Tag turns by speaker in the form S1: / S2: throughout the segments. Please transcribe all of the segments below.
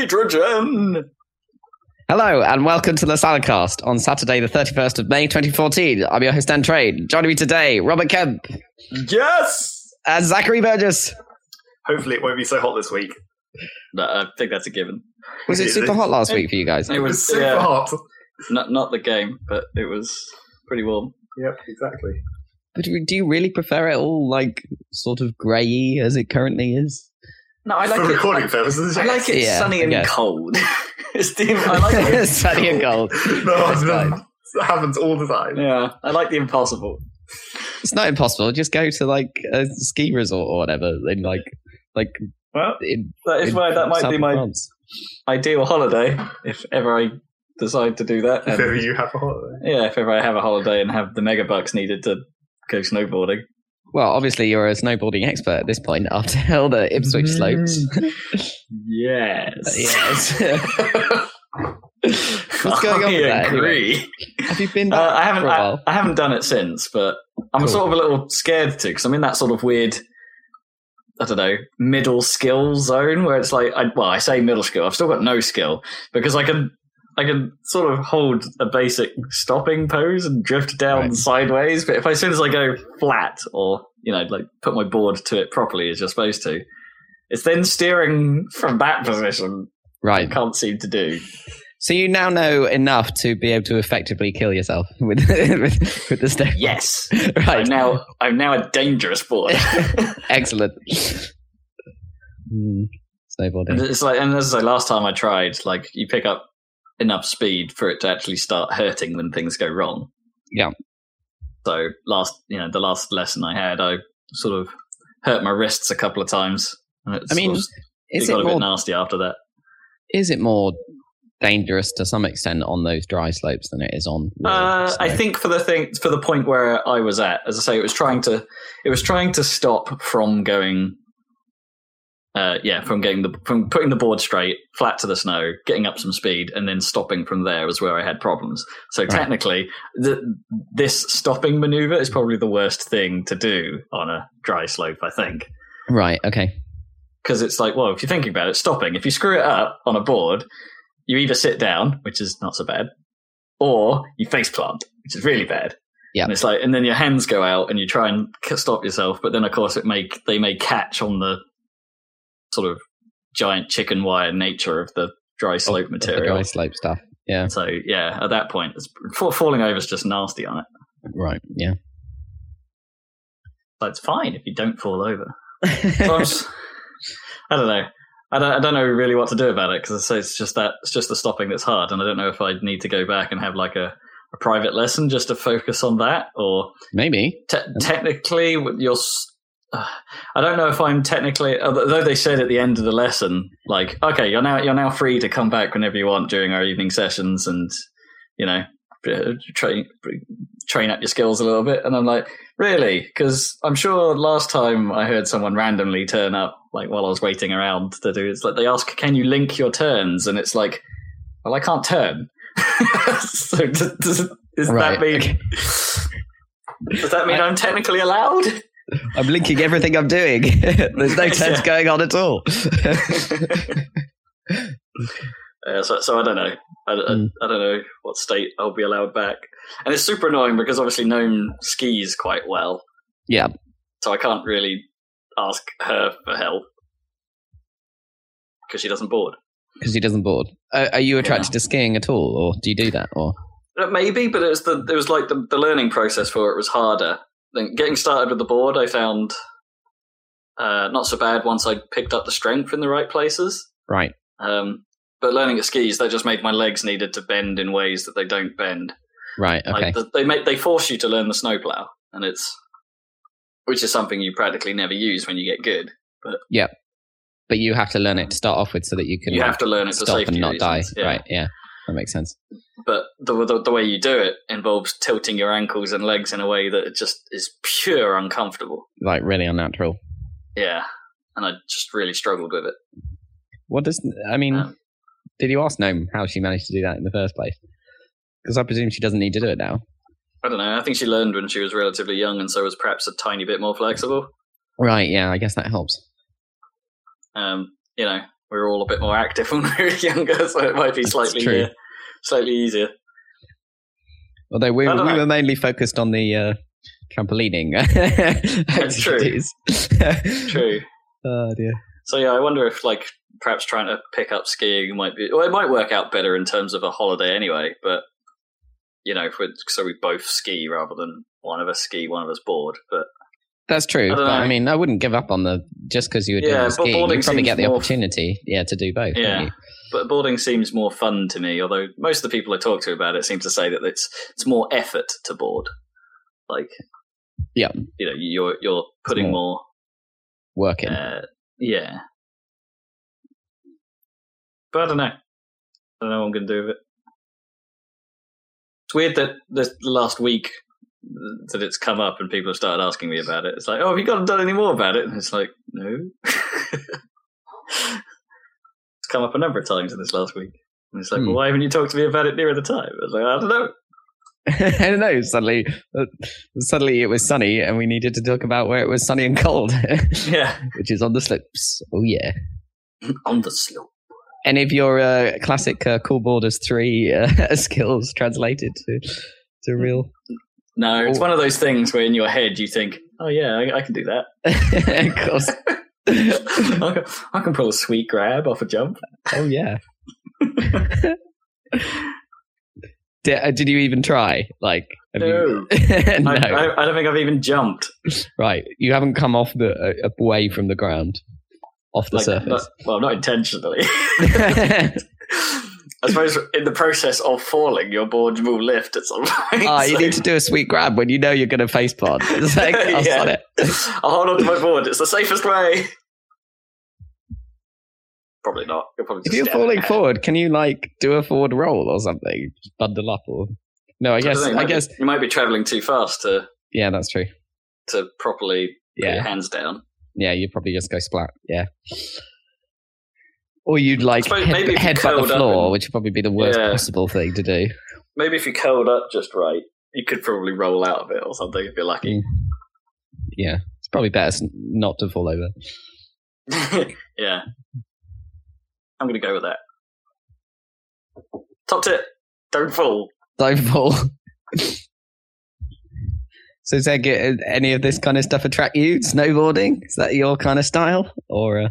S1: nitrogen.
S2: Hello and welcome to the Saladcast on Saturday, the 31st of May 2014. I'm your host, Dan Trade. Joining me today, Robert Kemp
S1: Yes.
S2: and Zachary Burgess.
S1: Hopefully, it won't be so hot this week.
S3: No, I think that's a given.
S2: Was it
S1: Is
S2: super
S1: it?
S2: hot last week for you guys?
S3: It was
S1: It's super
S3: yeah,
S1: hot.
S3: not not the game, but it was pretty warm.
S1: Yep, exactly.
S2: But do do you really prefer it all like sort of greyy as it currently is?
S3: No, I like
S1: For
S3: it.
S1: recording purposes.
S3: I like it
S2: Yeah,
S3: sunny
S2: I
S3: and
S2: guess.
S3: cold. it's the, I like it.
S2: Sunny and gold.
S3: Um,
S1: no,
S2: That's
S1: no, that happens all the time.
S3: Yeah, I like the impossible.
S2: It's not impossible. Just go to like a ski resort or whatever in like like
S3: Well,
S2: in,
S3: that is
S2: in
S3: why that might
S2: south
S3: be
S2: of
S3: my
S2: France.
S3: ideal holiday if ever I decide to do that.
S1: If ever
S3: And,
S1: you have a holiday.
S3: yeah, if ever I have a holiday and have the mega bucks needed to go snowboarding.
S2: Well, obviously you're a snowboarding expert at this point after all the Ipswich
S3: Mm.
S2: slopes.
S3: Yes.
S2: yes. What's going on
S3: I
S2: with that? anyway?
S3: agree.
S2: Have you been
S3: Uh,
S2: back
S3: I haven't.
S2: for a
S3: I,
S2: while?
S3: I haven't done it since, but I'm
S2: Cool.
S3: sort of a little scared to because I'm in that sort of weird. I don't know middle skill zone where it's like, I, well, I say middle skill. I've still got no skill because I can, I can sort of hold a basic stopping pose and drift down
S2: Right.
S3: sideways. But if I, as soon as I go flat or you know like put my board to it properly as you're supposed to, it's then steering from that position. I
S2: Right.
S3: can't seem to do.
S2: So you now know enough to be able to effectively kill yourself with with, with the step.
S3: Yes, I'm
S2: Right.
S3: now I'm now a dangerous board.
S2: Excellent. Hmm.
S3: And
S2: Snowboarding.
S3: it's like, and as I last time I tried, like you pick up enough speed for it to actually start hurting when things go wrong.
S2: Yeah.
S3: So last, you know, the last lesson I had, I sort of hurt my wrists a couple of times. And it's
S2: I mean,
S3: sort of-
S2: Is
S3: it
S2: it
S3: got a bit
S2: more?
S3: nasty after that.
S2: Is it more dangerous to some extent on those dry slopes than it is on? raw
S3: Uh, I
S2: snow?
S3: think for the thing for the point where I was at, as I say, it was trying to it was trying to stop from going. Uh, yeah, from getting the from putting the board straight, flat to the snow, getting up some speed, and then stopping from there was where I had problems. So
S2: Right.
S3: technically, the, this stopping maneuver is probably the worst thing to do on a dry slope. I think
S2: Right. Okay.
S3: because it's like, well, if you're thinking about it, stopping. If you screw it up on a board, you either sit down, which is not so bad, or you face plant, which is really bad.
S2: Yeah.
S3: and it's like, and then your hands go out, and you try and k- stop yourself, but then of course it may they may catch on the sort of giant chicken wire nature of the dry slope
S2: Of the
S3: material.
S2: Dry slope stuff. Yeah.
S3: So yeah, at that point, it's, fa- falling over is just nasty on it.
S2: Right. Yeah.
S3: But it's fine if you don't fall over. So I'm s- I don't know. I don't, I don't know really what to do about it because it's just that it's just the stopping that's hard, and I don't know if I need to go back and have like a, a private lesson just to focus on that, or
S2: Maybe.
S3: te- technically you're. s- Uh, I don't know if I'm technically, although they said at the end of the lesson, like, okay, you're now you're now free to come back whenever you want during our evening sessions, and you know, uh, train train up your skills a little bit. And I'm like, really? Because I'm sure last time I heard someone randomly turn up, like while I was waiting around to do, it's like they ask, can you link your turns? And it's like, well, I can't turn. so does, does, does
S2: Right,
S3: that mean?
S2: okay.
S3: Does that mean I, am technically allowed?
S2: I'm linking everything I'm doing. There's no tense
S3: Yeah.
S2: going on at all.
S3: Uh, so, so I don't know. I, I-
S2: Mm.
S3: I don't know what state I'll be allowed back. And it's super annoying because obviously Gnome skis quite well.
S2: Yeah.
S3: So I can't really ask her for help because she doesn't board.
S2: Because he doesn't board. Uh, are you attracted to skiing at all, or do you do that? Or
S3: Uh, Maybe, but it was the it was like the, the learning process for it was harder. Then getting started with the board, I found uh, not so bad once I picked up the strength in the right places.
S2: right?
S3: Um, but learning at skis, they just made my legs needed to bend in ways that they don't bend.
S2: Right. Okay.
S3: Like th- they make they force you to learn the snowplow, and it's which is something you practically never use when you get good.
S2: but you have to learn it to start off with, so that you can
S3: You have to learn it for
S2: stop
S3: safety
S2: and not die.
S3: reasons, yeah.
S2: Right. Yeah. That makes sense.
S3: But the, the the way you do it involves tilting your ankles and legs in a way that it just is pure uncomfortable.
S2: Like really unnatural.
S3: Yeah, and I just really struggled with it.
S2: What does I mean?
S3: Um,
S2: did you ask Gnome how she managed to do that in the first place? Because I presume she doesn't need to do it now.
S3: I don't know. I think she learned when she was relatively young, and so was perhaps a tiny bit more flexible.
S2: Right. Yeah. I guess that helps.
S3: um, you know, we were all a bit more active when we were younger, so it might be
S2: That's
S3: slightly
S2: true.
S3: uh, slightly easier.
S2: Although we,
S3: I
S2: we
S3: don't know.
S2: were mainly focused on the uh, trampolining
S3: true.
S2: activities.
S3: True.
S2: Oh dear.
S3: So yeah, I wonder if like perhaps trying to pick up skiing might be well, it might work out better in terms of a holiday anyway. But you know, if we so we both ski rather than one of us ski, one of us board. But
S2: That's true.
S3: I
S2: I,
S3: don't
S2: but,
S3: know.
S2: I mean, I wouldn't give up on the just because you were doing
S3: Yeah,
S2: the
S3: but
S2: skiing.
S3: boarding
S2: You probably
S3: seems
S2: get the
S3: more-
S2: opportunity, yeah, to do both.
S3: Yeah.
S2: Yeah. You?
S3: but boarding seems more fun to me. Although most of the people I talk to about it seem to say that it's it's more effort to board. Like
S2: Yeah.
S3: you know, you're you're putting more.
S2: Working.
S3: Uh, yeah, but I don't know. I don't know what I'm going to do with it. It's weird that this last week th- that it's come up and people have started asking me about it. It's like, oh, have you got done any more about it? And it's like, no. it's come up a number of times in this last week. And it's like,
S2: Hmm.
S3: well, why haven't you talked to me about it nearer the time? I was like, I don't know.
S2: I don't know. Suddenly, uh, suddenly it was sunny, and we needed to talk about where it was sunny and cold,
S3: Yeah,
S2: which is on the slopes. Oh yeah.
S3: on the slope.
S2: Any of your uh, classic uh, Cool Borders three uh, skills translated to to real?
S3: No, it's
S2: Oh.
S3: one of those things where in your head you think, oh yeah, I, I can do that.
S2: of course.
S3: I, can, I can pull a sweet grab off a jump.
S2: Oh yeah. did, uh, did you even try? Like, have you- no.
S3: I, I, I don't think I've even jumped.
S2: Right, you haven't come off the uh, away from the ground, off the
S3: Like, not,
S2: surface.
S3: well, not intentionally. I suppose in the process of falling, your board will lift at some point.
S2: Ah, you
S3: so-
S2: need to do a sweet grab when you know you're going to face pod. It's like, I'll
S3: Yeah.
S2: sod it.
S3: I'll hold on to my board. It's the safest way. Probably not. You'll probably
S2: If
S3: just
S2: you're
S3: stab it.
S2: falling forward, can you like do a forward roll or something? Just Bundle up or no? I
S3: I,
S2: guess.
S3: don't know, you
S2: I
S3: might be-
S2: guess.
S3: you might be traveling too fast to
S2: Yeah, that's true.
S3: to properly put your
S2: Yeah,
S3: hands down.
S2: yeah. You probably just go splat. Yeah. Or you'd like
S3: suppose
S2: head,
S3: maybe if you
S2: headbutt
S3: curled
S2: the
S3: up
S2: floor,
S3: and-
S2: which would probably be the worst
S3: Yeah.
S2: possible thing to do.
S3: Maybe if you curled up just right, you could probably roll out of it or something if you're lucky.
S2: Yeah, it's probably better s- not to fall over.
S3: yeah. I'm going to go with that. Top tip don't fall.
S2: Don't fall. so, Zeg, uh, any of this kind of stuff attract you? Snowboarding is that your kind of style, or uh,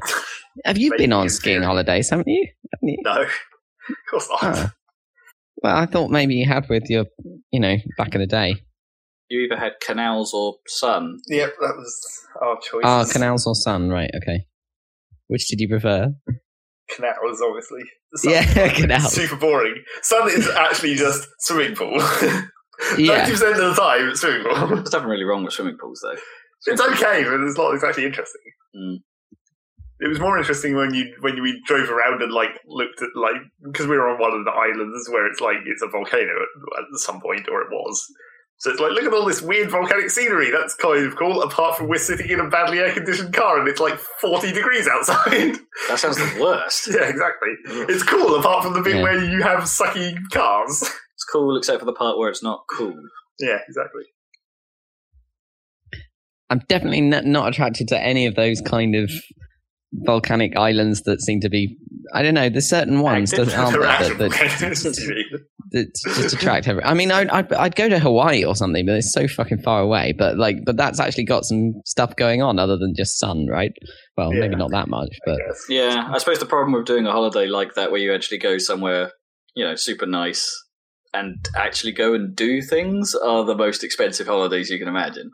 S2: have you been on
S1: Maybe
S2: skiing
S1: theory.
S2: holidays? Haven't you? Haven't you?
S1: No, of course not.
S2: Ah. Well, I thought maybe you had with your, you know, back in the day.
S3: You either had canals or sun.
S1: Yep, that was our choice.
S2: Ah, canals or sun, right? Okay. Which did you prefer?
S1: Canals, obviously. The sun is
S2: Yeah, canals.
S1: Super boring. Sun is actually just swimming pool.
S2: Yeah.
S1: 90% of the time, it's swimming pool.
S3: There's nothing really wrong with swimming pools, though.
S1: It's okay, but it's not exactly interesting.
S3: Mm.
S1: It was more interesting when you when we drove around and like looked at like because we were on one of the islands where it's like it's a volcano at, at some point or it was. So it's like look at all this weird volcanic scenery. That's kind of cool. Apart from we're sitting in a badly air conditioned car and it's like forty degrees outside.
S3: That sounds the worst.
S1: yeah, exactly.
S3: it's
S1: It's cool apart from the bit
S2: Yeah.
S1: where you have sucky cars.
S3: cool, except for the part where it's not cool.
S1: yeah, exactly.
S2: I'm definitely n- not attracted to any of those kind of volcanic islands that seem to be. I don't know. There's certain ones,
S1: Active-
S2: that aren't there, that,
S1: interactive
S2: that
S1: volcanoes.
S2: that just attract every. I mean, I'd, I'd I'd go to Hawaii or something, but it's so fucking far away. But like, but that's actually got some stuff going on other than just sun, right? Well, maybe
S1: Yeah.
S2: not that much, but
S1: Yes.
S3: Yeah, I suppose the problem with doing a holiday like that, where you actually go somewhere, you know, super nice and actually go and do things, are the most expensive holidays you can imagine.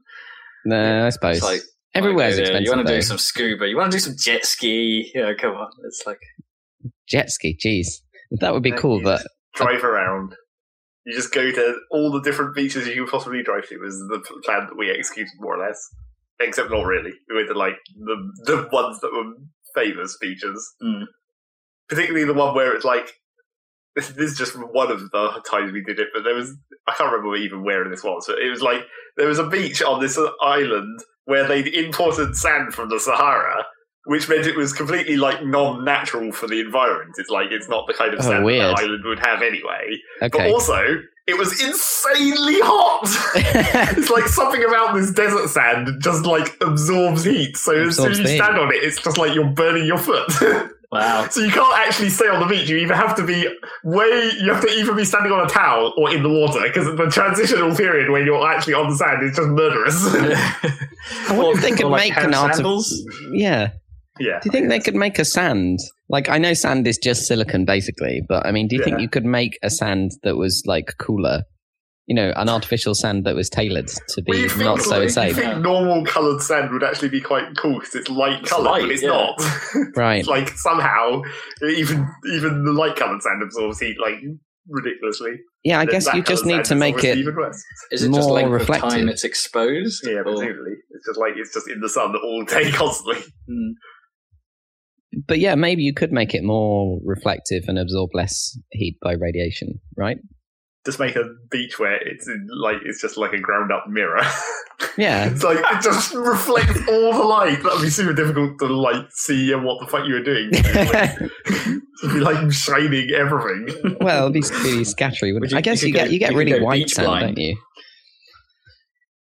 S2: no, I suppose
S3: It's like
S2: everywhere's
S3: like, yeah,
S2: expensive.
S3: You want to do
S2: though.
S3: some scuba, you want to do some jet ski. Yeah, come on, it's like
S2: jet ski. Jeez, that would be
S1: Yeah,
S2: cool,
S1: you
S2: but
S1: just drive around. You just go to all the different beaches you can possibly drive to. Was the p- plan that we executed more or less, except not really. We went to like the the ones that were famous beaches,
S2: Hmm.
S3: Mm.
S1: particularly the one where it's like this, this is just one of the times we did it. But there was I can't remember even where this was, but it was like there was a beach on this island where they'd imported sand from the Sahara. Which meant it was completely like non-natural for the environment. It's like it's not the kind of
S2: Oh,
S1: sand
S2: weird.
S1: that island would have anyway. But
S2: okay.
S1: also, it was insanely hot. it's like something about this desert sand just like absorbs heat. So as soon
S2: Absorbs
S1: as you
S2: heat.
S1: stand on it, it's just like you're burning your foot.
S3: Wow.
S1: So you can't actually stay on the beach. You either have to be way, you have to either be standing on a towel or in the water because the transitional period where you're actually on the sand is just murderous.
S2: I wonder if they could make an
S3: hand
S2: artif-
S3: sandals.
S2: Yeah.
S1: yeah.
S2: Do you think they could make a sand? Like, I know sand is just silicon, basically, but I mean, do you think
S1: Yeah.
S2: you could make a sand that was like cooler? You know, an artificial sand that was tailored to
S1: Well,
S2: be
S1: you think,
S2: not so
S1: like,
S2: insane,
S1: You think normal coloured sand would actually be quite cool because it's light
S3: It's
S1: coloured,
S3: light,
S1: but it's
S3: yeah.
S1: not.
S2: right?
S1: like somehow, even even the light coloured sand absorbs heat like ridiculously.
S2: Yeah, I
S1: The
S2: guess
S1: black
S2: you just
S1: coloured
S2: need to
S1: sand is
S2: make
S1: obviously
S2: it.
S1: even worse.
S3: Is it just
S2: more
S3: length
S2: reflective.
S3: of time it's exposed?
S1: Yeah,
S2: Oh.
S3: Or-
S1: presumably it's just like it's just in the sun all day constantly.
S3: Hmm.
S2: But yeah, maybe you could make it more reflective and absorb less heat by radiation, right?
S1: Just make a beach where it's in, like it's just like a ground up mirror.
S2: Yeah,
S1: it's like it just reflects all the light. That'd be super difficult to like see and what the fuck you were doing. Like, it'd be like shining everything.
S2: well, it'd be really scattery, wouldn't
S3: Would
S2: it?
S3: you-
S2: I guess
S3: you
S2: you
S3: could
S2: get
S3: go-
S2: you get
S3: you could
S2: really
S3: go
S2: white
S3: beach
S2: sand,
S3: blind.
S2: don't you?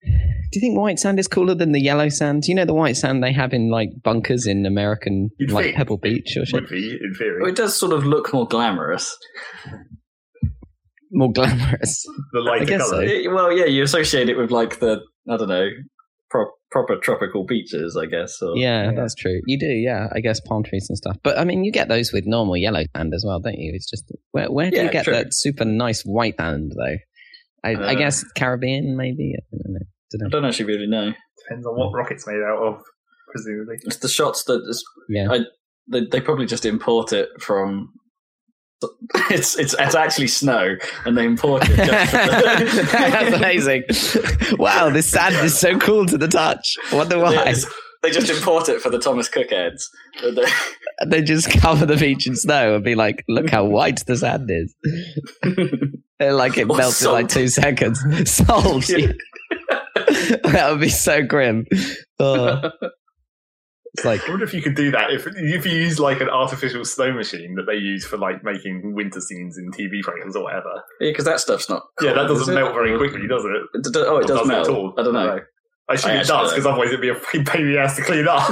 S2: Do you think white sand is cooler than the yellow sand? Do you know the white sand they have in like bunkers in American
S1: You'd
S2: like
S1: think
S2: Pebble Beach or shit?
S1: Would be in
S3: Well,
S1: theory.
S3: Oh, it does sort of look more glamorous.
S2: More glamorous.
S1: The lighter
S2: guess
S1: colour.
S2: so.
S3: Eh, Well, yeah, you associate it with like the I don't know pro- proper tropical beaches, I guess. Or,
S2: Yeah, that's true. You do, yeah. I guess palm trees and stuff. But I mean, you get those with normal yellow sand as well, don't you? It's just where where do
S3: Yeah,
S2: you get
S3: true.
S2: that super nice white sand though? I, I
S3: Uh,
S2: guess Caribbean maybe. I don't know.
S3: I don't actually really know.
S1: Depends on what rocket's made out of, presumably.
S3: It's the shots that is,
S2: Yeah.
S3: they, they probably just import it from. It's it's it's actually snow, and they import it. Just for
S2: That's
S3: the-
S2: amazing. Wow, this sand is so cool to the touch. Wonder why.
S3: They- They just import it for the Thomas Cook ads. But they-
S2: They just cover the beach in snow and be like, look how white the sand is. They're like it
S3: Or
S2: melts in like
S3: salt.
S2: two seconds. Salt.
S3: Yeah.
S2: that would be so grim. Oh. It's like
S1: I wonder if you could do that if if you use like an artificial snow machine that they use for like making winter scenes in TV programs or whatever.
S3: Yeah, because that stuff's not.
S1: yeah, that
S3: cold, is
S1: doesn't
S3: it?
S1: melt very quickly, does it?
S3: It do- oh, it
S1: Or
S3: does
S1: does it
S3: melt.
S1: at all?
S3: I don't know.
S1: I assume
S3: I
S1: it
S3: actually
S1: does because otherwise it'd be a fucking pain in the ass to clean up.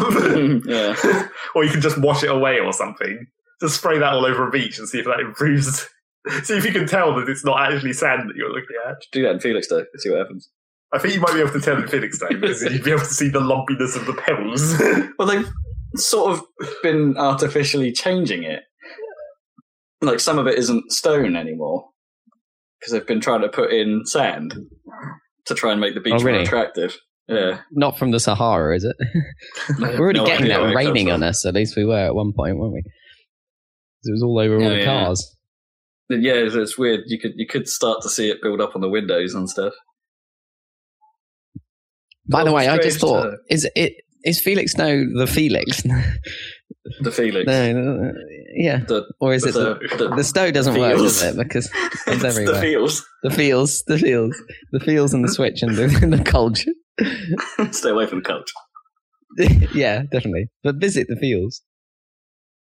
S3: yeah.
S1: or you can just wash it away or something. Just spray that all over a beach and see if that improves. see if you can tell that it's not actually sand that you're looking at.
S3: Do that in Felix though. See what happens.
S1: I think you might be able to tell in Phoenix though because you'd be able to see the lumpiness of the pebbles.
S3: Well, they've sort of been artificially changing it. Like some of it isn't stone anymore because they've been trying to put in sand to try and make the beach
S2: Oh, really?
S3: more attractive. Yeah,
S2: not from the Sahara, is it? We're already
S3: Uh, No
S2: getting
S3: idea where
S2: that
S3: it comes
S2: raining
S3: from.
S2: on us. At least we were at one point, weren't we? 'Cause It was all over all
S3: Yeah,
S2: the
S3: yeah.
S2: cars.
S3: Yeah, it's, it's weird. You could you could start to see it build up on the windows and stuff.
S2: By the
S3: Oh,
S2: way, I just
S3: strange
S2: thought
S3: to-
S2: is it is Felix Snow the Felix? no,
S3: The Felix,
S2: no, no, yeah.
S3: The-
S2: or is
S3: the,
S2: it the,
S3: the-
S2: the snow doesn't work,
S3: Feels.
S2: does it? Because
S3: it's the
S2: everywhere.
S3: fields.
S2: the feels, the feels, the feels, and the switch and the, and the culture.
S3: Stay away from the cult.
S2: yeah, definitely. But visit the feels.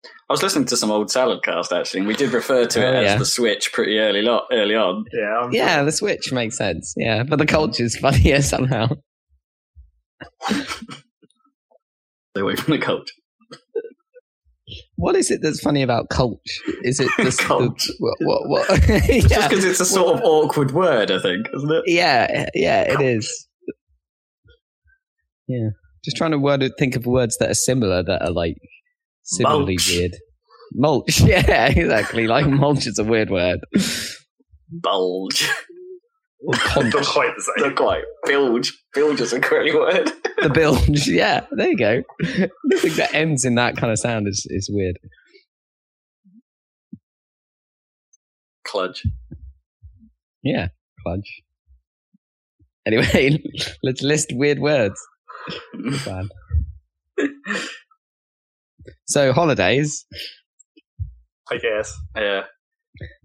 S3: I was listening to some old salad cast actually, and we did refer to it
S2: Oh,
S3: as
S2: yeah.
S3: the switch pretty early lo- early on.
S1: yeah, I'm
S2: Yeah, the switch makes sense. Yeah, but the culture's funnier somehow.
S3: Stay away from the cult.
S2: What is it that's funny about culture? Is it just
S3: Culture.
S2: The, what? What? what? yeah.
S3: Just because it's a sort of awkward word, I think, isn't it?
S2: yeah, yeah, it is. Yeah, just trying to word it- think of words that are similar that are like similarly
S1: Mulch.
S2: weird. Mulch. Yeah, exactly. Like mulch is a weird word.
S3: Bulge.
S2: Or conch.
S1: not quite the same.
S3: Not quite. Bilge. Bilge is a great word.
S2: the bilge. Yeah, there you go. Anything that ends in that kind of sound is, is weird.
S3: Cludge.
S2: Yeah, cludge. Anyway, let's list weird words. Good plan. So holidays.
S1: I guess.
S3: Yeah.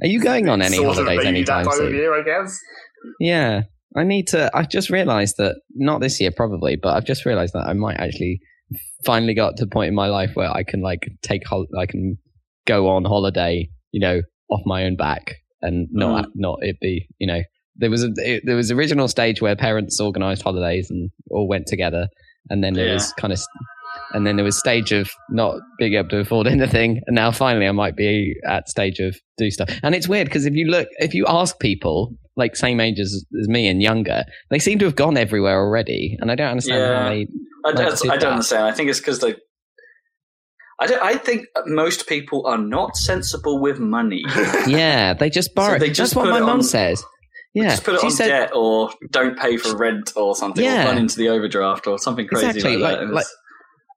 S2: Are you going on any
S1: Sort of
S2: holidays
S1: maybe that
S2: anytime
S1: time of
S2: soon?
S1: year, I guess.
S2: Yeah, I need to. I've just realised that not this year probably, but I've just realised that I might actually finally got to the point in my life where I can like take hol- I can go on holiday, you know, off my own back and not not it be you know there was a it, there was original stage where parents organised holidays and all went together, and then there
S3: Yeah.
S2: was kind of and then there was stage of not being able to afford anything, and now finally I might be at stage of do stuff. And it's weird because if you look, if you ask people like same age as, as me and younger, they seem to have gone everywhere already, and I don't understand
S3: Yeah.
S2: how they.
S3: I,
S2: Like,
S3: that's-
S2: did
S3: I
S2: that.
S3: don't understand. I think it's because they. I, don't, I think most people are not sensible with money.
S2: Yeah, they just borrow.
S3: they
S2: That's
S3: just
S2: what
S3: put
S2: my
S3: it
S2: mum
S3: on-
S2: says. Yeah,
S3: Just put it
S2: she
S3: on
S2: said
S3: debt or don't pay for rent or something
S2: Yeah.
S3: or run into the overdraft or something crazy
S2: Exactly,
S3: like,
S2: like-
S3: that. It was-
S2: like-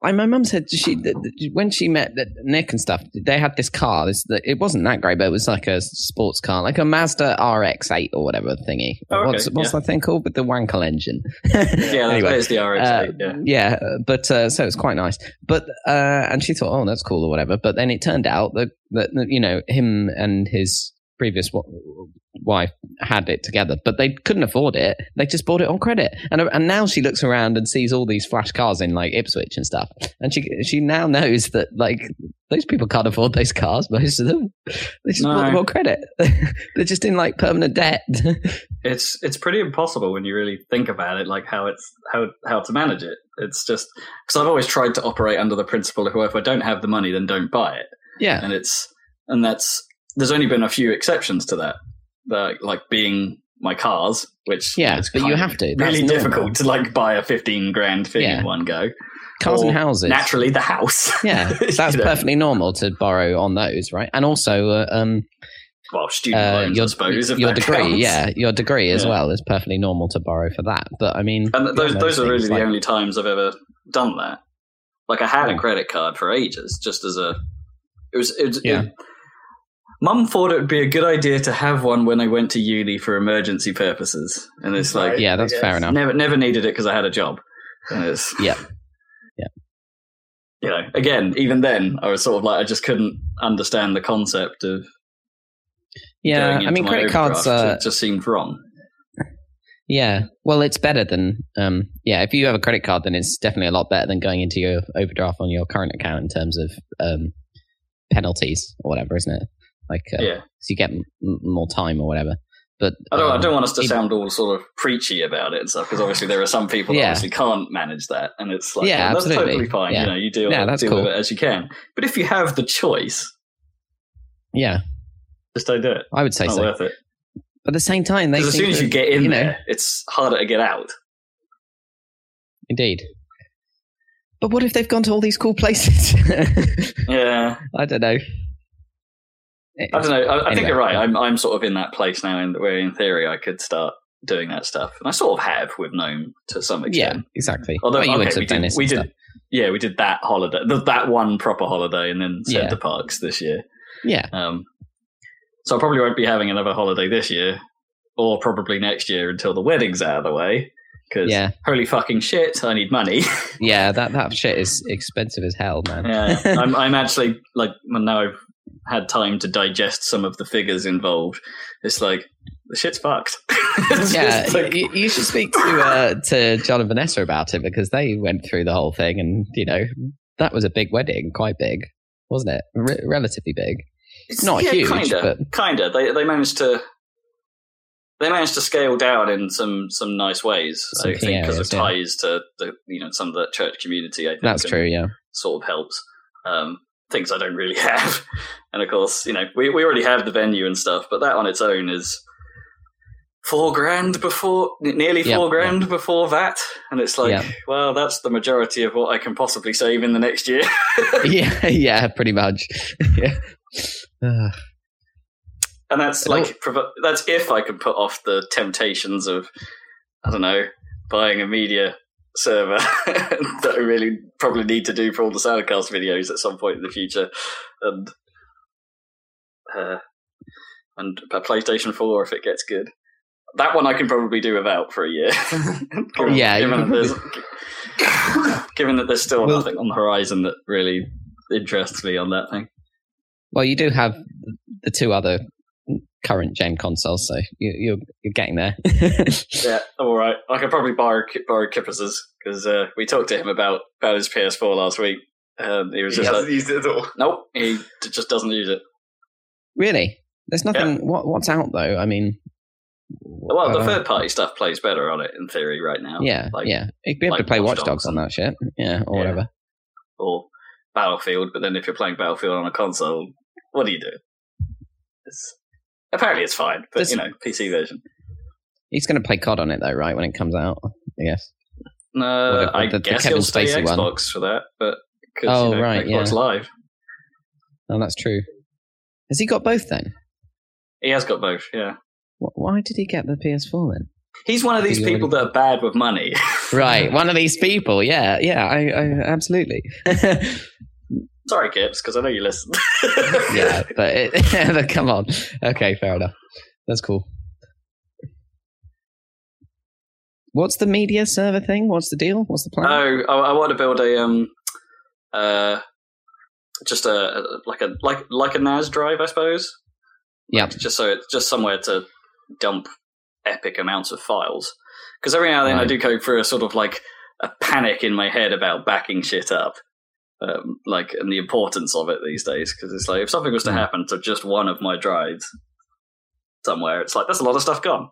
S2: I, my mum said she that- that when she met that Nick and stuff, they had this car. This that- it wasn't that great, but it was like a sports car, like a Mazda RX-8 or whatever thingy.
S3: Oh, okay,
S2: what's what's that thing called with the Wankel engine?
S3: yeah,
S2: anyway,
S3: that is the RX.
S2: uh,
S3: yeah.
S2: yeah, but uh, so it's quite nice. But uh, and she thought, oh, that's cool or whatever. But then it turned out that that that, you know him and his previous wa- wife had it together, but they couldn't afford it. They just bought it on credit, and and now she looks around and sees all these flash cars in like Ipswich and stuff, and she she now knows that like those people can't afford those cars. Most of them, they just
S3: No.
S2: bought them on credit. They're just in like permanent debt.
S3: It's it's pretty impossible when you really think about it, like how it's how how to manage it. It's just because I've always tried to operate under the principle of well, if I don't have the money, then don't buy it.
S2: yeah,
S3: and it's and that's there's only been a few exceptions to that like like being my cars which
S2: yeah,
S3: is
S2: but you
S3: kind of
S2: have to. That's
S3: really
S2: normal.
S3: difficult to like buy a 15 grand thing
S2: Yeah.
S3: in one go
S2: Cars and
S3: Or
S2: houses.
S3: naturally the house
S2: Yeah, that's
S3: You know,
S2: perfectly normal to borrow on those, right? And also, uh, um,
S3: well student
S2: uh,
S3: loans
S2: your,
S3: I suppose if
S2: your
S3: that
S2: degree,
S3: counts.
S2: yeah, your degree as
S3: Yeah.
S2: well is perfectly normal to borrow for that. But I mean,
S3: and th- those
S2: Yeah,
S3: those
S2: those
S3: are really
S2: things,
S3: the
S2: like-
S3: only times I've ever done that like I had a
S2: Yeah.
S3: credit card for ages just as a it was it,
S2: Yeah.
S3: it Mum thought it would be a good idea to have one when I went to uni for emergency purposes, and it's like,
S1: Right.
S2: yeah, that's
S1: Yes.
S2: fair enough.
S3: Never, never needed it because I had a job. And it's-
S2: Yeah. Yeah.
S3: You know, again, even then, I was sort of like, I just couldn't understand the concept of.
S2: Yeah,
S3: going
S2: I
S3: into
S2: mean,
S3: my
S2: credit cards
S3: overdraft.
S2: are
S3: It just seemed wrong.
S2: yeah. Well, it's better than um, yeah. If you have a credit card, then it's definitely a lot better than going into your overdraft on your current account in terms of um, penalties or whatever, isn't it? Like, uh,
S3: Yeah.
S2: so you get m- m- more time or whatever. But
S3: I don't,
S2: um,
S3: I don't want us to
S2: it-
S3: sound all sort of preachy about it and stuff because obviously there are some people
S2: Yeah.
S3: that obviously can't manage that. And it's like,
S2: Yeah,
S3: well, that's
S2: absolutely.
S3: totally fine.
S2: Yeah.
S3: You know, you deal,
S2: Yeah, that's
S3: deal
S2: cool.
S3: with it as you can. But if you have the choice,
S2: yeah,
S3: just don't do it.
S2: I would say
S3: It's not
S2: so.
S3: worth it.
S2: But at the same time, they
S3: Oh, Because as
S2: seem
S3: soon as
S2: to-
S3: you get in
S2: you know.
S3: there, it's harder to get out.
S2: Indeed. But what if they've gone to all these cool places?
S3: Yeah.
S2: I don't know.
S3: I don't know. I, I think
S2: Anyway.
S3: you're right. I'm I'm sort of in that place now, in where in theory I could start doing that stuff, and I sort of have with Gnome to some
S2: Yeah,
S3: extent.
S2: exactly.
S3: Although
S2: Well, you
S3: okay,
S2: went to
S3: we did,
S2: Venice
S3: we
S2: and
S3: did
S2: stuff.
S3: yeah, we did that holiday, th- that one proper holiday, and then
S2: Yeah.
S3: Centre Parks this year.
S2: Yeah,
S3: Um, so I probably won't be having another holiday this year, or probably next year until the wedding's out of the way. Because
S2: yeah,
S3: holy fucking shit, I need money.
S2: yeah. That that shit is expensive as hell, man.
S3: yeah, Uh, I'm I'm actually like well, now I've had time to digest some of the figures involved. It's like the shit's fucked. It's
S2: Yeah,
S3: just like-
S2: you, you should speak to uh, to John and Vanessa about it because they went through the whole thing, and you know that was a big wedding, quite big, wasn't it? Re- relatively big.
S3: It's-
S2: not huge,
S3: kinda,
S2: but-
S3: kinda. They they managed to they managed to scale down in some some nice ways.
S2: Some
S3: I
S2: key
S3: think because
S2: areas,
S3: of
S2: yeah.
S3: ties to the you know some of the church community. I think
S2: That's
S3: and
S2: true. Yeah,
S3: Sort of helps. Um, things I don't really have, and of course you know we we already have the venue and stuff, but that on its own is four grand before n- nearly
S2: Yeah,
S3: four grand before that and it's like
S2: Yeah.
S3: well that's the majority of what i can possibly save in the next year
S2: yeah, yeah. Pretty much. yeah. Uh,
S3: and that's
S2: Oh.
S3: like provo- that's if I can put off the temptations of I don't know buying a media server that I really probably need to do for all the soundcast videos at some point in the future, and uh, and a PlayStation Four if it gets good. That one I can probably do without for a year. given,
S2: Yeah, you
S3: given
S2: can
S3: that, there's, given that there's still
S2: Well-
S3: nothing on the horizon that really interests me on that thing.
S2: Well, you do have the two other current gen consoles, so you, you're you're getting there.
S3: Yeah, I'm all right. I could probably borrow Ki- borrow Kippas's because uh, we talked to him about about his PS4 last week. Um, he was
S1: He
S3: just
S1: hasn't
S3: like,
S1: used it at all.
S3: "Nope, he d- just doesn't use it."
S2: Really, there's nothing. What what's out though? I mean,
S3: Well, the
S2: uh,
S3: third party stuff plays better on it in theory right now.
S2: Yeah,
S3: like-
S2: yeah. You'd be able
S3: like
S2: to play
S3: Watch
S2: Watch Dogs
S3: Dogs
S2: on that shit. Yeah, or
S3: Yeah.
S2: whatever.
S3: or Battlefield, but then if you're playing Battlefield on a console, what do you do? It's, apparently, it's fine, but
S2: This-
S3: you know, PC version.
S2: He's going to play COD on it though, right? When it comes out, I guess.
S3: No,
S2: What about
S3: I
S2: the- the
S3: guess
S2: Kevin
S3: it'll stay
S2: Spacey one?
S3: Xbox for that, but because
S2: Oh,
S3: you know,
S2: right,
S3: Xbox
S2: yeah.
S3: Live,
S2: Oh, that's true. Has he got both then?
S3: he has got both. Yeah,
S2: Wh- Why did he get the PS4 then?
S3: he's one of these
S2: He's
S3: people that are bad with money.
S2: Right, one of these people. Yeah, yeah. I, I absolutely.
S3: Sorry, Gibbs, because I know you listen.
S2: yeah, but it, come on. Okay, fair enough. That's cool. What's the media server thing? What's the deal? What's the plan?
S3: Oh, I, I want to build a um, uh, just a a- like a like like a NAS drive, I suppose.
S2: Yep.
S3: Just so it's just somewhere to dump epic amounts of files. Because every now and then I
S2: Right.
S3: do go through a sort of like a panic in my head about backing shit up, um, like and the importance of it these days. Because it's like if something was to
S2: Hmm.
S3: happen to just one of my drives somewhere, it's like that's a lot of stuff gone.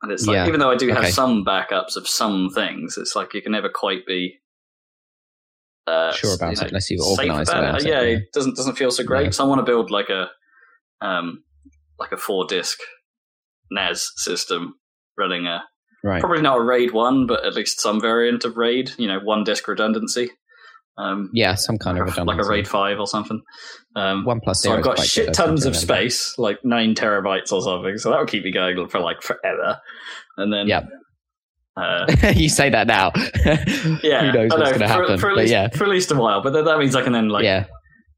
S3: And it's like
S2: Yeah.
S3: even though I do
S2: Okay.
S3: have some backups of some things, it's like you can never quite be uh,
S2: Sure about it unless you've
S3: safe
S2: organised
S3: about
S2: about
S3: it.
S2: it,
S3: Yeah,
S2: yeah.
S3: it doesn't doesn't feel so great.
S2: No.
S3: So I want to build like a um like a four disc NAS system running a
S2: right.
S3: probably not a RAID one, but at least some variant of RAID. You know, one disk redundancy. Um,
S2: Yeah, some kind of
S3: like a- like
S2: redundancy.
S3: a RAID five or something. Um,
S2: One plus
S3: so
S2: zero.
S3: I've
S2: is
S3: got
S2: quite good, I
S3: shit tons
S2: think,
S3: of
S2: I remember.
S3: space, like nine terabytes or something. So that would keep me going for like forever. And then,
S2: Yep.
S3: uh,
S2: you say that now.
S3: yeah,
S2: Who knows what's
S3: I know,
S2: going to
S3: for-
S2: happen?
S3: For at,
S2: but
S3: least,
S2: yeah,
S3: for at least a while. But then that means I can then like
S2: yeah,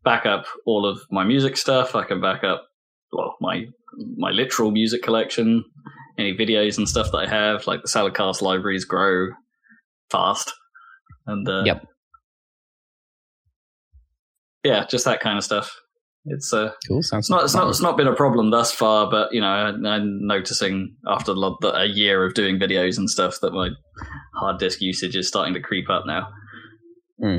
S3: back up all of my music stuff. I can back up well my my literal music collection, any videos and stuff that I have. Like the Saladcast libraries grow fast, and uh,
S2: Yep.
S3: yeah, just that kind of stuff. It's uh,
S2: cool. Sounds.
S3: it's not it's not it's not been a problem thus far, but you know I, I'm noticing after lo- the- a year of doing videos and stuff that my hard disk usage is starting to creep up now.
S2: Hmm.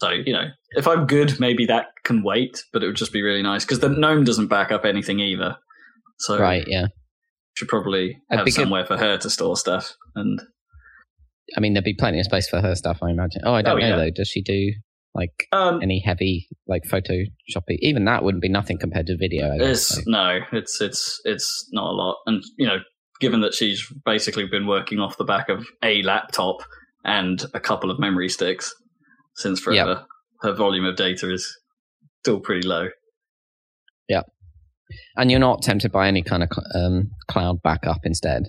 S3: So you know, if I'm good, maybe that can wait, but it would just be really nice because the GNOME doesn't back up anything either. So
S2: right. Yeah.
S3: should probably
S2: I'd
S3: have
S2: be good-
S3: somewhere for her to store stuff. And
S2: I mean, there'd be plenty of space for her stuff, I imagine. Oh, I don't
S3: Oh,
S2: know
S3: yeah.
S2: though. Does she do like
S3: um,
S2: any heavy like photoshopping? Even that wouldn't be nothing compared to video. I guess,
S3: It's
S2: so.
S3: no, it's it's it's not a lot, and you know, given that she's basically been working off the back of a laptop and a couple of memory sticks since forever, her volume of data is still pretty low.
S2: And you're not tempted by any kind of cl- um, cloud backup instead.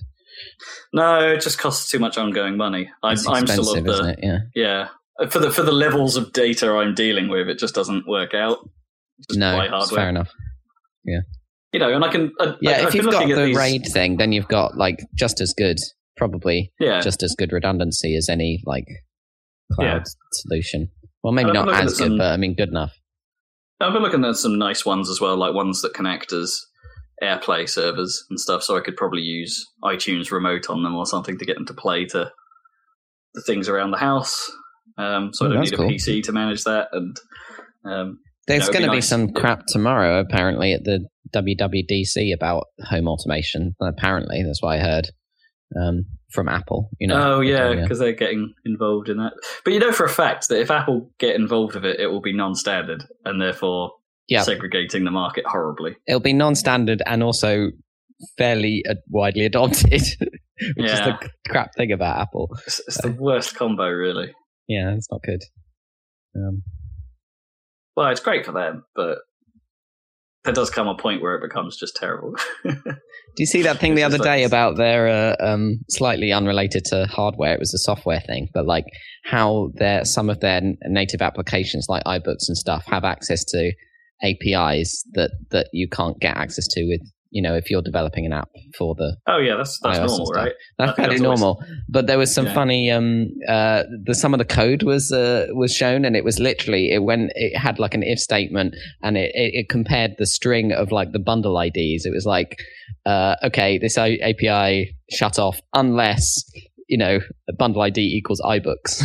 S3: No, it just costs too much ongoing money. I'm,
S2: It's
S3: I'm
S2: expensive,
S3: still of
S2: isn't
S3: the
S2: it? Yeah.
S3: yeah for the for the levels of data I'm dealing with, it just doesn't work out. Just
S2: No,
S3: buy
S2: it's
S3: hardware,
S2: fair enough.
S3: you know, and I can I,
S2: Yeah,
S3: I,
S2: if
S3: I've been
S2: you've got
S3: looking at
S2: the
S3: these,
S2: raid thing, then you've got like just as good, probably
S3: yeah,
S2: just as good redundancy as any like cloud
S3: Yeah.
S2: solution. Well, maybe
S3: I'm
S2: not
S3: looking
S2: as
S3: at
S2: good,
S3: some-
S2: but I mean, good enough.
S3: I've been looking at some nice ones as well, like ones that connect as AirPlay servers and stuff. So I could probably use iTunes remote on them or something to get them to play to the things around the house. Um, so
S2: Oh,
S3: I don't
S2: that's
S3: need a
S2: cool.
S3: PC to manage that. And um,
S2: There's
S3: it'd be
S2: going to be
S3: nice.
S2: some crap tomorrow, apparently, at the WWDC about home automation. Apparently, that's what I heard um, from Apple. You know?
S3: oh yeah,
S2: yeah.
S3: because they're getting involved in that. But you know for a fact that if Apple get involved with it, it will be non-standard and therefore
S2: Yeah.
S3: segregating the market horribly.
S2: It'll be non-standard and also fairly uh, widely adopted, which is
S3: Yeah.
S2: the crap thing about Apple.
S3: It's, it's
S2: Uh,
S3: the worst combo, really.
S2: Yeah, it's not good. Um,
S3: Well, it's great for them, but there does come a point where it becomes just terrible.
S2: Do you see that thing the
S3: It's
S2: other
S3: just like-
S2: day about their uh, um, slightly unrelated to hardware? It was a software thing, but like how their some of their n- native applications, like iBooks and stuff, have access to APIs that that you can't get access to with you know if you're developing an app for the
S3: Oh yeah, that's that's
S2: iOS and
S3: normal,
S2: stuff.
S3: right?
S2: that's uh,
S3: I think
S2: fairly
S3: that's always-
S2: normal. But there was some
S3: Yeah.
S2: funny um uh the some of the code was uh, was shown and it was literally it went it had like an if statement and it, it, it compared the string of like the bundle IDs. It was like uh okay, this I- API shut off unless you know bundle ID equals iBooks.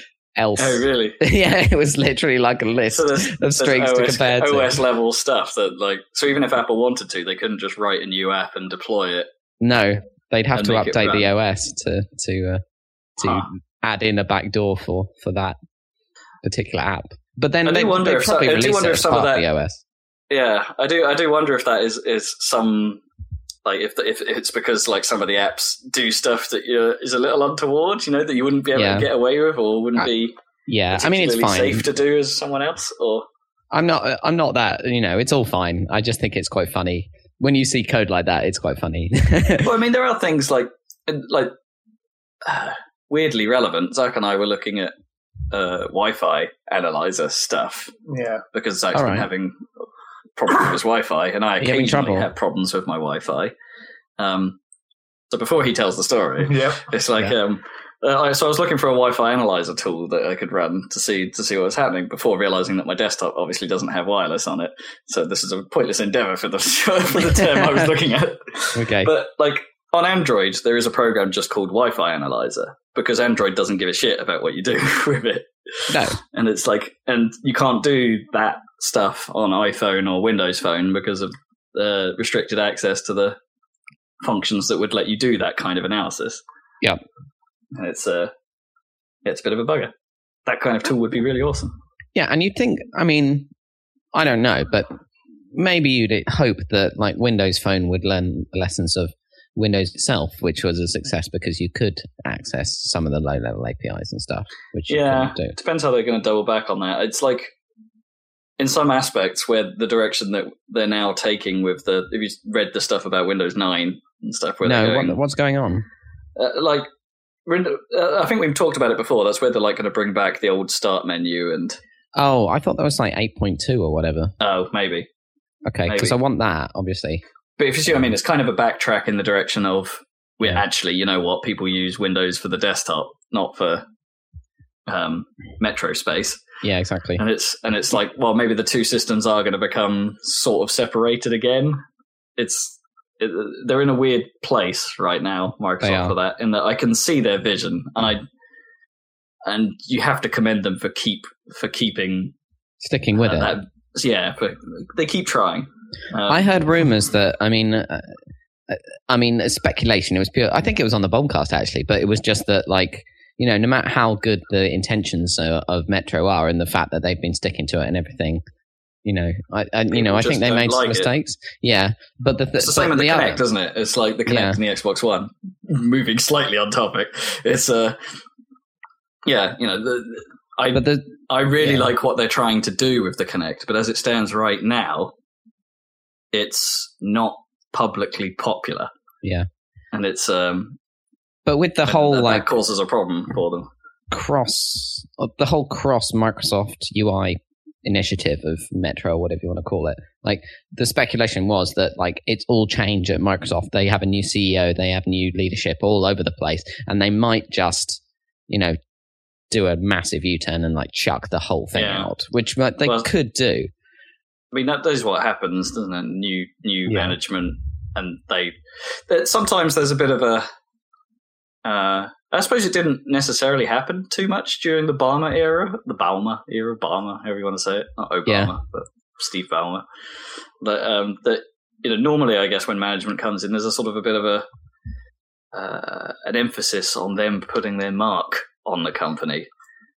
S2: Else
S3: Oh really?
S2: Yeah, it was literally like a list
S3: So there's,
S2: of strings
S3: there's
S2: to
S3: OS,
S2: compare to.
S3: OS level stuff that like so even if Apple wanted to, they couldn't just write a new app and deploy it.
S2: No, they'd have
S3: And
S2: to
S3: make it
S2: update the
S3: run.
S2: OS to to uh, to
S3: Huh.
S2: add in a backdoor for for that particular app. But then
S3: I do
S2: they,
S3: wonder
S2: they
S3: if so-
S2: probably
S3: I do
S2: release
S3: wonder
S2: it
S3: if
S2: as
S3: some of
S2: part of
S3: that-
S2: the OS.
S3: Yeah, I do. I do wonder if that is is some like if if it's because like some of the apps do stuff that you is a little untoward, you know, that you wouldn't be able
S2: Yeah.
S3: to get away with or wouldn't
S2: I-
S3: be.
S2: Yeah, I mean it's fine.
S3: particularly safe to do as someone else, or
S2: I'm not. uh, I'm not that. You know, it's all fine. I just think it's quite funny when you see code like that. It's quite funny.
S3: well, I mean, there are things like like uh, weirdly relevant. Zach and I were looking at uh, Wi-Fi analyzer stuff
S1: Yeah.
S3: because Zach's
S2: All
S3: been
S2: right.
S3: having problems with his Wi-Fi, and I
S2: You having
S3: occasionally
S2: trouble?
S3: have problems with my Wi-Fi. Um, so before he tells the story,
S1: Yep.
S3: it's like um, uh, I- so I was looking for a Wi-Fi analyzer tool that I could run to see to see what was happening before realizing that my desktop obviously doesn't have wireless on it. So this is a pointless endeavor for the for the term I was looking at.
S2: okay.
S3: But like on Android, there is a program just called Wi-Fi Analyzer because Android doesn't give a shit about what you do with it.
S2: No.
S3: And it's like, and you can't do that stuff on iPhone or Windows Phone because of uh, restricted access to the functions that would let you do that kind of analysis.
S2: Yeah.
S3: And it's a, it's a bit of a bugger. That kind of tool would be really awesome.
S2: Yeah, and you'd think, I mean, I don't know, but maybe you'd hope that like Windows Phone would learn the lessons of Windows itself, which was a success because you could access some of the low level APIs and stuff, which
S3: Yeah.
S2: you couldn't do.
S3: depends how they're going to double back on that. It's like in some aspects where the direction that they're now taking with the if you read the stuff about Windows 9 and stuff where
S2: no,
S3: they're going,
S2: what, what's going on?
S3: uh, like Rind- uh, I think we've talked about it before. That's where they're like going to bring back the old start menu and
S2: Oh, I thought that was like 8.2 or whatever.
S3: oh maybe.
S2: Okay, because
S3: Maybe.
S2: I want that, obviously.
S3: But if you see what I mean, it's kind of a backtrack in the direction of we're
S2: Yeah.
S3: actually you know what people use Windows for the desktop, not for um, Metro space.
S2: Yeah, exactly.
S3: and it's and it's like well maybe the two systems are going to become sort of separated again it's it, they're in a weird place right now
S2: They
S3: microsoft
S2: are.
S3: for that in that i can see their vision and i and you have to commend them for keep for keeping uh,
S2: Sticking with it.
S3: that yeah but they keep trying Um,
S2: uh, I heard rumors that I mean, uh, uh, I mean it's speculation. It was pure. I think it was on the Bombcast actually, but it was just that like you know, no matter how good the intentions uh, of Metro are and the fact that they've been sticking to it and everything, you know, I, I you know
S3: People
S2: I
S3: just
S2: think they
S3: don't
S2: made
S3: like
S2: some
S3: it.
S2: mistakes. Yeah, but the th-
S3: it's the same
S2: but
S3: with the,
S2: other-
S3: Kinect, isn't it? It's like the Kinect
S2: Yeah.
S3: and the Xbox One. Moving slightly on topic, it's uh, yeah, you know, the, I
S2: But the,
S3: I really
S2: Yeah.
S3: like what they're trying to do with the Kinect, but as it stands right now, it's not publicly popular.
S2: Yeah.
S3: and it's um
S2: but with the
S3: and
S2: whole
S3: that,
S2: like
S3: that causes a problem for them.
S2: cross uh, the whole cross Microsoft UI initiative of Metro or whatever you want to call it. Like the speculation was that like it's all change at Microsoft. They have a new CEO, they have new leadership all over the place, and they might just, you know, do a massive U turn and like chuck the whole thing
S3: Yeah.
S2: out, which like, they
S3: Well-
S2: could do.
S3: I mean, that is what happens, doesn't it? New new
S2: Yeah.
S3: management, and they that- sometimes there's a bit of a. Uh, I suppose it didn't necessarily happen too much during the Balmer era, the Balmer era, Balmer, however you want to say it, not Obama,
S2: Yeah.
S3: but Steve Balmer. That um, that you know, normally I guess when management comes in, there's a sort of a bit of a uh, an emphasis on them putting their mark on the company.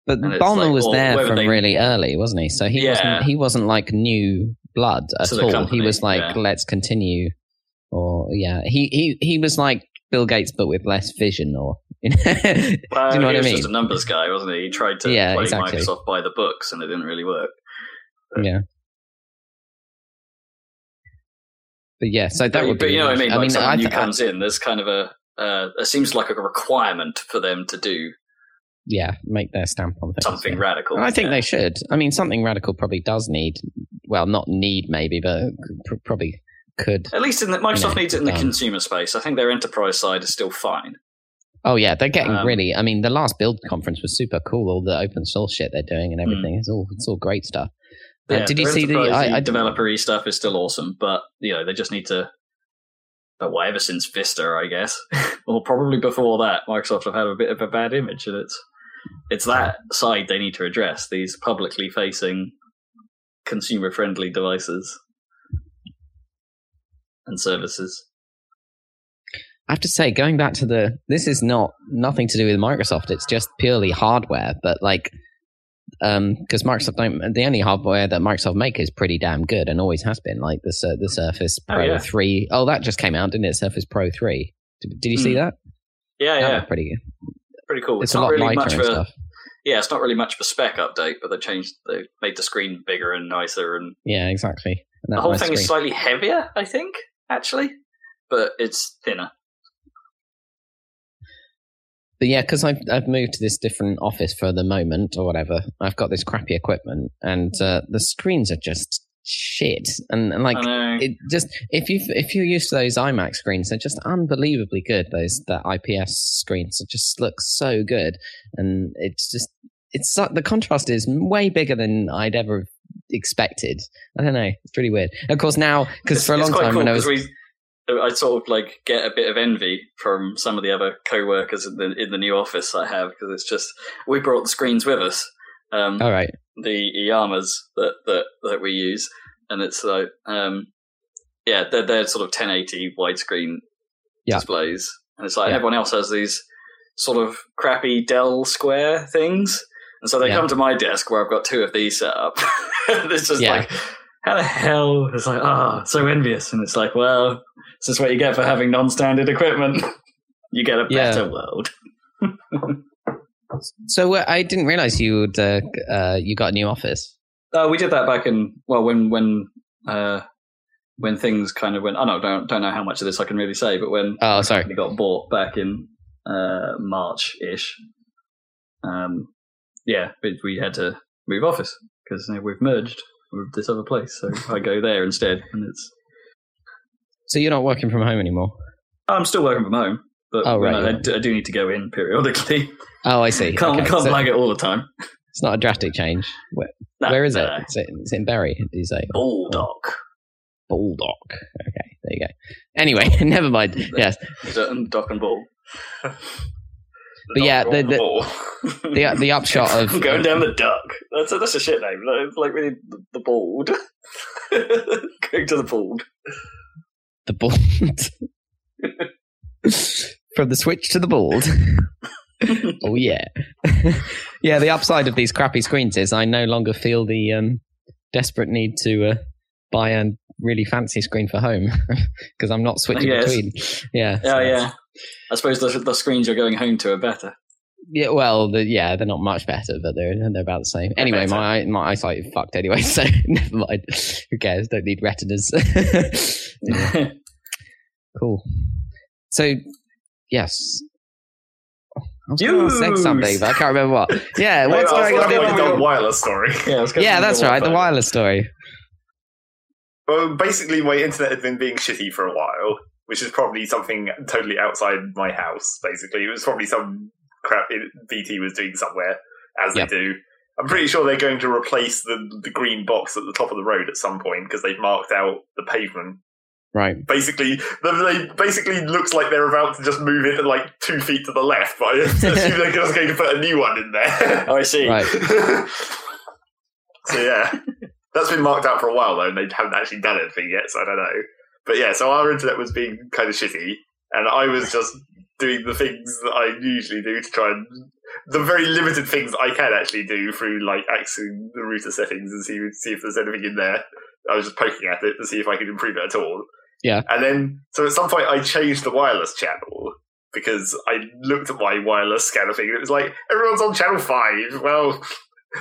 S2: But
S3: And it's
S2: Balmer
S3: like,
S2: was
S3: well,
S2: there
S3: whether
S2: from
S3: they-
S2: really early, wasn't he? So he
S3: Yeah.
S2: wasn't he wasn't like new blood at
S3: To the
S2: all.
S3: company,
S2: he was like,
S3: yeah.
S2: let's continue, or yeah, he he he was like Bill Gates but with less vision, or do you
S3: Well,
S2: know what
S3: Uh, he
S2: I
S3: was
S2: mean?
S3: just a numbers guy, wasn't he? He tried to
S2: Yeah,
S3: play
S2: exactly.
S3: Microsoft by the books, and it didn't really work.
S2: But yeah, so that
S3: but,
S2: would
S3: but
S2: be.
S3: you know what I mean. Like someone new
S2: th-
S3: comes in, there's kind of a uh, it seems like a requirement for them to do
S2: yeah, make their stamp on things.
S3: something
S2: yeah.
S3: radical.
S2: And I think
S3: yeah.
S2: they should. I mean, something radical probably does need, well, not need maybe, but pr- probably could.
S3: At least in the,
S2: you
S3: Microsoft
S2: know,
S3: needs it in the
S2: um,
S3: consumer space. I think their enterprise side is still fine.
S2: Oh yeah, they're getting
S3: Um,
S2: really. I mean, the last build conference was super cool. All the open source shit they're doing and everything. It's all it's all great stuff. Uh,
S3: Hmm. Yeah,
S2: did you
S3: their
S2: see the
S3: enterprise-y,
S2: I, I,
S3: developer-y stuff is still awesome, but you know they just need to. But whatever since Vista, I guess, or probably before that, Microsoft have had a bit of a bad image, and it's it's that side they need to address. These publicly facing, consumer-friendly devices and services.
S2: I have to say, going back to the, this is not nothing to do with Microsoft. It's just purely hardware. But like, because Microsoft don't, the only hardware that Microsoft make is pretty damn good and always has been. Like the Sur- the Surface
S3: Oh,
S2: Pro
S3: yeah.
S2: three. Oh, that just came out, didn't it? Surface Pro three. Did, did you see
S3: Hmm.
S2: that?
S3: Yeah,
S2: That
S3: yeah,
S2: looked pretty good.
S3: pretty cool.
S2: It's,
S3: It's,
S2: a
S3: not
S2: lot
S3: really
S2: lighter
S3: much
S2: and
S3: of a
S2: stuff.
S3: yeah, it's not really much of a spec update, but they changed, they made the screen bigger and nicer, and
S2: Yeah, exactly. And
S3: the
S2: that
S3: whole
S2: nice
S3: thing is
S2: screen.
S3: slightly heavier, I think, actually, but it's thinner.
S2: but yeah, because I've I've moved to this different office for the moment or whatever. I've got this crappy equipment, and uh, the screens are just shit. And, and like
S3: I know.
S2: it just if you if you're used to those IMAX screens, they're just unbelievably good. Those the IPS screens it just look so good, and it's just it's su- the contrast is way bigger than I'd ever have expected. I don't know, it's pretty weird. Of course, now because
S3: It's-
S2: for a
S3: it's
S2: long
S3: quite
S2: time
S3: cool
S2: when I
S3: 'cause
S2: was
S3: we, I sort of like get a bit of envy from some of the other co-workers in the in the new office I have because it's just we brought the screens with us, um,
S2: all right,
S3: the Iyamas that, that that we use, and it's like um, yeah, they're they're sort of 1080 widescreen
S2: Yeah.
S3: displays, and it's like
S2: Yeah.
S3: everyone else has these sort of crappy Dell Square things, and so they
S2: Yeah.
S3: come to my desk where I've got two of these set up. and it's just
S2: Yeah.
S3: like how the hell? It's like, oh, so envious. And it's like, well, this is what you get for having non standard equipment. you get a
S2: Yeah.
S3: better world.
S2: so uh, I didn't realize you would uh, g- uh, you got a new office.
S3: Uh, we did that back in, well, when, when, uh, when things kind of went, I don't, don't, don't know how much of this I can really say, but when
S2: Oh, sorry.
S3: it got bought back in uh, March ish, um, yeah, we, we had to move office because now we've merged with this other place. So I go there instead. And it's,
S2: So you're not working from home anymore.
S3: I'm still working from home, but
S2: Oh, right,
S3: when I-
S2: yeah.
S3: I do- I do need to go in periodically.
S2: Oh, I see.
S3: Can't,
S2: Okay,
S3: can't
S2: so
S3: blag it all the time.
S2: it's not a drastic change. Where,
S3: No,
S2: where is
S3: no,
S2: it?
S3: no.
S2: It's, it's in Berry. Do you say?
S3: Bulldog.
S2: Bulldog. Okay, there you go. Anyway, never mind. Yes,
S3: Is it in Dock and Ball?
S2: But yeah, the- the-
S3: Oh.
S2: the the upshot of
S3: I'm going down the duck. That's a, that's a shit name. Like- It's like really the, the bald. going to the bald.
S2: the bald from the switch to the bald. oh yeah, yeah. The upside of these crappy screens is I no longer feel the um, desperate need to uh, buy a really fancy screen for home because I'm not switching
S3: Yes.
S2: between. Yeah.
S3: Yeah,
S2: so-
S3: yeah. I suppose the, the screens you're going home to are better.
S2: Yeah, well, the, yeah, they're not much better, but they're they're about the same.
S3: They're
S2: Anyway,
S3: better.
S2: my my eyesight is fucked anyway, so never mind. Who cares? Don't need retinas. cool. So, yes. I was going to say
S3: News!
S2: something, but I can't remember what. Yeah,
S1: Wait,
S2: what's
S1: I was
S2: going on?
S1: talking about
S3: the-
S1: the Don Wyler story.
S3: yeah, I was gonna
S2: yeah,
S3: say
S2: that's
S3: the
S2: right. The
S3: Wi-Fi.
S2: wireless story.
S1: Well, basically, my internet had been being shitty for a while, which is probably something totally outside my house. Basically, it was probably some crap it- BT was doing somewhere, as
S2: Yep.
S1: they do. I'm pretty sure they're going to replace the the green box at the top of the road at some point because they've marked out the pavement.
S2: Right.
S1: Basically, they they basically looks like they're about to just move it like two feet to the left, but I assume they're just going to put a new one in there.
S3: Oh, I see.
S2: Right.
S1: so yeah, that's been marked out for a while though, and they haven't actually done anything yet, so I don't know. But yeah, so our internet was being kind of shitty, and I was just doing the things that I usually do to try and the very limited things I can actually do through like accessing the router settings and see see if there's anything in there. I was just poking at it to see if I could improve it at all.
S2: Yeah.
S1: And then, so at some point, I changed the wireless channel because I looked at my wireless scanner thing and it was like, everyone's on channel five. Well,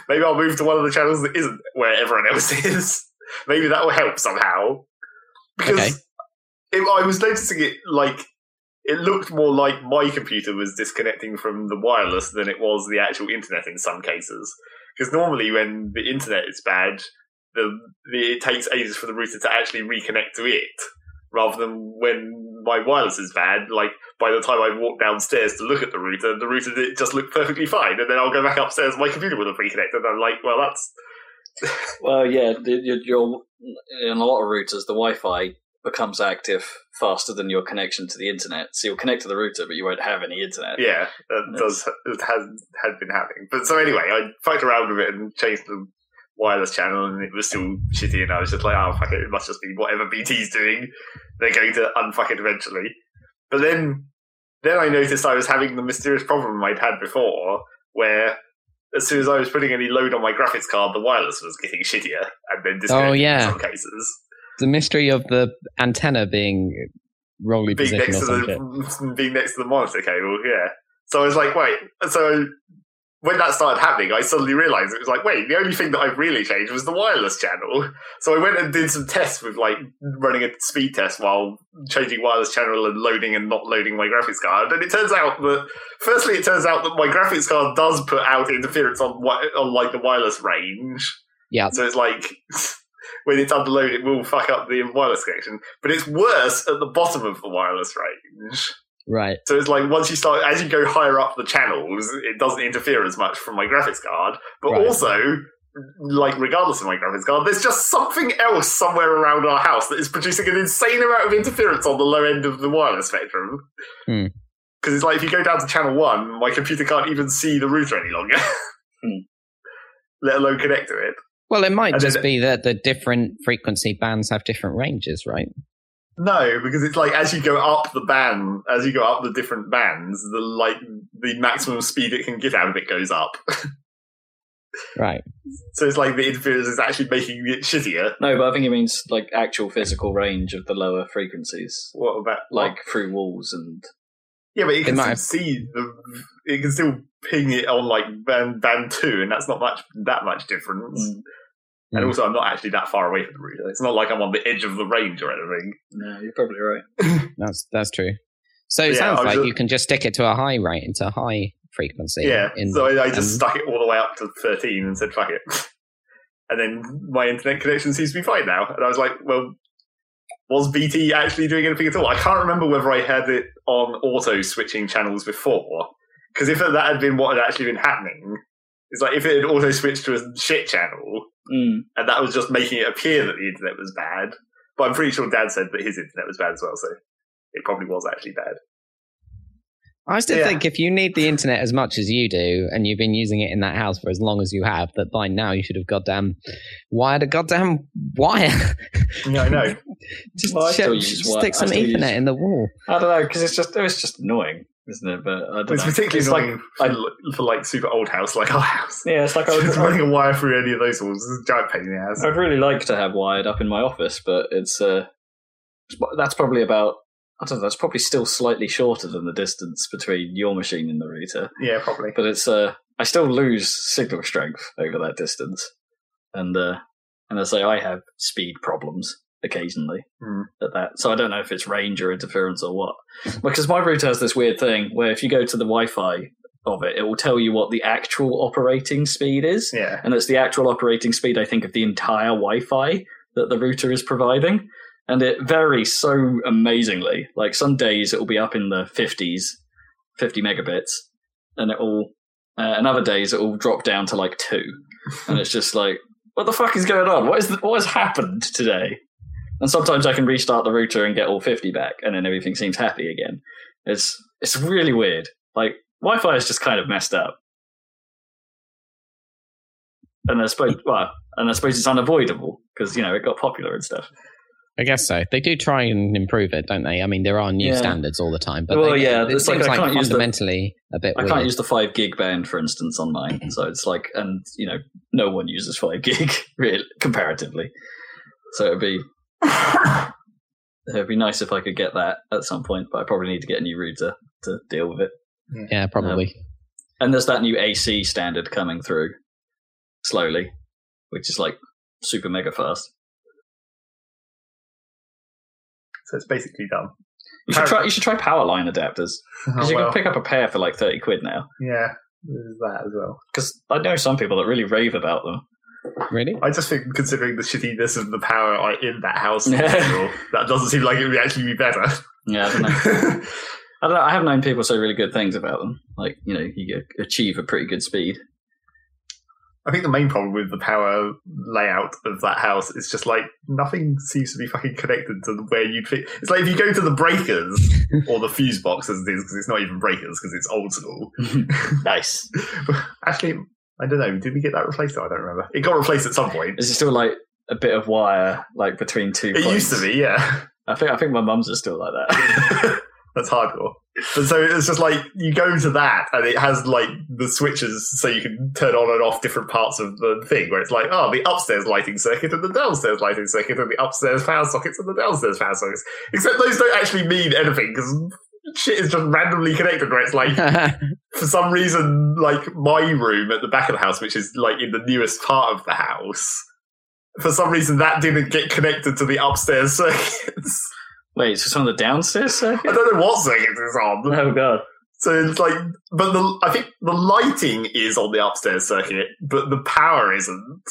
S1: maybe I'll move to one of the channels that isn't where everyone else is. maybe that will help somehow. Because
S2: Okay.
S1: it, I was noticing it like, it looked more like my computer was disconnecting from the wireless than it was the actual internet in some cases. Because normally, when the internet is bad, the, the it takes ages for the router to actually reconnect to it, rather than when my wireless is bad. Like by the time I walk downstairs to look at the router, the router did- just looked perfectly fine, and then I'll go back upstairs, my computer would have reconnected. I'm like, well, that's
S3: Well, yeah, you're, you're, in a lot of routers, the Wi-Fi becomes active faster than your connection to the internet. So you'll connect to the router, but you won't have any internet.
S1: yeah, that does it has had been happening. But so anyway, I fucked around with it and changed the wireless channel, and it was still shitty. And I was just like, oh fuck it, it must just be whatever BT's doing. They're going to unfuck it eventually. But then, then I noticed I was having the mysterious problem I'd had before, where as soon as I was putting any load on my graphics card, the wireless was getting shittier and then disappeared
S2: yeah.
S1: in some cases.
S2: The mystery of the antenna being wrongly
S1: Being
S2: positioned
S1: next
S2: or
S1: to
S2: something.
S1: the being next to the monitor cable, yeah. So I was like, wait. So when that started happening, I suddenly realized it was like, wait, the only thing that I've really changed was the wireless channel. So I went and did some tests with like running a speed test while changing wireless channel and loading and not loading my graphics card. And it turns out that, firstly, it turns out that my graphics card does put out interference on, wi- on like the wireless range.
S2: Yeah.
S1: So it's like when it's underloaded, it will fuck up the wireless connection. But it's worse at the bottom of the wireless range.
S2: Right.
S1: So it's like once you start, as you go higher up the channels, it doesn't interfere as much from my graphics card. But
S2: Right.
S1: also, like regardless of my graphics card, there's just something else somewhere around our house that is producing an insane amount of interference on the low end of the wireless spectrum.
S2: Hmm.
S1: Because it's like if you go down to channel one, my computer can't even see the router any longer.
S3: Hmm.
S1: Let alone connect to it.
S2: Well, it might
S1: And then
S2: just be that the different frequency bands have different ranges, right?
S1: No, because it's like as you go up the band, as you go up the different bands, the like the maximum speed it can get out of it goes up.
S2: Right.
S1: So it's like the interference is actually making it shittier.
S3: No, but I think it means like actual physical range of the lower frequencies,
S1: What about
S3: like through walls and.
S1: Yeah, but it can
S2: might
S1: still
S2: have-
S1: see the. It can still ping it on like band band two, and that's not much that much difference.
S3: Mm.
S1: And
S2: Mm.
S1: also, I'm not actually that far away from the router. It's not like I'm on the edge of the range or anything.
S3: No, you're probably right.
S2: That's that's true. So it
S1: Yeah,
S2: sounds
S1: I was
S2: like
S1: a-
S2: you can just stick it to a high rate, into a high frequency.
S1: Yeah,
S2: in-
S1: so I, I just
S2: um,
S1: stuck it all the way up to 13 and said, fuck it. And then my internet connection seems to be fine now. And I was like, well, was BT actually doing anything at all? I can't remember whether I had it on auto switching channels before. Because if that had been what had actually been happening, it's like if it had auto switched to a shit channel
S3: Mm.
S1: and that was just making it appear that the internet was bad. But I'm pretty sure Dad said that his internet was bad as well, so it probably was actually bad.
S2: I still
S1: Yeah.
S2: think if you need the internet as much as you do, and you've been using it in that house for as long as you have, that by now you should have goddamn wired a goddamn wire.
S1: Yeah, I know.
S2: just
S3: Well, I
S2: shit-
S3: still use
S2: just
S3: wi-
S2: stick
S3: I
S2: some
S3: still
S2: Ethernet
S3: use-
S2: in the wall.
S3: I don't know because it's just it's just annoying, isn't it? But I don't
S1: It's
S3: know.
S1: particularly
S3: It's
S1: like for, for like super old house, like our house.
S3: yeah, it's like I
S1: Just
S3: would,
S1: running a wire through any of those walls is a giant pain in the ass.
S3: I'd really like to have wired up in my office, but it's uh, that's probably about I don't know. That's probably still slightly shorter than the distance between your machine and the router,
S1: Yeah, probably.
S3: but it's uh, I still lose signal strength over that distance, and uh, and as I say, I have speed problems occasionally
S1: Hmm.
S3: at that. So I don't know if it's range or interference or what, because my router has this weird thing where if you go to the Wi-Fi of it, it will tell you what the actual operating speed is
S1: Yeah.
S3: and it's the actual operating speed, I think, of the entire Wi Fi that the router is providing. And it varies so amazingly. Like some days it will be up in the 50s, 50 megabits, and it will, uh, and other days it will drop down to like two. and it's just like, what the fuck is going on? What is, what has happened today? And sometimes I can restart the router and get all 50 back, and then everything seems happy again. It's, it's really weird. Like, Wi Fi is just kind of messed up and I suppose well, and I suppose it's unavoidable because you know it got popular and stuff.
S2: I guess so. They do try and improve it, don't they? I mean, there are new
S3: Yeah.
S2: standards all the time, but
S3: Well,
S2: they-
S3: yeah,
S2: it
S3: it's like
S2: seems
S3: I
S2: like,
S3: can't use the-
S2: fundamentally a bit
S3: I
S2: weird.
S3: can't use the five gig band, for instance, on mine, so it's like, and you know, no one uses five gig really comparatively. So it'd be it'd be nice if I could get that at some point, but I probably need to get a new router to deal with it.
S2: yeah, probably.
S3: And there's that new AC standard coming through slowly, which is like super mega fast.
S1: So it's basically done.
S3: You should try you should try power line adapters because
S1: Oh,
S3: you can
S1: well,
S3: pick up a pair for like thirty quid now.
S1: yeah. There's that as well.
S3: because I know some people that really rave about them.
S2: Really?
S1: I just think, considering the shittiness of the power I- in that house, in
S3: Yeah.
S1: general, that doesn't seem like it would actually be better.
S3: Yeah, I don't know. I, don't know. I have known people say really good things about them. Like you know, you achieve a pretty good speed.
S1: I think the main problem with the power layout of that house is just like nothing seems to be fucking connected to where you'd fit. It's like if you go to the breakers or the fuse box as it is, because it's not even breakers because it's old school.
S3: nice.
S1: Actually, I don't know. Did we get that replaced? Oh, I don't remember. It got replaced at some point.
S3: Is it still like a bit of wire like between two?
S1: It
S3: points?
S1: used to be, yeah.
S3: I think I think my mum's is still like that.
S1: I That's hardcore. But so it's just like you go to that, and it has like the switches, so you can turn on and off different parts of the thing. Where it's like, oh, the upstairs lighting circuit and the downstairs lighting circuit, and the upstairs power sockets and the downstairs power sockets. Except those don't actually mean anything because shit is just randomly connected. Where it's like for some reason, like my room at the back of the house, which is like in the newest part of the house, for some reason that didn't get connected to the upstairs circuits.
S3: Wait, so it's on the downstairs
S1: I
S3: circuit?
S1: don't know what circuit it's on.
S3: Oh god.
S1: So it's like, but the, I think the lighting is on the upstairs circuit, but the power isn't.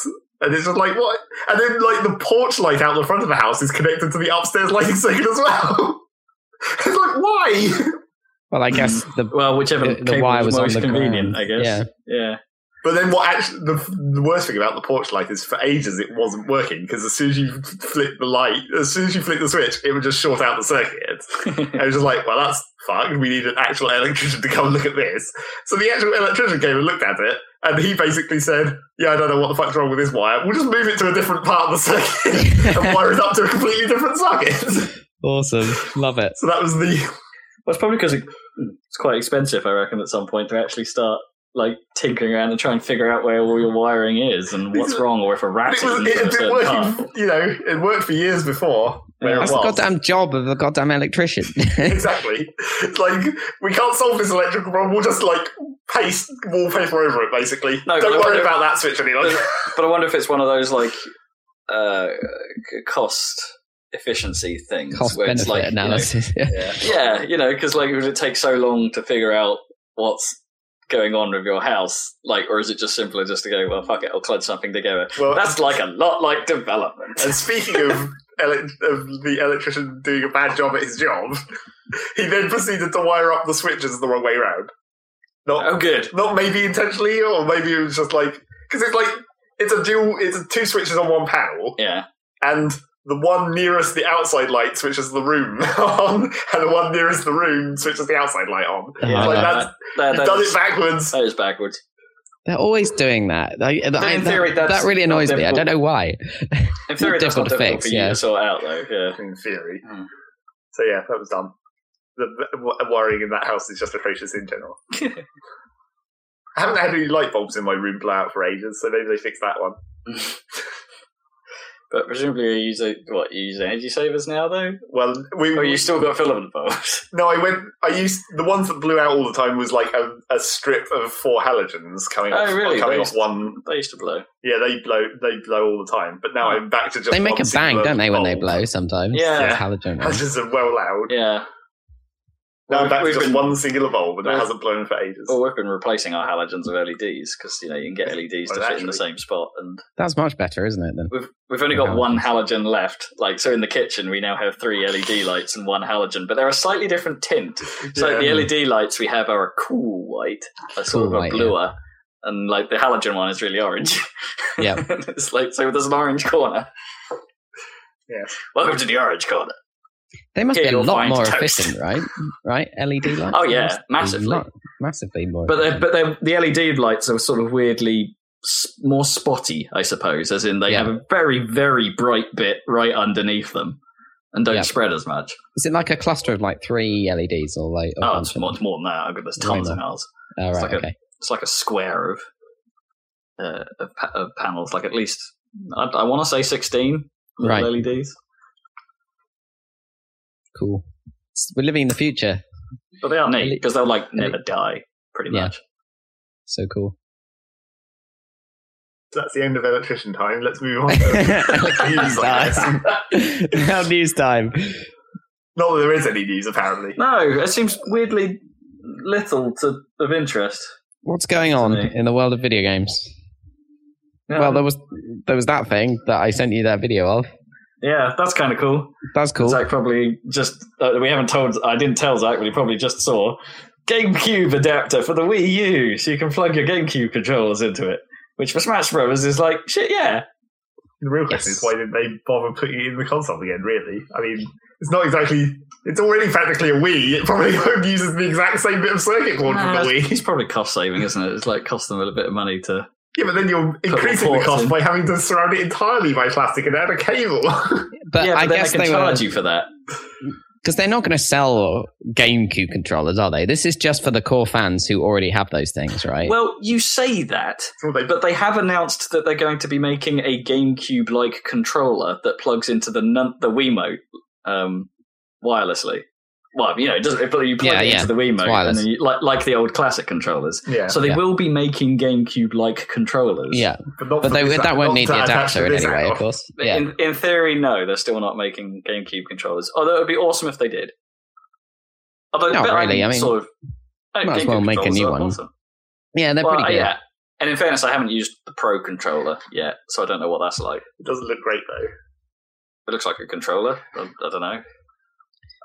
S1: And it's just like, what? And then, like, the porch light out the front of the house is connected to the upstairs lighting circuit as well. it's like, why?
S2: well, I guess the
S3: Well, whichever
S2: The- the
S3: cable
S2: wire was
S3: was
S2: on
S3: most
S2: the
S3: convenient,
S2: ground.
S3: I guess.
S2: Yeah.
S3: yeah.
S1: But then, what actually the, the worst thing about the porch light is, for ages it wasn't working because as soon as you flick the light, as soon as you flick the switch, it would just short out the circuit. I was just like, well, that's fucked. We need an actual electrician to come look at this. So the actual electrician came and looked at it, and he basically said, yeah, I don't know what the fuck's wrong with this wire. We'll just move it to a different part of the circuit and wire it up to a completely different socket.
S2: awesome, love it.
S1: so that was the
S3: Well, it's probably because it, it's quite expensive, I reckon, at some point to actually start like tinkering around and try and figure out where all your wiring is and what's wrong, or if a
S1: And
S3: rat
S1: it
S3: is
S1: was
S3: in
S1: it
S3: a
S1: had been
S3: certain part.
S1: working, you know, it worked for years before. Where
S3: Yeah.
S1: it
S2: That's the
S1: was.
S2: goddamn job of the goddamn electrician.
S1: exactly. It's like we can't solve this electrical problem. We'll just like paste wallpaper over it, basically.
S3: No, but I
S1: Don't worry
S3: wonder-
S1: about that switch any longer.
S3: But I wonder if it's one of those like uh, c- cost efficiency things
S2: Cost
S3: where it's
S2: benefit
S3: like you know,
S2: analysis. yeah.
S3: yeah, yeah, you know, because like, would it take so long to figure out what's going on with your house? Like, or is it just simpler just to go, well, fuck it, I'll clud something together?
S1: Well,
S3: That's like a lot like development.
S1: And speaking of, ele- of the electrician doing a bad job at his job, he then proceeded to wire up the switches the wrong way round. Not,
S3: Oh, good.
S1: not maybe intentionally, or maybe it was just like because it's like it's a dual, it's two switches on one panel,
S3: Yeah.
S1: and the one nearest the outside light switches the room on, and the one nearest the room switches the outside light on.
S2: Yeah.
S1: It's like
S3: that-
S1: that's,
S3: that-
S1: Uh-huh. you've
S3: that
S1: done
S3: is-
S1: it backwards.
S3: That is backwards.
S2: They're always doing that. I, I-
S3: in
S2: that-
S3: theory,
S2: that,
S3: that's
S2: really
S3: not
S2: annoys me. I
S3: difficult.
S2: don't know why.
S3: In theory, that's not
S2: Difficult to
S3: difficult
S2: fix,
S3: for you
S2: yeah.
S3: to sort out, though. Yeah.
S1: in theory.
S3: Hmm.
S1: So yeah, that was dumb. The w- wiring in that house is just atrocious in general. I haven't had any light bulbs in my room blow out for ages, so maybe they fixed that one.
S3: But presumably, you use a, what you use energy savers now, though.
S1: Well, we,
S3: Or you still got filament bulbs.
S1: no, I went. I used the ones that blew out all the time was like a, a strip of four halogens coming
S3: Oh,
S1: off,
S3: really?
S1: coming
S3: Those-
S1: off one.
S3: they used to blow.
S1: Yeah, they blow. They blow all the time. But
S3: Oh.
S1: now I'm back to just
S2: They make
S1: one
S2: a bang,
S1: singular
S2: don't they, when they
S1: bulb.
S2: blow sometimes?
S3: Yeah.
S2: It's halogen. right?
S1: Halogens are well loud.
S3: Yeah.
S1: Now I'm back to
S3: We've
S1: just
S3: been- Oh,
S1: one singular bulb, and that
S3: Well-
S1: hasn't blown for ages.
S3: Well, we've been replacing our halogens with LEDs because you know you can get LEDs to
S1: Well,
S3: fit in the
S1: actually-
S3: same spot, and
S2: That's much better, isn't it? Then
S3: we've we've only
S2: Yeah.
S3: got one halogen left. Like so, in the kitchen we now have three LED lights and one halogen, but they're a slightly different tint. So
S1: Yeah.
S3: the LED lights we have are a cool white, a sort
S2: Cool
S3: of a
S2: white, yeah.
S3: bluer, and like the halogen one is really orange.
S2: Yeah.
S3: it's like so there's an orange corner.
S1: Yeah.
S3: Welcome to the orange corner.
S2: they must
S3: Yeah,
S2: be a
S3: you'll
S2: lot
S3: find
S2: more
S3: toast.
S2: efficient, right? Right? LED lights.
S3: Oh, yeah,
S2: must be
S3: massively.
S2: lot- massively more.
S3: But they're,
S2: efficient.
S3: but they're, the LED lights are sort of weirdly s- more spotty, I suppose, as in they
S2: Yeah.
S3: have a very very bright bit right underneath them and don't
S2: Yeah.
S3: spread as much.
S2: is it like a cluster of like three LEDs or like? or
S3: Oh, it's
S2: something?
S3: much more than that. I've got there's tons
S2: Way
S3: of ours.
S2: Oh,
S3: it's
S2: right,
S3: like a-
S2: okay.
S3: It's like a square of uh, of, pa- of panels, like at least I, I want to say sixteen E little
S2: Right.
S3: LEDs.
S2: Cool. S- We're living in the future.
S3: But they are neat
S2: Ele-
S3: because they'll like never die, pretty
S2: Yeah.
S3: much.
S2: So cool.
S1: That's the end of electrician time. Let's move on. to
S2: News time. now news time.
S1: Not that there is any news, apparently.
S3: No, it seems weirdly little to of interest.
S2: What's going on
S3: Isn't it?
S2: in the world of video games?
S3: Yeah.
S2: Well, there was there was that thing that I sent you that video of.
S3: yeah, that's kind of cool.
S2: That's cool.
S3: Zach probably just uh, we haven't told. I didn't tell Zach, but he probably just saw GameCube adapter for the Wii U, so you can plug your GameCube controllers into it. Which for Smash Brothers is like shit. Yeah,
S1: The real question
S2: Yes.
S1: is why didn't they bother putting it in the console again? Really? I mean, it's not exactly. It's already practically a Wii. It probably uses the exact same bit of circuit board
S3: Nah,
S1: from the
S3: it's-
S1: Wii.
S3: it's probably cost saving, isn't it? It's like cost them a little bit of money to.
S1: Yeah, but then you're increasing the
S3: ports
S1: cost
S3: in.
S1: by having to surround it entirely by plastic and add a cable.
S2: but
S3: yeah, but
S2: I
S3: then
S2: guess
S3: they can
S2: were
S3: charge you for that.
S2: because they're not going to sell GameCube controllers, are they? This is just for the core fans who already have those things, right?
S3: Well, you say that,
S1: Well, they-
S3: but they have announced that they're going to be making a GameCube-like controller that plugs into the nun- the Wiimote um, wirelessly. Well, you know, it doesn't, it- but you plug
S2: Yeah,
S3: it
S2: yeah,
S3: into the Wiimote, and
S2: wireless.
S3: then you, like like the old classic controllers.
S1: yeah,
S3: So they
S2: Yeah.
S3: will be making GameCube-like controllers.
S2: yeah,
S1: but, not
S2: but
S1: for
S2: they,
S1: this
S2: that,
S1: app-
S2: won't
S1: not
S2: need
S1: to
S2: the
S1: attach to
S2: adapter
S1: this
S2: anyway,
S1: app.
S2: of course. Yeah,
S3: In, in theory, no, they're still not making GameCube controllers. Although it would be awesome if they did. Although,
S2: Not
S3: but
S2: really, I mean,
S3: sort of, I mean,
S2: might as
S3: GameCube
S2: well make a
S3: controllers
S2: new
S3: are
S2: one.
S3: awesome.
S2: yeah, they're
S3: Well,
S2: pretty good.
S3: yeah. And in fairness, I haven't used the Pro controller yet, so I don't know what that's like.
S1: It doesn't look great though.
S3: It looks like a controller. I, I don't know.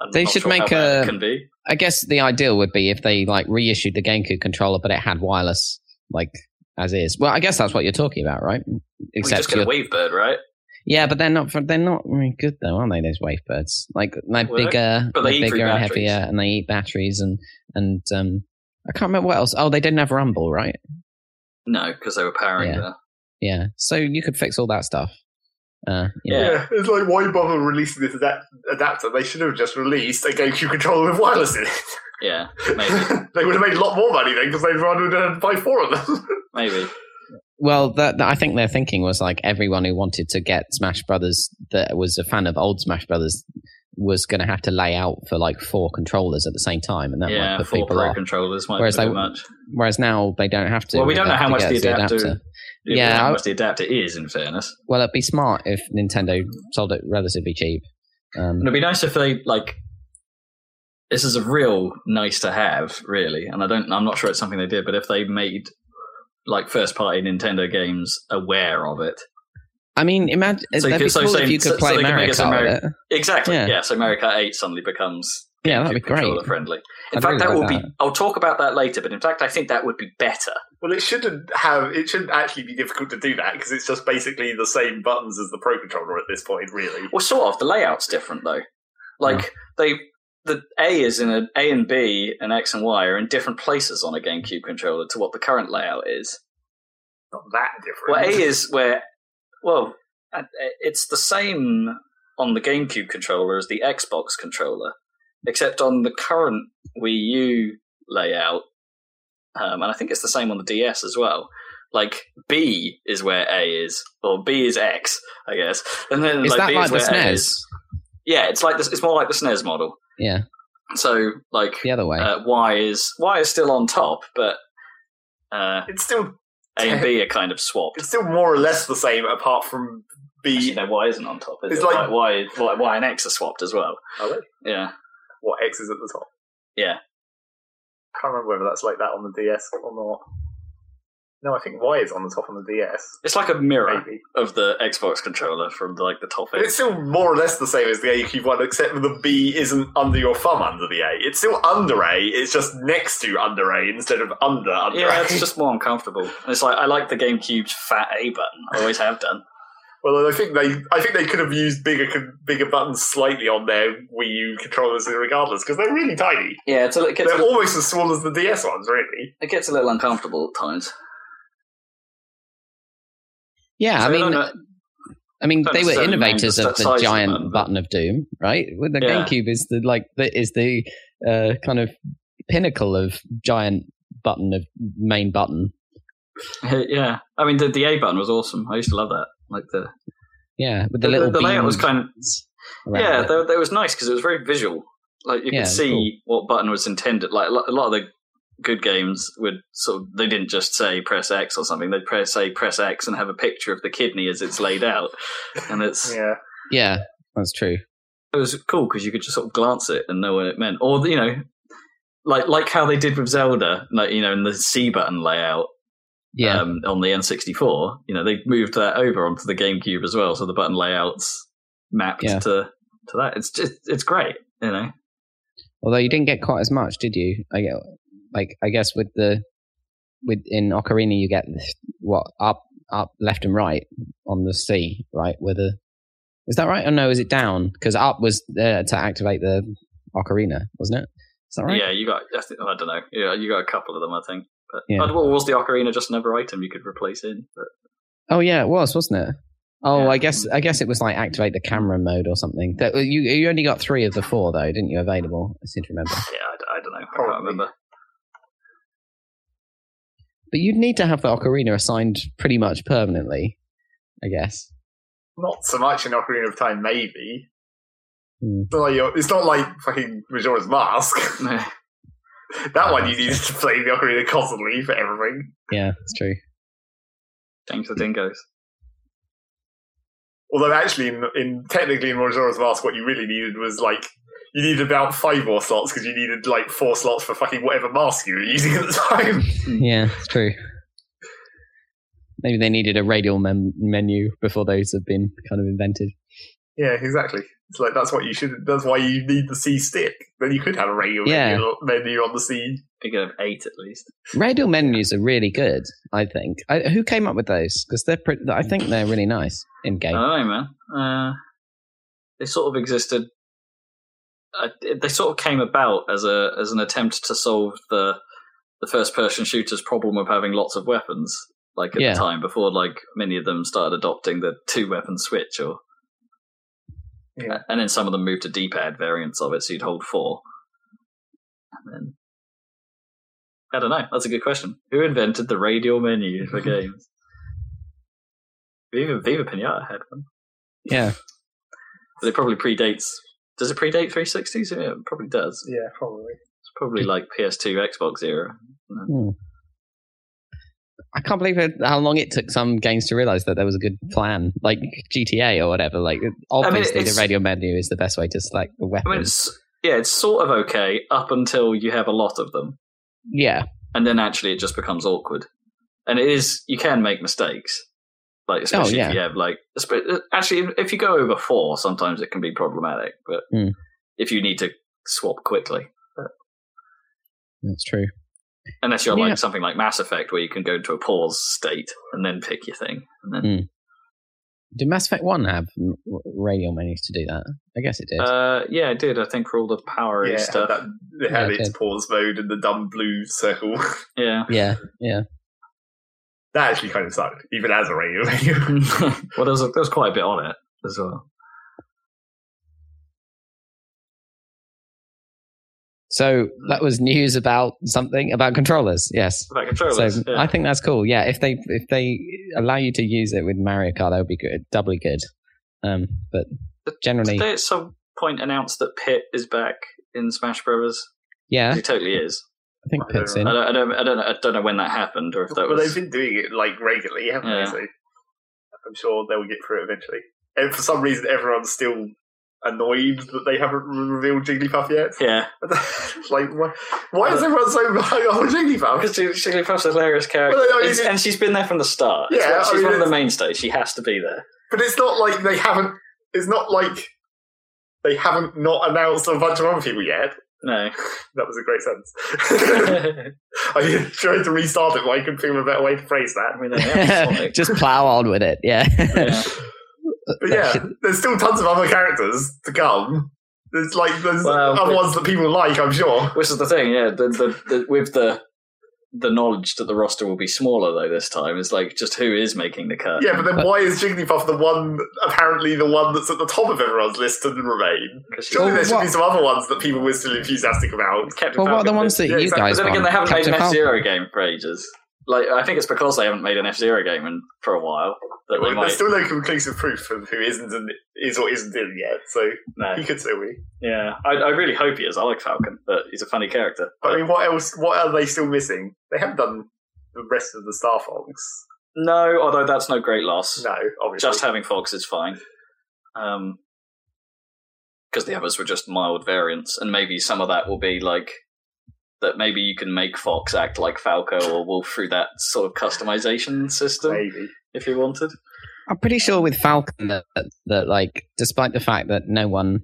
S3: I'm
S2: They
S3: not
S2: should
S3: sure how
S2: make
S3: bad it
S2: a-
S3: Can be.
S2: I guess the ideal would be if they like reissued the GameCube controller, but it had wireless, like as is. Well, I guess that's what you're talking about, right?
S3: We just
S2: Except
S3: get a
S2: you're,
S3: wave bird, right?
S2: yeah, but they're not for, they're not very good though, are they? Those wave birds, like they're
S3: Well, they-
S2: bigger,
S3: but they
S2: they're
S3: eat through
S2: bigger and
S3: batteries.
S2: heavier, and they eat batteries and and um, I can't remember what else. Oh, they didn't have Rumble, right?
S3: No, because they were powering
S2: Yeah.
S3: the.
S2: Yeah, so you could fix all that stuff. Uh, you know.
S3: Yeah.
S1: Yeah. it's like why bother releasing this adap- adapter? They should have just released a GameCube controller with wireless in it.
S3: Yeah, maybe,
S1: they would have made a lot more money then because they'd rather uh, buy four of them.
S3: maybe.
S2: Well, that, that- I think their thinking was like everyone who wanted to get Smash Brothers that was a fan of old Smash Brothers was going to have to lay out for like four controllers at the same time, and that might
S3: yeah,
S2: put
S3: four
S2: people
S3: Pro
S2: off.
S3: controllers might
S2: Whereas
S3: be a
S2: they-
S3: bit much.
S2: Whereas now they don't have to.
S3: Well, we don't
S2: They
S3: know
S2: have
S3: how
S2: to
S3: much
S2: get
S3: the adapter,
S2: Yeah,
S3: how
S2: I-
S3: much the adapter is. In fairness,
S2: Well, it'd be smart if Nintendo sold it relatively cheap. Um,
S3: And it'd be nice if they like. This is a real nice to have, really, and I don't. I'm not sure it's something they did, but if they made like first party Nintendo games aware of it,
S2: I mean, imagine
S3: So you
S2: that'd be
S3: could- so
S2: cool if
S3: saying-
S2: you could
S3: so- so
S2: play
S3: they could
S2: Mario
S3: make us a
S2: Kart. with
S3: Mario-
S2: it.
S3: exactly.
S2: Yeah.
S3: Yeah. so Mario Kart Eight suddenly becomes
S2: Yeah, that'd be great.
S3: controller friendly. In
S2: I'd
S3: fact,
S2: really
S3: that
S2: like
S3: will
S2: that.
S3: be. I'll talk about that later, but in fact, I think that would be better.
S1: well, it shouldn't have. It shouldn't actually be difficult to do that because it's just basically the same buttons as the Pro controller at this point, really.
S3: Well, sort of. The layout's different though. Like they, the A is in a A and B and X and Y are in different places on a GameCube controller to what the current layout is.
S1: Not that
S3: Well, A
S1: different.
S3: is where, well, uh, it's the same on the GameCube controller as the Xbox controller, except on the current Wii U layout, um, and I think it's the same on the DS as well. Like B is where A is, or B is X, I guess, and then
S2: Is
S3: like,
S2: that
S3: B
S2: like the E
S3: is where A
S2: SNES?
S3: is. Yeah, it's like this. It's more like the SNES model.
S2: Yeah,
S3: So like
S2: the other way.
S3: uh, Y is Y is still on top, but uh,
S1: it's still
S3: A and B are kind of swapped.
S1: it's still more or less the same, apart from
S3: Actually,
S1: B.
S3: no, Y isn't on top. Is
S1: It's
S3: it?
S1: like-
S3: Like, y, y, Y and X are swapped as well.
S1: Are they?
S3: Yeah,
S1: Oh, What X is at the top?
S3: Yeah.
S1: I can't remember whether that's like that on the DS or not. No, I think Y is on the top on the DS.
S3: it's like a mirror
S1: Maybe.
S3: of the Xbox controller from like the top
S1: It's
S3: end.
S1: still more or less the same as the AQ one, except the B isn't under your thumb under the A. It's still under A. It's just next to under A instead of under under
S3: Yeah,
S1: A.
S3: it's just more uncomfortable. And It's like I like the GameCube's fat A button. I always have done.
S1: Well, I think they, I think they could have used bigger, con- bigger buttons slightly on their Wii U controllers, regardless, because they're really tiny.
S3: Yeah, it's a, it, gets
S1: They're
S3: a,
S1: almost as small as the DS ones, really.
S3: it gets a little uncomfortable at times.
S2: yeah,
S3: So
S2: I mean, uh,
S3: don't know-
S2: I mean,
S3: Don't
S2: they were
S3: necessarily mind
S2: innovators
S3: the
S2: of the
S3: size of the
S2: giant
S3: button,
S2: button,
S3: but-
S2: of doom, right? With the
S3: Yeah.
S2: GameCube is the like the, is the uh, kind of pinnacle of giant button of main button.
S3: yeah, I mean the, the A button was awesome. I used to love that. Like the
S2: Yeah, with the, little
S3: the, layout was
S2: beams
S3: kind of
S2: around
S3: yeah,
S2: it.
S3: that, that was nice because it was very visual. Like you
S2: Yeah,
S3: could
S2: it's
S3: see what button was intended. Like a lot a lot of the good games would sort of they didn't just say press X or something. They'd press say press X and have a picture of the kidney as it's laid out, and it's
S1: Yeah.
S2: yeah, that's true.
S3: it was cool because you could just sort of glance it and know what it meant. Or you know, like like how they did with Zelda, like you know, in the C button layout
S2: Yeah,
S3: um, on the N64. You know, they moved that over onto the GameCube as well, so the button layouts mapped
S2: Yeah.
S3: to to that. It's just it's great. You know.
S2: although you didn't get quite as much, did you? I get like I guess with the with in Ocarina you get what up up left and right on the C, right? With the is that right? Or no, is it down? Because up was there to activate the Ocarina, wasn't it? Is that right?
S3: Yeah, you got. I, think, I don't know. Yeah, you got a couple of them, I think. But
S2: Yeah.
S3: oh, well, was the ocarina just another item you could replace in? But
S2: Oh yeah, it was, wasn't it? Oh,
S3: Yeah.
S2: I guess I guess it was like activate the camera mode or something. That you you only got three of the four though, didn't you? Available, I seem to remember.
S3: Yeah, I, don't know. I
S1: Probably.
S3: can't remember.
S2: But you'd need to have the ocarina assigned pretty much permanently, I guess.
S1: Not so much in Ocarina of Time, maybe.
S2: Hmm.
S1: It's not like, you're- it's not like fucking Majora's Mask. that one you needed to play the Ocarina constantly for everything.
S2: Yeah, it's true.
S3: James the Dingoes.
S1: Although actually, in, in technically in Majora's Mask, what you really needed was like you needed about five more slots because you needed like four slots for fucking whatever mask you were using at the time.
S2: Yeah, it's true. Maybe they needed a radial mem- menu before those had been kind of invented.
S1: yeah, exactly. It's like that's what you should. That's why you need the C stick. Then you could have a regular
S2: Yeah.
S1: menu, menu on the C.
S3: You could have eight at least.
S2: Radial menus are really good, I think. I, who came up with those? Because they're pretty. I think they're really nice in
S3: I
S2: game.
S3: don't know, man. Uh, they sort of existed. Uh, they sort of came about as a as an attempt to solve the the first person shooter's problem of having lots of weapons. Like at
S2: Yeah.
S3: the time, before like many of them started adopting the two weapon switch, or
S1: Yeah.
S3: and then some of them moved to D pad variants of it, so you'd hold four. And then I don't know. That's a good question. Who invented the radial menu for games? Viva Viva Pinata had one.
S2: Yeah,
S3: But it probably predates. Does it predate 360s? Yeah, it probably does.
S1: Yeah, probably.
S3: It's probably like PS2, Xbox era.
S2: I can't believe it- how long it took some games to realize that there was a good plan, like GTA or whatever. Like it- obviously,
S3: it's-
S2: the radial menu is the best way to select the
S3: I
S2: weapons.
S3: mean, it's yeah, it's sort of okay up until you have a lot of them,
S2: yeah,
S3: and then actually it just becomes awkward. And it is you can make mistakes, like especially
S2: Oh, yeah.
S3: if you have like espe- actually if you go over four, sometimes it can be problematic. But
S2: Hmm.
S3: if you need to swap quickly,
S2: that's true.
S3: unless you're
S2: Yeah.
S3: like something like Mass Effect where you can go into a pause state and then pick your thing, and
S2: Hmm.
S3: then
S2: Did Mass Effect One have m- r- radial menus to do that? I guess it did.
S3: Uh, yeah, I did. I think for all the power
S1: Yeah, it had
S3: stuff.
S1: that, it had
S2: Yeah, it
S1: its
S2: did.
S1: pause mode and the dumb blue circle.
S3: Yeah.
S2: yeah, yeah.
S1: that actually kind of sucked, even as a radio menu.
S3: well, there's there's quite a bit on it as well.
S2: So that was news about something about controllers. Yes.
S3: About
S2: So
S3: controllers. yeah.
S2: I think that's cool. Yeah, if they if they allow you to use it with Mario Kart, that would be good, doubly good. Um, but generally,
S3: Did they at some point announce that Pit is back in Smash Brothers?
S2: yeah,
S3: He totally is.
S2: I think
S1: I don't
S2: Pit's
S1: know.
S2: in.
S3: I don't, I don't, I don't, know, I don't know when that happened or if that
S1: well,
S3: was.
S1: they've been doing it like regularly, haven't
S3: Yeah.
S1: they? So I'm sure they'll get through it eventually. And for some reason, everyone's still annoyed that they haven't re- revealed Jigglypuff yet.
S3: Yeah, Uh,
S1: like, why, why is everyone so high on Jigglypuff?
S3: because Jigglypuff's a hilarious character,
S1: Well, no,
S3: It's-
S1: it-
S3: and she's been there from the start. It's
S1: Yeah,
S3: one-
S1: I
S3: she's
S1: mean,
S3: one of the
S1: it's-
S3: mainstays. She has to be there.
S1: But it's not like they haven't. It's not like they haven't not announced a bunch of other people yet.
S3: No,
S1: That was a great sentence. I tried to restart it, but I couldn't think of a better way to phrase that.
S3: I mean, they announced Sonic.
S2: Just plow on with it. Yeah.
S3: Yeah.
S1: But yeah, there's still tons of other characters to come. There's like there's
S3: Well,
S1: other
S3: but-
S1: ones that people like, I'm sure.
S3: Which is the thing, yeah. The, the, the, with the the knowledge that the roster will be smaller though this time, it's like just who is making the cut?
S1: Yeah, but then
S2: But-
S1: why is Jigglypuff the one apparently the one that's at the top of everyone's list and remain?
S3: 'Cause she's-
S1: Surely
S2: Well,
S1: there should be
S2: what-
S1: some other ones that people were still enthusiastic about.
S3: Captain
S2: well, what are the
S3: Falcon
S2: ones
S3: is-
S2: that
S1: Yeah,
S2: you
S1: exactly.
S2: guys
S3: But then
S2: want?
S3: again, they haven't made
S2: Captain
S3: an F
S2: Falcon?
S3: Zero game for ages. Like I think it's because they haven't made an F Zero game in, for a while that they
S1: Well,
S3: might.
S1: There's still no conclusive proof of who isn't in, is or isn't in yet, so
S3: no.
S1: he could still be.
S3: Yeah, I, I really hope he is. I like Falcon, but he's a funny character.
S1: But I mean, what else? What are they still missing? They haven't done the rest of the Star Fox.
S3: No, although that's no great loss.
S1: No, obviously.
S3: Just having Fox is fine. Um, because the others were just mild variants, and maybe some of that will be like that. Maybe you can make Fox act like Falco or Wolf through that sort of customization system
S1: maybe.
S3: if you wanted.
S2: I'm pretty sure with Falcon that, that, that, like, despite the fact that no one,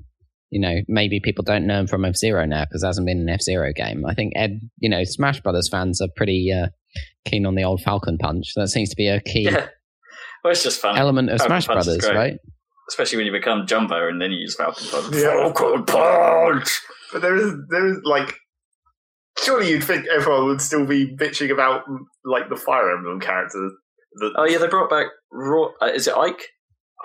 S2: you know, maybe people don't know him from F Zero now because hasn't been an F Zero game. I think Ed, you know, Smash Brothers fans are pretty uh, keen on the old Falcon punch. That seems to be a key
S3: Yeah, well, it's just fun.
S2: element of
S3: Falcon
S2: Smash
S3: punch is
S2: Brothers,
S3: great.
S2: right?
S3: especially when you become Jumbo and then you use Falcon Punch.
S1: Yeah.
S3: Falcon Punch.
S1: But there is there is like surely you'd think everyone would still be bitching about like the Fire Emblem character. That,
S3: Oh yeah, they brought back Raw. Uh, is it Ike?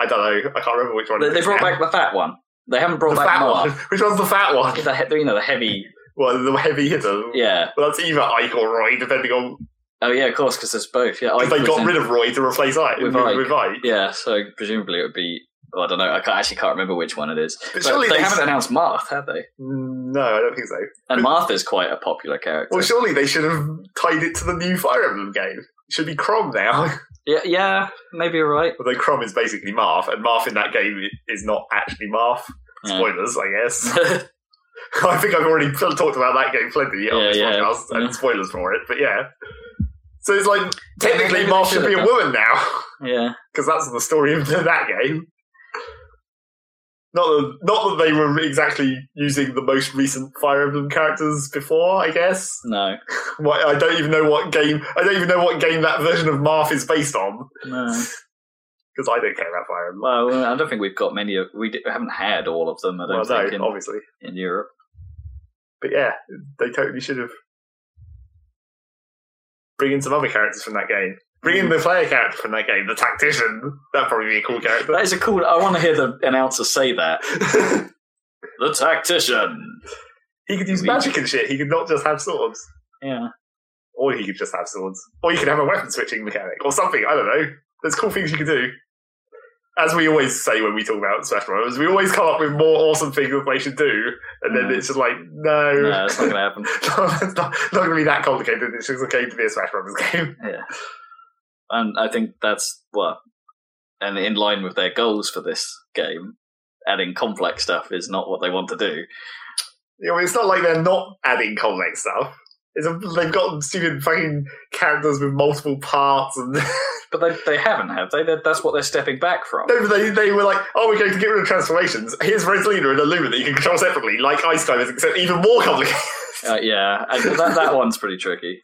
S1: I don't know. I can't remember which one.
S3: They,
S1: it
S3: they
S1: is
S3: brought
S1: now.
S3: back the fat one. They haven't brought
S1: the
S3: back
S1: fat
S3: Mark.
S1: one. Which one's the fat one?
S3: The he- you know the heavy.
S1: Well, the heavy hitter.
S3: Yeah.
S1: Well, that's either Ike or Roy, depending on
S3: Oh yeah, of course, because there's both. Yeah,
S1: because
S3: Ike
S1: they
S3: was
S1: got
S3: in-
S1: rid of Roy to replace Ike
S3: With
S1: with,
S3: Ike.
S1: with Ike.
S3: Yeah, so presumably it would be. Well, I don't know. I can't, actually can't remember which one it is.
S1: But
S3: But
S1: surely
S3: they
S1: they-
S3: haven't announced Marth, have they?
S1: No, I don't think so.
S3: And Martha's quite a popular character.
S1: Well, surely they should have tied it to the new Fire Emblem game. It should be Crom now.
S3: yeah, yeah, maybe you're right.
S1: Although Crom is basically Marth, and Marth in that game i- is not actually Marth.
S3: Yeah.
S1: Spoilers, I guess.
S3: yeah,
S1: I think I've already pl- talked about that game plenty on
S3: Yeah,
S1: this
S3: yeah.
S1: podcast, and
S3: Yeah.
S1: spoilers for it, but yeah. So it's like, technically,
S3: maybe they
S1: Marth should
S3: should
S1: be a
S3: have
S1: woman now,
S3: yeah,
S1: because that's the story of that game. Not that, not that they were exactly using the most recent Fire Emblem characters before, I guess.
S3: no,
S1: What, I don't even know what game. I don't even know what game that version of Marth is based on
S3: no.
S1: because I don't care about Fire Emblem.
S3: Well, I don't think we've got many. Of, we di- haven't had all of them. I don't
S1: Well,
S3: think
S1: no, obviously,
S3: in, in Europe.
S1: but yeah, they totally should have bring in some other characters from that game. Bring
S3: Mm.
S1: in the player character from that game, the tactician. That'd probably be a cool character.
S3: That is a cool. I want to hear the announcer say that. the tactician.
S1: he could use
S3: We-
S1: magic and shit. He could not just have swords,
S3: Yeah,
S1: or he could just have swords, or you could have a weapon switching mechanic or something. I don't know. There's cool things you could do. As we always say when we talk about Smash Bros, we always come up with more awesome things that they should do, and then
S3: Mm.
S1: it's just like, no,
S3: no, that's not going to happen.
S1: no, it's not, not going to be that complicated. It's just okay to be a Smash Brothers game.
S3: Yeah, and I think that's what, and in line with their goals for this game, adding complex stuff is not what they want to do.
S1: You know, it's not like they're not adding complex stuff. It's a, they've got stupid fucking characters with multiple parts, and
S3: But they they haven't, have they? That- That's what they're stepping back from.
S1: No, but they they were like, "Oh, we're going to get rid of transformations. Here's Rosalina and Illumina that you can control separately, like Ice Climbers, except even more complicated."
S3: Uh, yeah, and that that one's pretty tricky.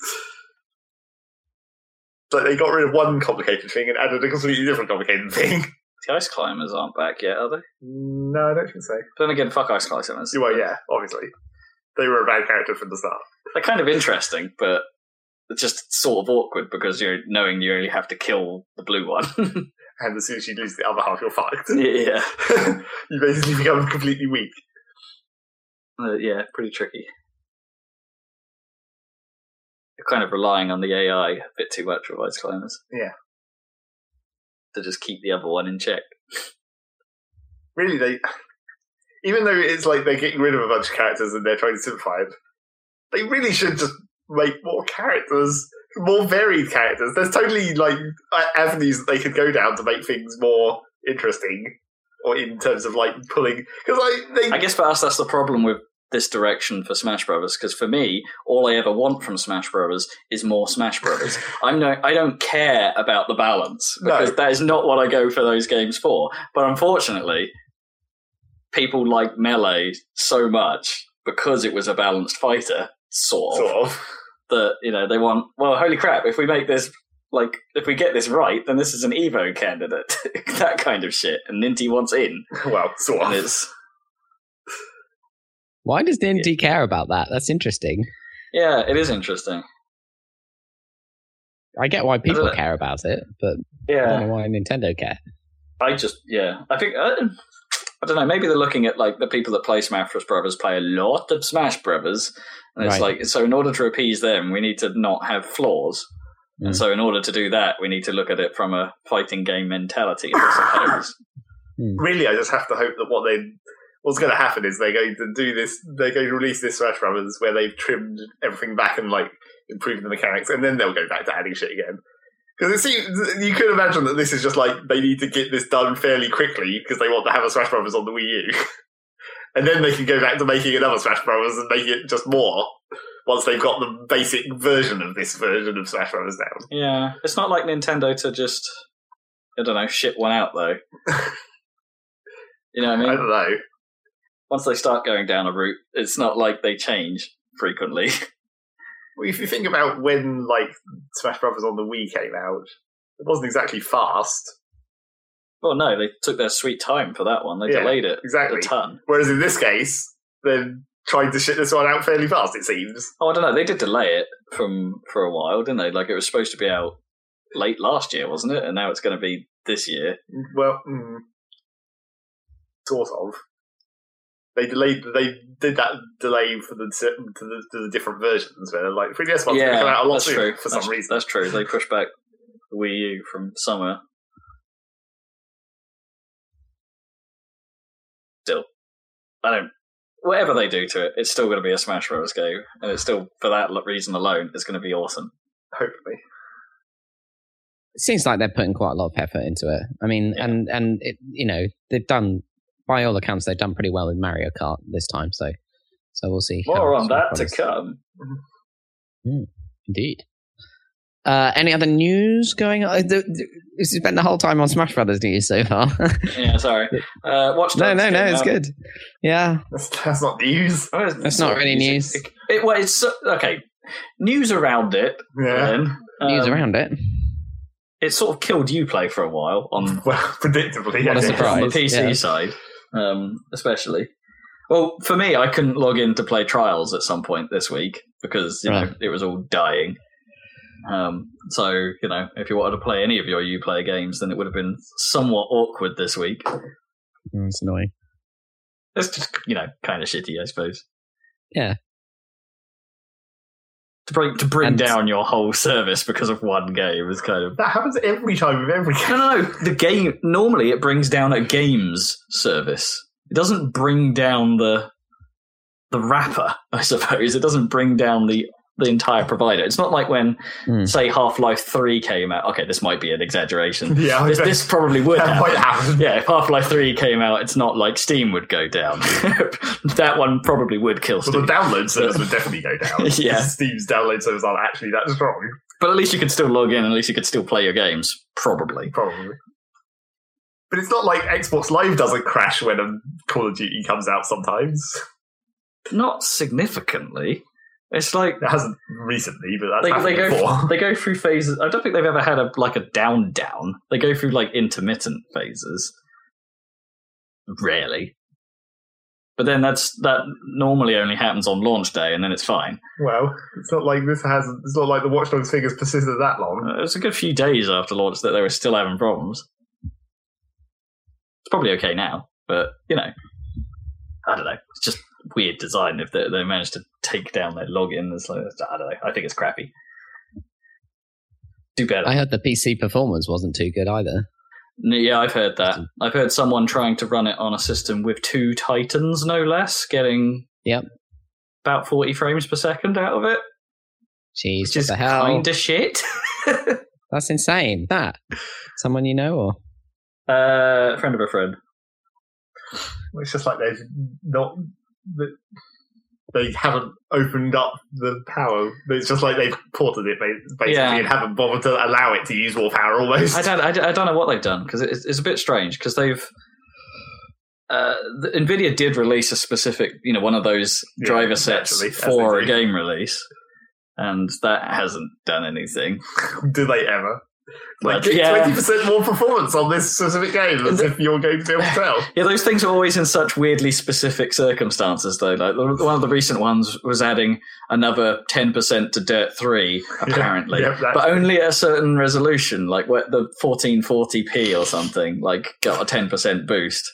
S1: but they got rid of one complicated thing and added a completely different complicated thing.
S3: The ice climbers aren't back yet, are they?
S1: No, I don't think so.
S3: But then again, fuck ice climbers.
S1: Well, yeah, obviously, they were a bad character from the start.
S3: they're kind of interesting, but it's just sort of awkward because you're knowing you only have to kill the blue one.
S1: and as soon as you lose the other half, you're fucked.
S3: yeah,
S1: you basically become completely weak.
S3: Uh, yeah, pretty tricky. You're kind of relying on the AI a bit too much with ice climbers.
S1: Yeah.
S3: to just keep the other one in check.
S1: Really, they even though it's like they're getting rid of a bunch of characters and they're trying to simplify it, they really should just make more characters, more varied characters. There's totally like a- avenues that they could go down to make things more interesting, or in terms of like pulling because like they
S3: I guess for us, that's the problem with this direction for Smash Brothers. Because for me, all I ever want from Smash Brothers is more Smash Brothers. I'm no, I don't care about the balance
S1: No.
S3: because that is not what I go for those games for. But unfortunately, people like Melee so much because it was a balanced fighter, sort of,
S1: sort of
S3: that you know they want. Well, holy crap! If we make this. Like, if we get this right, then this is an Evo candidate. that kind of shit. And Ninty wants in.
S1: well sort
S3: And
S1: of.
S3: it's,
S2: Why does Ninty care about that? That's interesting.
S3: yeah, it is interesting.
S2: I get why people
S3: know.
S2: care about it, but I
S3: Yeah.
S2: don't know why Nintendo care.
S3: I just, yeah, I think uh, I don't know. Maybe they're looking at like the people that play Smash Brothers play a lot of Smash Brothers, and it's
S2: Right.
S3: like so. In order to appease them, we need to not have flaws,
S2: Mm.
S3: and so in order to do that, we need to look at it from a fighting game mentality. I suppose.
S1: really, I just have to hope that what they what's going to happen is they're going to do this. They're going to release this Smash Brothers where they've trimmed everything back and like improved the mechanics, and then they'll go back to adding shit again. Because it seems you could imagine that this is just like they need to get this done fairly quickly because they want to have a Smash Brothers on the Wii U, and then they can go back to making another Smash Brothers and make it just more once they've got the basic version of this version of Smash Brothers down.
S3: yeah, it's not like Nintendo to just I don't know shit one out though. you know what I
S1: I
S3: mean?
S1: don't know.
S3: Once they start going down a route, it's not like they change frequently.
S1: Well, if you think about when like Smash Brothers on the Wii came out, it wasn't exactly fast.
S3: well, no, they took their sweet time for that one. They
S1: Yeah.
S3: delayed it.
S1: Exactly.
S3: a ton.
S1: Whereas in this case, they're trying to shit this one out fairly fast. It seems.
S3: Oh, I don't know. They did delay it from for a while, didn't they? Like it was supposed to be out late last year, wasn't it? And now it's going to be this year.
S1: Well, mm, sort of. They delayed. They did that delay for the to the, to the different versions. Where like 3DS one's going to come out a lot
S3: that's
S1: sooner
S3: true.
S1: for
S3: that's,
S1: some reason.
S3: that's true. They pushed back the Wii U from summer. Still, I don't. Whatever they do to it, it's still going to be a Smash Bros. game, and it's still for that lo- reason alone, it's going to be awesome.
S1: Hopefully,
S2: It seems like they're putting quite a lot of effort into it. I mean,
S3: Yeah.
S2: and and it, you know they've done by all accounts they've done pretty well in Mario Kart this time. So so we'll see. how
S3: More on
S2: sort of
S3: that to
S2: promise-
S3: come.
S2: Indeed. Uh, any other news going on? Uh, th- th- You spent the whole time on Smash Brothers news so far.
S3: Yeah, sorry. Uh, Watch
S2: no,
S3: Dogs
S2: no, no,
S3: came
S2: it's
S3: out.
S2: good. Yeah,
S1: that's, that's not news.
S3: Oh, it's-
S2: that's not really news.
S3: It, well, it's so- okay. News around it.
S1: Yeah.
S3: Then
S2: News
S3: Um,
S2: around it.
S3: It sort of killed Uplay for a while on
S1: Well, predictably,
S2: What a
S1: I guess.
S2: surprise.
S3: on the PC
S2: yeah.
S3: side, um, especially. Well, for me, I couldn't log in to play Trials at some point this week because you know
S2: Right.
S3: it was all dying. Um, so you know, if you wanted to play any of your UPlay games, then it would have been somewhat awkward this week.
S2: Mm, It's annoying.
S3: It's just you know kind of shitty, I suppose.
S2: Yeah.
S3: To bring to bring
S2: And-
S3: down your whole service because of one game is kind of
S1: That happens every time with every
S3: no,
S1: game.
S3: no, no. The game normally it brings down a games service. It doesn't bring down the the wrapper, I suppose. It doesn't bring down the the entire provider. It's not like when,
S2: Hmm.
S3: say, Half Life Three came out. Okay, this might be an exaggeration.
S1: Yeah,
S3: this,
S1: I
S3: this probably would
S1: that
S3: happen.
S1: might happen.
S3: Yeah, if Half Life Three came out, it's not like Steam would go down. that one probably would kill
S1: Well,
S3: Steam.
S1: the download service would definitely go down.
S3: Yeah.
S1: Steam's download service aren't actually that strong,
S3: But at least you could still log in. At least you could still play your games. Probably.
S1: probably. But it's not like Xbox Live doesn't crash when a Call of Duty comes out sometimes.
S3: Not significantly. It's like
S1: It hasn't recently, but that's
S3: They-
S1: happened
S3: they go-
S1: before.
S3: they go through phases. I don't think they've ever had a like a down down. They go through like intermittent phases. Rarely. But then that's that normally only happens on launch day, and then it's fine.
S1: Well, it's not like this has. It's not like the Watch Dogs figures persisted that long.
S3: Uh, It was a good few days after launch that they were still having problems. It's probably okay now, but you know, I don't know. It's just weird design if they, they managed to take down their login. It's like, I don't know. I think it's crappy. Do better.
S2: I heard the PC performance wasn't too good either.
S3: N- Yeah, I've heard that. I've heard someone trying to run it on a system with two Titans, no less, getting
S2: Yep.
S3: about 40 frames per second out of it,
S2: Jeez,
S3: which
S2: what
S3: is
S2: the hell?
S3: kind of shit.
S2: That's insane. That someone you know or
S3: uh, friend of a friend.
S1: It's just like they've not. that- They haven't opened up the power. It's just like they've ported it ba- basically
S3: Yeah.
S1: and haven't bothered to allow it to use more power almost.
S3: I don't, I don't, I don't know what they've done because it's, it's a bit strange because they've. Uh, the, Nvidia did release a specific, you know, one of those
S1: Yeah,
S3: driver sets
S1: naturally, as they
S3: for a
S1: do.
S3: game release, and that hasn't done anything.
S1: Do they ever? Like
S3: But, yeah.
S1: twenty percent more performance on this specific game, as if you're going to be able to tell.
S3: Yeah, those things are always in such weirdly specific circumstances, though. Like the- one of the recent ones was adding another ten percent to Dirt Three, apparently,
S1: Yep, that's-
S3: but only at a certain resolution, like what the fourteen forty p or something. Like got a ten percent boost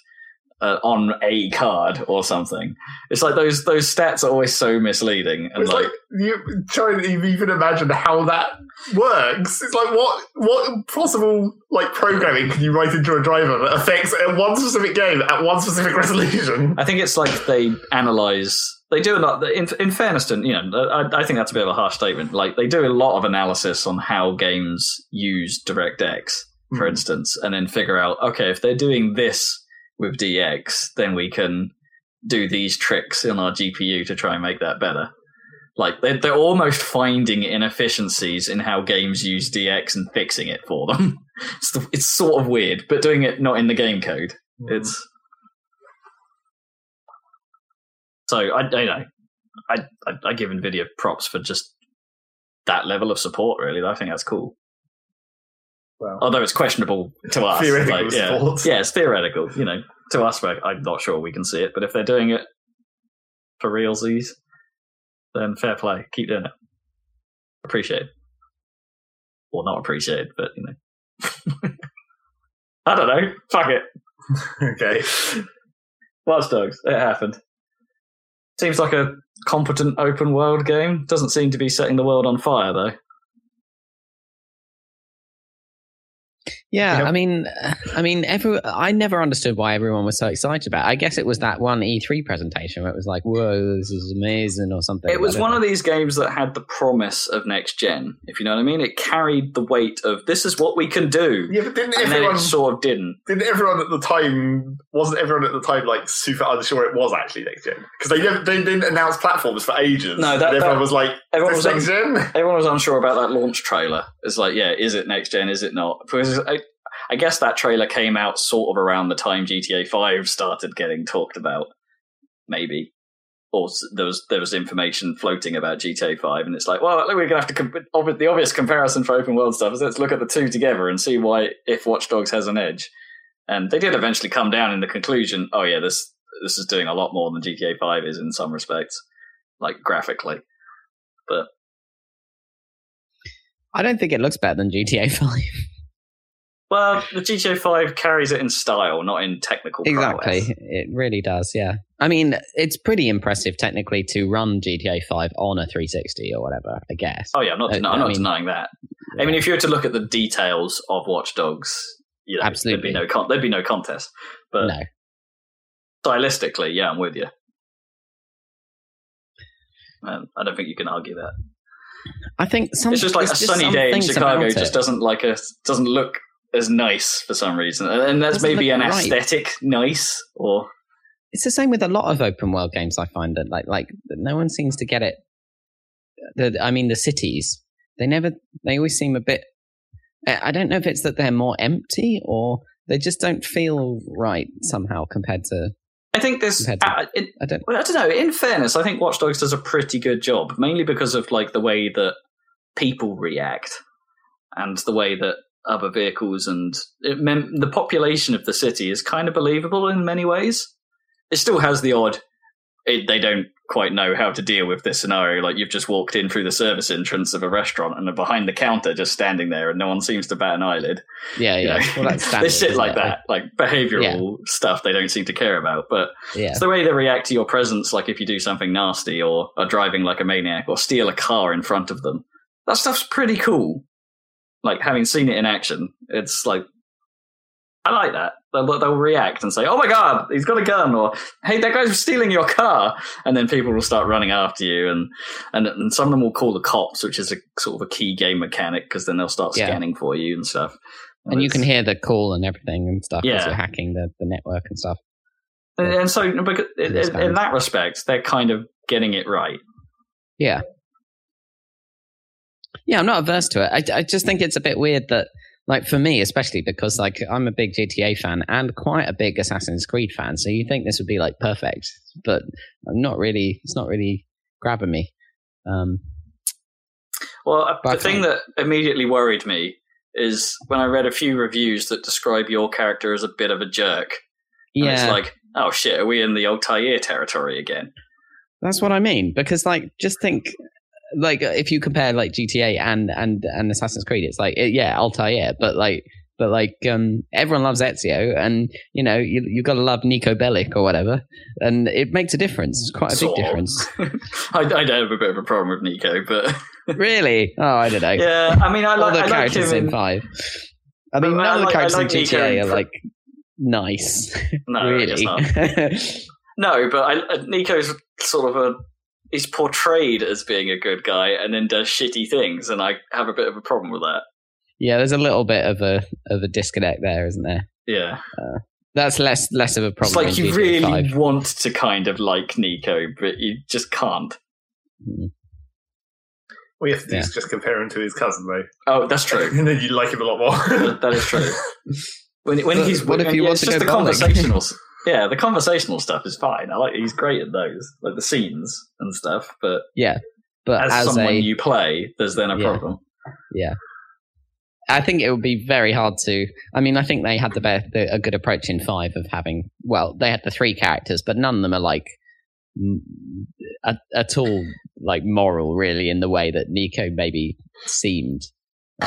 S3: uh, on a card or something. It's like those those stats are always so misleading and
S1: it's like,
S3: like
S1: you trying to even imagine how that works. It's like what what possible like programming can you write into a driver that affects a one specific game at one specific resolution?
S3: I think it's like they analyze. They do a lot. In, in fairness to you know, I, I think that's a bit of a harsh statement. Like they do a lot of analysis on how games use DirectX, for
S1: Hmm.
S3: instance, and then figure out okay if they're doing this with DX, then we can do these tricks in our GPU to try and make that better. Like they're, they're almost finding inefficiencies in how games use DX and fixing it for them. It's, the, it's sort of weird, but doing it not in the game code. It's so I, I know I, I I give Nvidia props for just that level of support. Really, I think that's cool.
S1: Well.
S3: Although it's questionable to us,
S1: Theoretical
S3: like, yeah,
S1: support.
S3: yeah, it's theoretical. You know, to us, we're- I'm not sure we can see it, but if they're doing it for realsies, then fair play. Keep doing it. Appreciate it. or not appreciated, but you know. I don't know. Fuck it.
S1: okay.
S3: Watch Dogs. It happened. Seems like a competent open world game. Doesn't seem to be setting the world on fire though.
S2: Yeah,
S1: Yep.
S2: I mean, I mean, every I never understood why everyone was so excited about. it. I guess it was that one E3 presentation where it was like, "Whoa, this is amazing" or something.
S3: It was
S2: I don't
S3: one
S2: know.
S3: of these games that had the promise of next gen, if you know what I mean. It carried the weight of this is what we can do.
S1: Yeah, but didn't
S3: and then
S1: everyone
S3: it sort of didn't.
S1: didn't everyone at the time wasn't everyone at the time like super unsure it was actually next gen because they never they didn't announce platforms for ages.
S3: No, that-
S1: and everyone
S3: that-
S1: was like,
S3: Everyone
S1: "This
S3: was, un-
S1: next gen."
S3: everyone was unsure about that launch trailer. It's like, yeah, is it next gen? Is it not? Because I, I guess that trailer came out sort of around the time GTA Five started getting talked about, maybe. Or s- there was there was information floating about GTA Five, and it's like, well, we're gonna have to comp- obvi- the obvious comparison for open world stuff is let's look at the two together and see why if Watch Dogs has an edge. And they did eventually come down in the conclusion. Oh yeah, this this is doing a lot more than GTA Five is in some respects, like graphically.
S2: I don't think it looks better than GTA Five.
S3: Well, the GTA Five carries it in style, not in technical.
S2: exactly,
S3: prowess.
S2: it really does. Yeah, I mean, it's pretty impressive technically to run GTA Five on a 360 or whatever. I guess.
S3: Oh yeah, I'm not.
S2: I-
S3: deni- I'm
S2: Uh, I
S3: not
S2: mean-
S3: denying that. I mean, if you were to look at the details of Watch Dogs, you know,
S2: Absolutely.
S3: there'd be no con- there'd be no contest. But
S2: no,
S3: stylistically, yeah, I'm with you. Um, I don't think you can argue that.
S2: I think some,
S3: it's just like
S2: there's
S3: a sunny day in
S2: some things
S3: Chicago
S2: about
S3: just
S2: it.
S3: doesn't like a doesn't look as nice for some reason, and, and that's
S2: Doesn't
S3: maybe
S2: look
S3: an
S2: right.
S3: aesthetic nice or
S2: it's the same with a lot of open world games. I find that like like no one seems to get it. The, I mean, the cities they never they always seem a bit. I I don't know if it's that they're more empty or they just don't feel right somehow compared to.
S3: I think this
S2: Compared to-
S3: uh, it,
S2: I don't.
S3: Well, I don't know. In fairness, I think Watch Dogs does a pretty good job, mainly because of like the way that people react and the way that other vehicles and it mem- the population of the city is kind of believable in many ways. It still has the odd. It, they don't quite know how to deal with this scenario. Like you've just walked in through the service entrance of a restaurant and are behind the counter, just standing there, and no one seems to bat an eyelid.
S2: Yeah,
S3: You
S2: yeah.
S3: know?
S2: Well, that's standard,
S3: There's shit
S2: isn't
S3: like
S2: it?
S3: that, like behavioral stuff they don't seem to care about. But
S2: Yeah,
S3: it's the way they react to your presence, like if you do something nasty or are driving like a maniac or steal a car in front of them. That stuff's pretty cool. Like having seen it in action, it's like I like that. They'll, they'll react and say, "Oh my god, he's got a gun!" or "Hey, that guy's stealing your car!" And then people will start running after you, and and, and some of them will call the cops, which is a sort of a key game mechanic because then they'll start
S2: Yeah.
S3: scanning for you and stuff.
S2: and you
S3: it's-
S2: can hear the call and everything and stuff as
S3: Yeah.
S2: you're hacking the, the network and stuff.
S3: and, and so because, in,
S2: Understand.
S3: in that respect, they're kind of getting it right.
S2: Yeah. Yeah, I'm not averse to it. I, I just think it's a bit weird that, like, for me, especially because, like, I'm a big GTA fan and quite a big Assassin's Creed fan. So you think this would be, like, perfect, but I'm not really, it's not really grabbing me. Um,
S3: Well, uh,
S2: But I
S3: the thing that immediately worried me is when I read a few reviews that describe your character as a bit of a jerk. And
S2: yeah.
S3: it's like, oh shit, are we in the Altair territory again?
S2: That's what I mean. Because like, just think, like, uh, if you compare like GTA and and and Assassin's Creed, it's like eh, yeah, Altair, but like, but like, um, everyone loves Ezio, and you know, you you gotta love Nico Bellic or whatever, and it makes a difference. It's quite a
S3: Sort
S2: big
S3: of.
S2: difference,
S3: I, I do have a bit of a problem with Nico, but
S2: really. Oh, I don't know.
S3: yeah, I mean, I
S2: All
S3: like,
S2: the
S3: I like
S2: characters
S3: him. In,
S2: in five. I mean,
S3: I- I
S2: none of the
S3: like- I
S2: characters
S3: like
S2: in
S3: Nico
S2: GTA
S3: in
S2: are
S3: fr-
S2: like nice,
S3: no, I
S2: really.
S3: guess not. No, but I, uh, Nico's sort of a. He's portrayed as being a good guy and then does shitty things, and I have a bit of a problem with that.
S2: yeah, there's a little bit of a of a disconnect there, isn't there?
S3: Yeah.
S2: That's less less of a problem.
S3: it's like
S2: in
S3: you
S2: GTA
S3: really
S2: 5.
S3: want to kind of like Nico, but you just can't.
S1: All you have to do
S2: Yeah.
S1: is just compare him to his cousin though,
S3: Oh, that's true.
S1: and then you like him a lot more.
S3: that that is true. When when
S2: But
S3: he's
S2: what if
S3: when-
S2: you
S3: yeah,
S2: want
S3: it's
S2: to
S3: just
S2: go
S3: the
S2: bowling?
S3: conversational. s- yeah, the conversational stuff is fine. I like he's great at those, like the scenes and stuff. But
S2: but
S3: as,
S2: as,
S3: someone
S2: a,
S3: you play, there's then a
S2: Yeah.
S3: problem.
S2: I think it would be very hard to. I mean, I think they had the, be- the a good approach in five of having. Well, they had the three characters, but none of them are like m- at, at all like moral, really, in the way that Nico maybe seemed.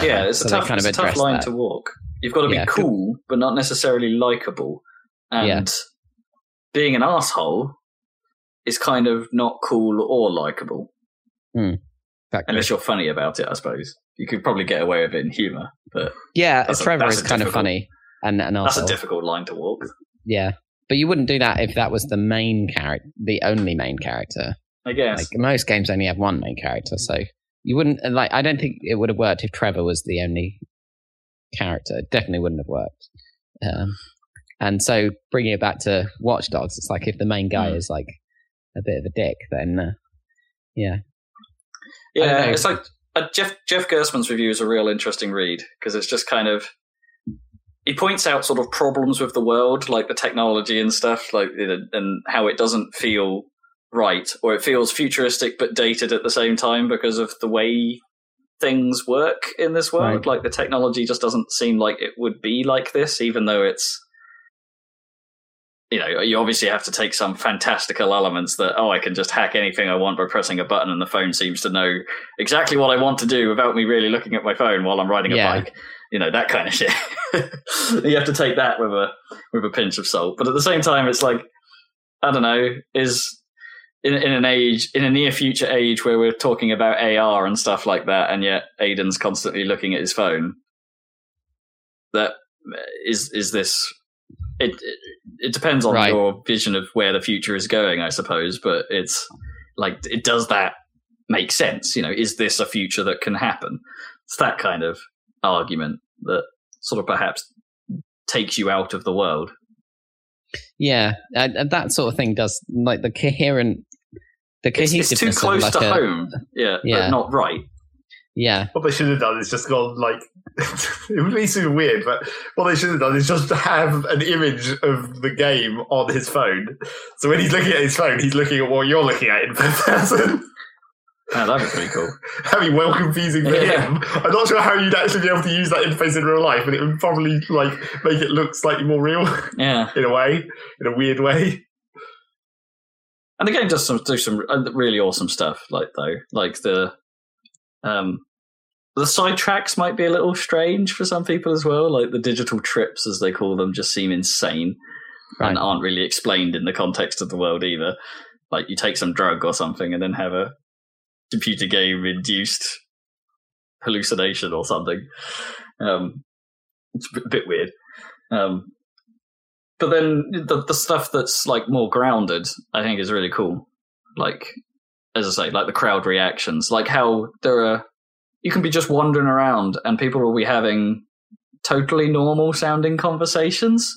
S3: Yeah, it's
S2: Uh-huh. So they
S3: a tough,
S2: kind
S3: it's
S2: of
S3: a tough
S2: address
S3: line
S2: that.
S3: to walk. You've got to
S2: Yeah,
S3: be
S2: 'cause-
S3: cool, but not necessarily likable. And
S2: Yeah.
S3: being an asshole is kind of not cool or likable,
S2: Exactly.
S3: unless you're funny about it. I suppose you could probably get away with it in humor, but
S2: yeah,
S3: that's a-
S2: Trevor
S3: that's
S2: is
S3: a
S2: kind of
S3: difficult-
S2: funny and an
S3: that's a
S2: asshole.
S3: difficult line to walk.
S2: yeah, but you wouldn't do that if that was the main character, the only main character.
S3: I guess.
S2: Like most games only have one main character, so you wouldn't and, like. I don't think it would have worked if Trevor was the only character. It definitely wouldn't have worked. Um, and so bringing it back to Watch Dogs, it's like if the main guy
S3: Hmm.
S2: is like a bit of a dick, then uh, yeah, I don't
S3: yeah,
S2: know.
S3: it's like uh, Jeff Jeff Gersman's review is a real interesting read because it's just kind of he points out sort of problems with the world, like the technology and stuff, like you know, and how it doesn't feel right or it feels futuristic but dated at the same time because of the way things work in this world.
S2: Right.
S3: Like the technology just doesn't seem like it would be like this, even though it's you know, you obviously have to take some fantastical elements that, oh, I can just hack anything I want by pressing a button and the phone seems to know exactly what I want to do without me really looking at my phone while I'm riding a
S2: Yeah.
S3: bike. You know, that kind of shit. you have to take that with a with a pinch of salt. But at the same time it's like I don't know, is in in an age in a near future age where we're talking about AR and stuff like that and yet Aiden's constantly looking at his phone. That is is this it, it it depends on
S2: Right.
S3: your vision of where the future is going, I suppose. But it's like, it does that make sense? You know, is this a future that can happen? It's that kind of argument that sort of perhaps takes you out of the world.
S2: yeah, and, and that sort of thing does like the coherent, the
S3: It's,
S2: cohesiveness.
S3: it's too
S2: of,
S3: close
S2: like,
S3: to
S2: a-
S3: home, yeah,
S2: Yeah.
S3: but not right.
S2: Yeah,
S1: What they should have done is just gone like it would be super weird, but what they should have done is just have an image of the game on his phone. So when he's looking at his phone, he's looking at what you're looking at in third person.
S3: Yeah, that'd be pretty cool.
S1: That'd be well confusing for
S3: Yeah.
S1: him. I'm not sure how you'd actually be able to use that interface in real life, but it would probably like make it look slightly more real
S3: Yeah,
S1: in a way, in a weird way.
S3: and the game does some do some uh, really awesome stuff. Like though, like the um the sidetracks might be a little strange for some people as well. Like the digital trips, as they call them, just seem insane.
S2: right.
S3: and aren't really explained in the context of the world either. Like you take some drug or something and then have a computer game induced hallucination or something. Um, it's a bit- bit weird. Um, but then the the stuff that's like more grounded, I think, is really cool. Like as I say, like the crowd reactions, like how there are you can be just wandering around and people will be having totally normal sounding conversations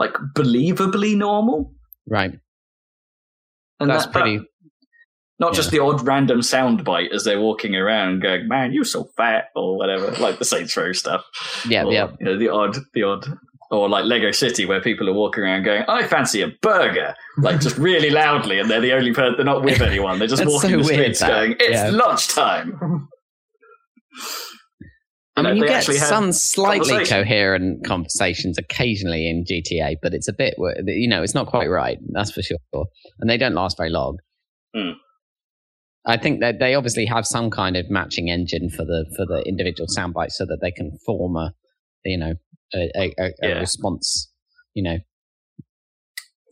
S3: like believably normal.
S2: Right.
S3: And
S2: That's
S3: that- that-
S2: pretty.
S3: not just the odd random sound bite as they're walking around, going, "Man, you're so fat" or whatever, like the Saints Row stuff.
S2: Yeah,
S3: Or,
S2: yeah.
S3: You know, the odd, the odd, or like Lego City, where people are walking around going, "I fancy a burger," like just really loudly, and they're the only person. They're not with anyone. They're just
S2: That's
S3: walking
S2: so
S3: the
S2: weird,
S3: streets,
S2: that.
S3: going, "It's
S2: Yeah.
S3: lunchtime."
S2: I mean,
S3: know,
S2: you
S3: they
S2: get
S3: actually had
S2: some slightly
S3: conversation.
S2: coherent conversations occasionally in GTA, but it's a bit, wo- you know, it's not quite right. That's for sure. And they don't last very long.
S3: Hmm.
S2: I think that they obviously have some kind of matching engine for the for the individual sound bites, so that they can form a, you know, a, a, a, a
S3: Yeah.
S2: response. You know,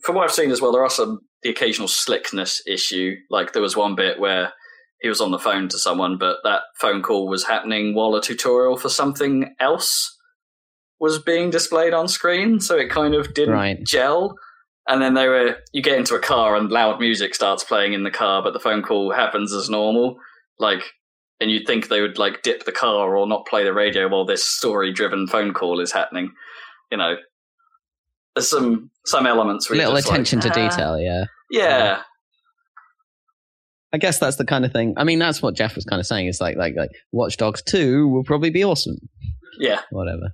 S3: from what I've seen as well, there are some the occasional slickness issue. Like there was one bit where he was on the phone to someone, but that phone call was happening while a tutorial for something else was being displayed on screen, so it kind of didn't
S2: Right.
S3: gel. And then they were you get into a car and loud music starts playing in the car, but the phone call happens as normal. Like and you'd think they would like dip the car or not play the radio while this story driven phone call is happening. You know. There's some some elements where you're
S2: little
S3: just like,
S2: attention to
S3: "Ah."
S2: detail. Yeah,
S3: Yeah.
S2: I guess that's the kind of thing. I mean, that's what Jeff was kind of saying. It's like like like Watch Dogs Two will probably be awesome.
S3: Yeah.
S2: whatever.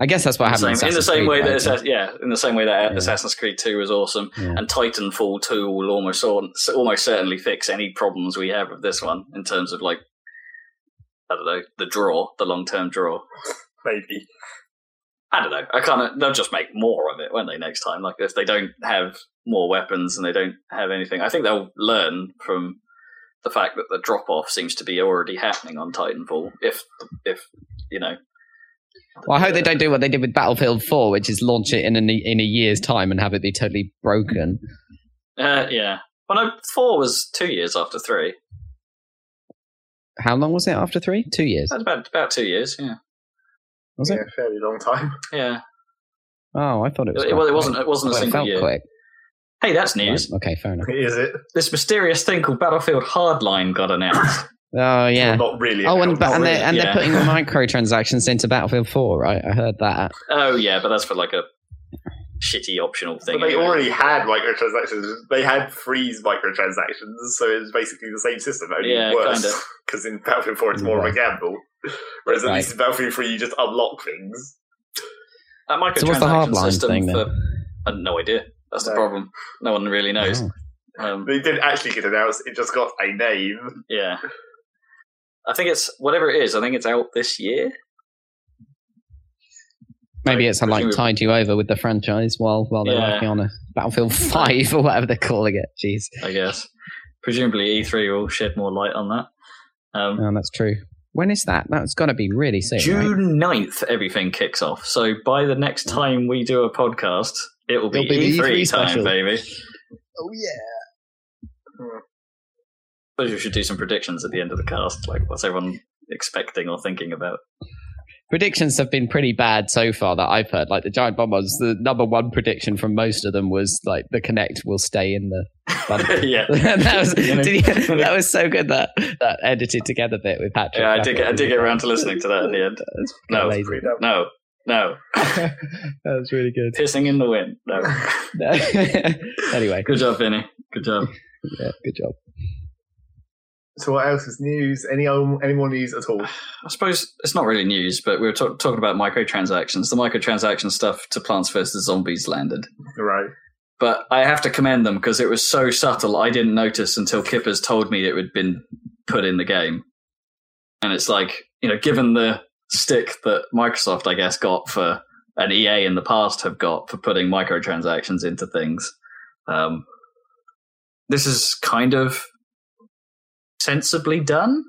S2: I guess that's what
S3: In the
S2: happened.
S3: same, in the same way that Assassin, yeah, in the same way that
S2: Yeah.
S3: Assassin's Creed 2 was awesome
S2: Yeah.
S3: and Titanfall 2 will almost or- almost certainly fix any problems we have with this one in terms of like I don't know, the draw, the long-term draw.
S1: Maybe.
S3: I don't know. I kind of they'll just make more of it, won't they? Next time, like if they don't have more weapons and they don't have anything, I think they'll learn from the fact that the drop off seems to be already happening on Titanfall. If if you know,
S2: Well, I hope they don't do what they did with Battlefield 4, which is launch it in a, in a year's time and have it be totally broken.
S3: uh, yeah. Well, no, four was two years after three.
S2: How long was it after three? Two years.
S3: That's about about two years. Yeah,
S2: Was it?
S1: Yeah, fairly long time.
S3: yeah.
S2: Oh, I thought it was.
S3: It, well, it wasn't. It wasn't a
S2: Well, it
S3: single
S2: felt
S3: year.
S2: quick.
S3: Hey, that's news.
S2: Right, Okay, fair enough.
S1: Is it?
S3: This mysterious thing called Battlefield Hardline got announced.
S2: Oh yeah.
S1: Well, not really.
S2: Oh, and,
S1: announced.
S2: but, and,
S3: really,
S2: they're, and
S3: yeah.
S2: they're putting microtransactions into Battlefield 4, right? I heard that.
S3: oh yeah, but that's for like a shitty optional thing.
S1: But they
S3: anyway.
S1: already had microtransactions. They had freeze microtransactions, so it's basically the same system, only
S3: Yeah,
S1: worse.
S3: kinda.
S1: Because in Battlefield 4, it's more of a gamble. Whereas at
S2: Right.
S1: least in Battlefield 3, you just unlock things.
S3: that
S2: So what's the
S3: microtransaction
S2: hardline
S3: system
S2: thing then?
S3: for I had no idea. That's the
S1: No.
S3: problem. No one really knows.
S2: Oh.
S3: Um,
S1: They didn't actually get announced, it just got a name.
S3: yeah, I think it's whatever it is. I think it's out this year.
S2: Maybe it's like
S3: presumably-
S2: tied you over with the franchise while while they're
S3: Yeah.
S2: working on a Battlefield Five or whatever they're calling it. Jeez,
S3: I guess. Presumably, E3 will shed more light on that. Um,
S2: oh, that's true. When is that? That's got to be really soon. right?
S3: June 9th, everything kicks off. So by the next time we do a podcast, it will be,
S2: It'll be the
S3: E3,
S2: E3
S3: time,
S2: special.
S3: baby.
S2: Oh yeah.
S3: Suppose we should do some predictions at the end of the cast. Like, what's everyone expecting or thinking about?
S2: Predictions have been pretty bad so far that I've heard. Like the giant bomb was the number one prediction from most of them was like the Connect will stay in the. bundle.
S3: yeah.
S2: that was
S3: You know-
S2: did you, that was so good that that edited together bit with Patrick.
S3: Yeah, I did, get, I did get around to listening to that at the end. No.
S2: Amazing.
S1: Pretty damn-
S3: No, no.
S2: that was really good.
S3: Pissing in the wind. No.
S2: anyway,
S3: Good job, Vinny. Good job.
S2: yeah, good job.
S1: So what else is news? Any o- any more news at all?
S3: I suppose it's not really news, but we were talk- talking about microtransactions. The microtransaction stuff to Plants vs. Zombies landed.
S1: Right.
S3: but I have to commend them because it was so subtle. I didn't notice until Kippers told me it had been put in the game. And it's like, you know, given the stick that Microsoft, I guess, got for an EA in the past have got for putting microtransactions into things, um, this is kind of sensibly done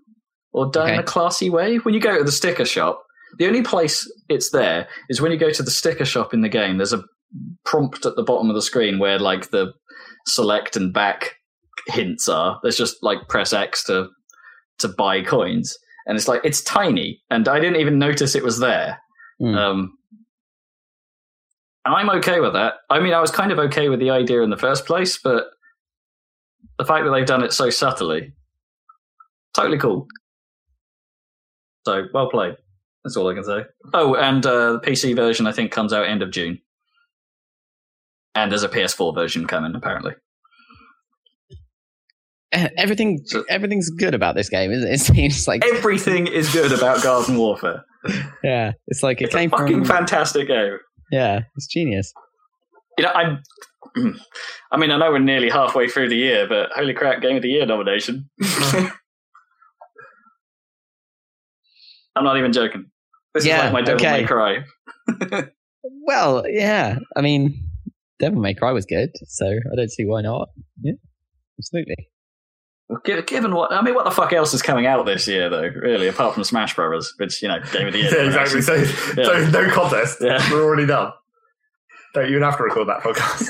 S3: or done in
S2: Okay.
S3: a classy way. When you go to the sticker shop, the only place it's there is when you go to the sticker shop in the game. There's a prompt at the bottom of the screen where like the select and back hints are. There's just like press X to to buy coins, and it's like it's tiny, and I didn't even notice it was there.
S2: Hmm.
S3: Um, and I'm okay with that. I mean, I was kind of okay with the idea in the first place, but the fact that they've done it so subtly, totally cool. So well played. That's all I can say. Oh, and uh, the PC version I think comes out end of June, and there's a PS4 version coming apparently.
S2: Eh, Everything,
S3: So-
S2: everything's good about this game, isn't it? It seems like,
S3: Everything is good about Garden Warfare.
S2: yeah, it's like it
S3: It's a
S2: came from,
S3: fucking fantastic game.
S2: yeah, it's genius.
S3: You know, I'm. I mean, I know we're nearly halfway through the year, but holy crap, Game of the Year nomination. I'm not even joking. This
S2: Yeah,
S3: is like my Devil
S2: okay.
S3: May Cry.
S2: Well, yeah, I mean, Devil May Cry was good, so I don't see why not. Yeah, absolutely.
S3: Gi- Given what I mean, what the fuck else is coming out this year, though? Really, apart from Smash Brothers, which you know, Game of the Year.
S1: Yeah, exactly.
S3: nomination.
S1: So, so
S3: Yeah.
S1: no contest.
S3: Yeah.
S1: We're already done. Don't even have to record that podcast.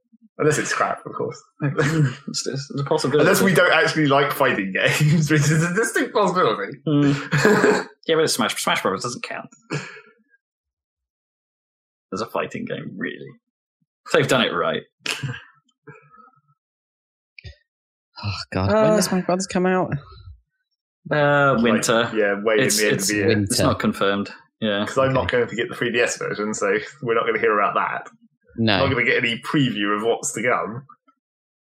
S1: Unless it's crap, of course.
S3: It's, it's a possibility.
S1: Unless we don't actually like fighting games, which is a distinct possibility.
S3: Hmm. Yeah, but it's Smash Smash Brothers doesn't count. There's a fighting game, really. If They've done it right.
S2: Oh God, when
S3: Uh,
S2: does My Brothers come out?
S3: Uh, winter.
S1: Like, yeah, way
S3: It's-
S1: in the end of
S3: it's
S1: the year.
S2: Winter.
S3: It's not confirmed. Yeah.
S1: Because I'm not going to get the 3DS version, so we're not going to hear about that. I'm
S2: no,
S1: not going to get any preview of what's to come.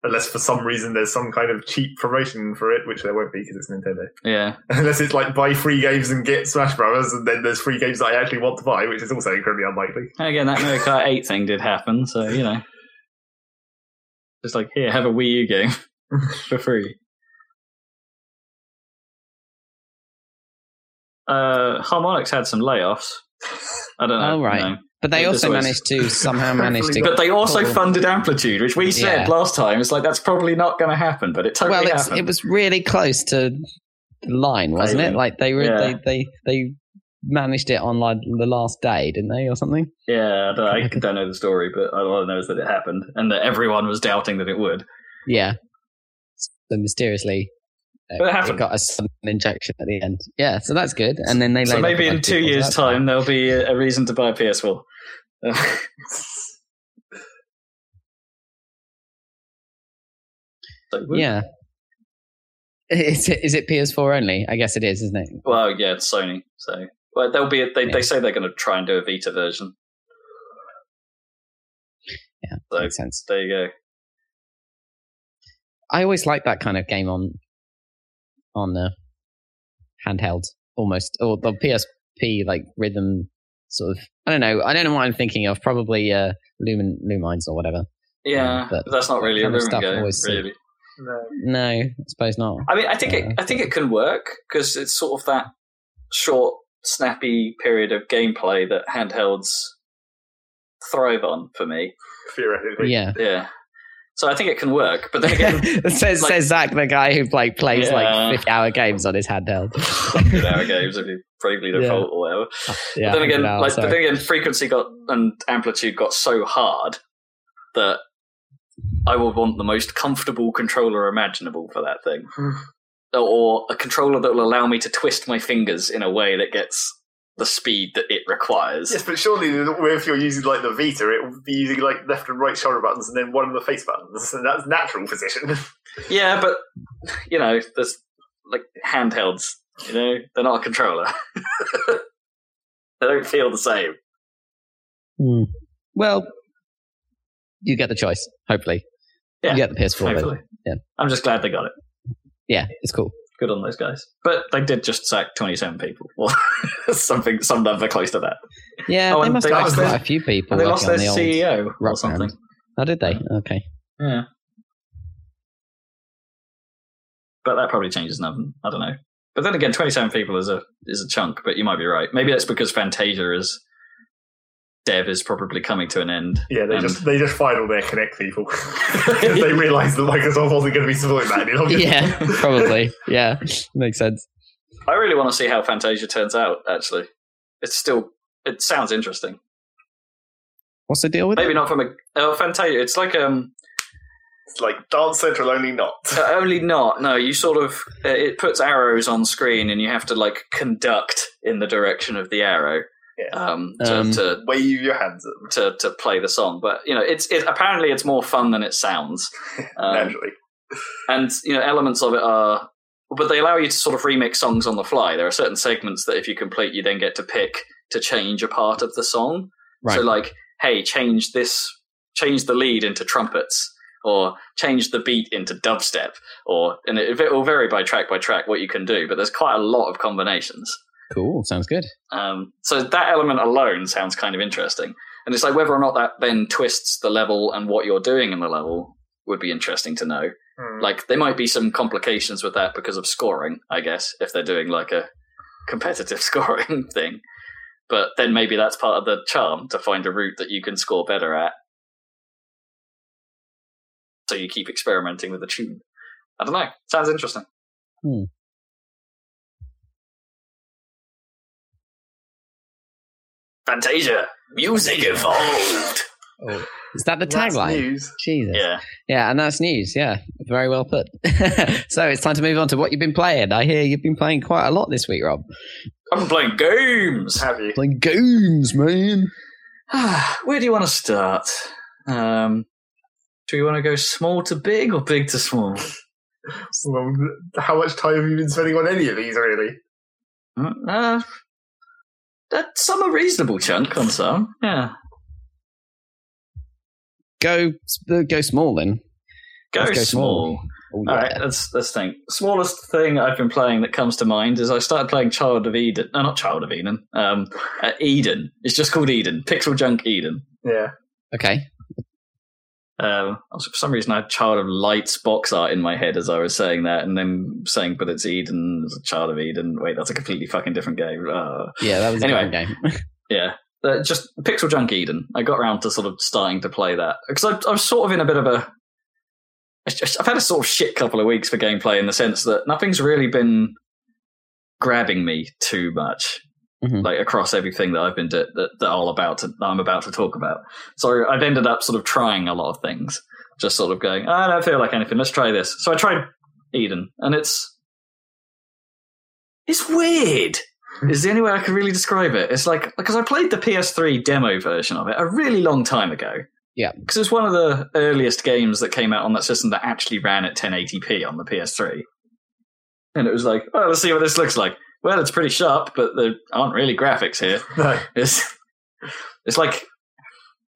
S1: Unless for some reason there's some kind of cheap promotion for it, which there won't be because it's Nintendo.
S3: Yeah.
S1: Unless it's like buy free games and get Smash Brothers, and then there's free games that I actually want to buy, which is also incredibly unlikely.
S3: And again, that Mario Kart 8 thing did happen, so, you know. Just like, here, have a Wii U game for free. Uh, Harmonix had some layoffs. I don't know.
S2: Oh, right.
S3: No.
S2: But they
S3: It-
S2: also
S3: this was-
S2: managed to somehow manage to.
S3: But they also
S2: Cool.
S3: funded Amplitude, which we said
S2: Yeah.
S3: last time. It's like that's probably not going to happen, but it totally
S2: well, it's,
S3: happened.
S2: it was really close to the line, wasn't it?
S3: Failing.
S2: Like they were
S3: Yeah.
S2: they, they they managed it on like the last day, didn't they, or something?
S3: yeah, I don't, I don't know the story, but all I know is that it happened, and that everyone was doubting that it would.
S2: Yeah. So mysteriously, uh,
S3: But it happened.
S2: got a sudden injection at the end. Yeah, so that's good. And then they
S3: So
S2: laid off a
S3: maybe in
S2: bunch of
S3: two
S2: people, so
S3: years'
S2: that's fine.
S3: time, there'll be a, a reason to buy a PS4. So-
S2: Yeah. Is it, is it PS4 only? I guess it is, isn't it?
S3: Well, yeah, it's Sony. So, well, they'll be. They,
S2: Yeah.
S3: they say they're going to try and do a Vita version.
S2: Yeah,
S3: So
S2: Makes sense.
S3: there you go.
S2: I always like that kind of game on on the handheld almost or the PSP like rhythm sort of I don't know I don't know what I'm thinking of probably uh Lumen Lumines or whatever
S3: Yeah,
S2: but
S3: but that's not really a
S2: kind of
S3: room
S2: stuff
S3: game,
S2: always-
S3: really.
S1: No.
S2: no I suppose not
S3: I mean, I think
S2: Yeah.
S3: it. I think it can work because it's sort of that short, snappy period of gameplay that handhelds thrive on for me.
S1: Theoretically.
S2: yeah
S3: Yeah. So I think it can work, but then again,
S2: says
S3: like-
S2: says Zach the guy who like plays
S3: Yeah.
S2: like 50 hour games on his handheld
S3: you know, games if you bravely
S2: Yeah.
S3: default or whatever.
S2: yeah
S3: but then again,
S2: 100 hours,
S3: like, but
S2: sorry.
S3: then again, frequency got and amplitude got so hard that I would want the most comfortable controller imaginable for that thing, or a controller that will allow me to twist my fingers in a way that gets the speed that it requires.
S1: Yes, but surely if you're using like the Vita, it would be using like left and right shoulder buttons and then one of the face buttons, and that's natural position.
S3: Yeah, but you know, there's like handhelds. You know, they're not a controller. they don't feel the same.
S2: Hmm. well you get the choice hopefully
S3: Yeah,
S2: you get the PS4 version.
S3: Hopefully,
S2: Yeah.
S3: I'm just glad they got it.
S2: yeah it's cool
S3: good on those guys. But they did just sack 27 people or something, some number close to that.
S2: Yeah,
S3: Oh,
S2: they
S3: and
S2: must
S3: they
S2: have had
S3: lost
S2: quite
S3: their-
S2: a few people
S3: And they
S2: working
S3: lost their E
S2: on the old.
S3: CEO or
S2: rock
S3: something.
S2: band. Oh, did they? Okay.
S3: Yeah. But that probably changes nothing. I don't know. But then again, 27 people is a is a chunk, but you might be right. Maybe that's because Fantasia is dev is probably coming to an end.
S1: Yeah, they
S3: Um,
S1: just they just fired all their Connect people because they realised that Microsoft wasn't going to be supporting that any longer.
S2: Yeah, probably. Yeah, makes sense.
S3: I really want to see how Fantasia turns out, actually. It's still it sounds interesting.
S2: What's the deal with
S3: Maybe
S2: it?
S3: not from a oh, Fantasia. It's like um
S1: It's like Dance Central only not.
S3: Uh, only not. No, you sort of uh, it puts arrows on screen, and you have to like conduct in the direction of the arrow
S1: Yeah.
S3: um, to,
S2: Um,
S3: to,
S1: Wave your hands at them
S3: to to play the song. But you know, it's it, apparently it's more fun than it sounds, um,
S1: naturally.
S3: and you know elements of it are. But they allow you to sort of remix songs on the fly. There are certain segments that if you complete, you then get to pick to change a part of the song.
S2: Right.
S3: So like, hey, change this, change the lead into trumpets, or change the beat into dubstep, or and it, it will vary by track by track what you can do. But there's quite a lot of combinations.
S2: cool. Sounds good.
S3: Um, so that element alone sounds kind of interesting. And it's like whether or not that then twists the level and what you're doing in the level would be interesting to know.
S1: Hmm.
S3: Like there might be some complications with that because of scoring, I guess, if they're doing like a competitive scoring thing. But then maybe that's part of the charm to find a route that you can score better at. So you keep experimenting with the tune. I don't know. Sounds interesting.
S2: Hmm.
S3: Fantasia, music evolved.
S2: Oh, Is that the
S1: That's
S2: tagline?
S1: news.
S2: Jesus. Yeah.
S3: Yeah.
S2: and that's news. Yeah, very well put. so it's time to move on to what you've been playing. I hear you've been playing quite a lot this week, Rob.
S3: I've been playing games.
S1: Have you?
S2: Playing games, man.
S3: Where do you want to start? Um, do you want to go small to big or big to small?
S1: Well, how much time have you been spending on any of these, really?
S3: Uh, that's some a reasonable chunk on some. Yeah.
S2: Go, uh, go small then.
S3: Go,
S2: Let's go
S3: small.
S2: small. Oh,
S3: All
S2: yeah.
S3: right, let's let's think. Smallest thing I've been playing that comes to mind is I started playing Child of Eden. No, not Child of Eden. Um, uh, Eden. It's just called Eden. Pixel Junk Eden.
S1: Yeah.
S2: Okay.
S3: Um, also, for some reason, I had Child of Light's box art in my head as I was saying that, and then saying, "But it's Eden, it's a Child of Eden." Wait, that's a completely fucking different game. Uh,
S2: Yeah, that was a
S3: Anyway.
S2: different game.
S3: yeah, uh, just Pixel Junk Eden. I got around to sort of starting to play that because I'm sort of in a bit of a. it's just- I've had a sort of shit couple of weeks for gameplay in the sense that nothing's really been grabbing me too much,
S2: Mhm.
S3: like across everything that I've been do- that, that I'll about to, that I'm about to talk about. So I've ended up sort of trying a lot of things, just sort of going, "Ah, I don't feel like anything. Let's try this. So I tried Eden, and it's it's weird. Is the only way I can really describe it. It's like because I played the PS3 demo version of it a really long time ago.
S2: Yeah.
S3: because it was one of the earliest games that came out on that system that actually ran at 1080p on the PS3, and it was like, oh, let's see what this looks like. Well, it's pretty sharp, but there aren't really graphics here.
S1: No.
S3: It's it's like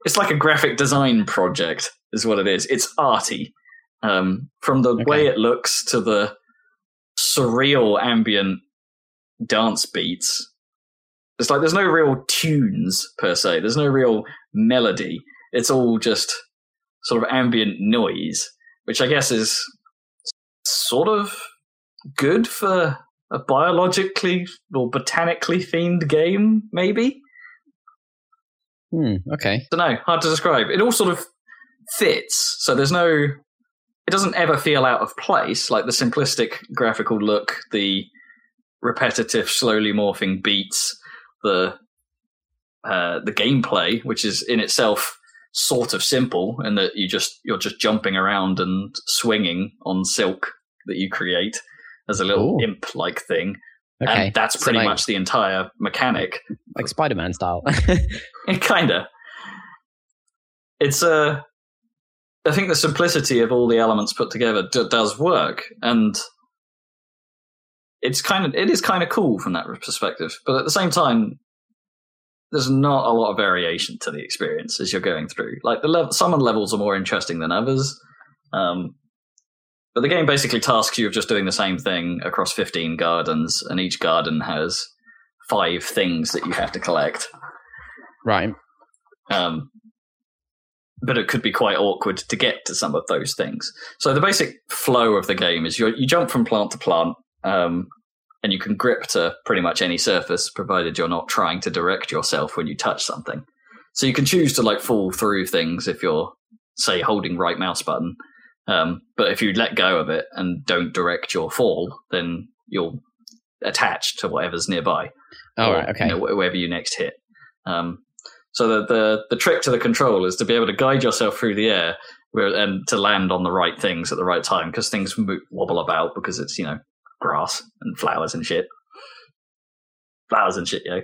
S3: it's like a graphic design project, is what it is. It's arty, um, from the
S2: Okay.
S3: way it looks to the surreal ambient dance beats. It's like there's no real tunes per se. There's no real melody. It's all just sort of ambient noise, which I guess is sort of good for a biologically or botanically themed game, maybe.
S2: Hmm, okay.
S3: don't know, hard to describe. It all sort of fits, so there's no. It doesn't ever feel out of place. Like the simplistic graphical look, the repetitive, slowly morphing beats, the uh, the gameplay, which is in itself sort of simple, in that you just you're just jumping around and swinging on silk that you create as a little
S2: Ooh.
S3: imp-like thing,
S2: Okay.
S3: and that's
S2: So,
S3: pretty
S2: like-
S3: much the entire mechanic.
S2: like Spider Man style.
S3: kinda. It's Uh, I think the simplicity of all the elements put together d- does work, and it's kind of it is kind of cool from that perspective. But at the same time, there's not a lot of variation to the experience as you're going through. Like the level, some of the levels are more interesting than others, um, but the game basically tasks you of just doing the same thing across 15 gardens, and each garden has five things that you have to collect.
S2: right.
S3: Um, but it could be quite awkward to get to some of those things. So the basic flow of the game is you you jump from plant to plant, um, and you can grip to pretty much any surface, provided you're not trying to direct yourself when you touch something. So you can choose to like fall through things if you're, say, holding right mouse button. Um, but if you let go of it and don't direct your fall, then you'll attach to whatever's nearby
S2: All
S3: or,
S2: right. Okay.
S3: You know, wh- wherever you next hit. Um, so the, the the trick to the control is to be able to guide yourself through the air where, and to land on the right things at the right time because things mo- wobble about because it's you know grass and flowers and shit, flowers and shit, yo.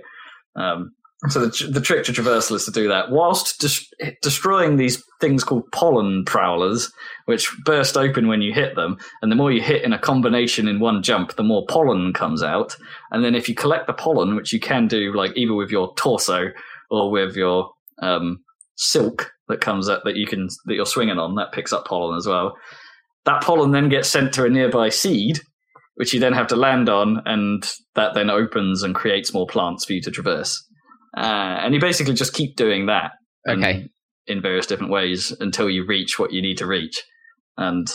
S3: Um, so the, tr- the trick to traversal is to do that whilst des- destroying these things called pollen prowlers, which burst open when you hit them. And the more you hit in a combination in one jump, the more pollen comes out. And then if you collect the pollen, which you can do like either with your torso or with your um, silk that comes up that you can that you're swinging on, that picks up pollen as well. That pollen then gets sent to a nearby seed, which you then have to land on, and that then opens and creates more plants for you to traverse. Uh, and you basically just keep doing that and-
S2: Okay.
S3: in various different ways until you reach what you need to reach. And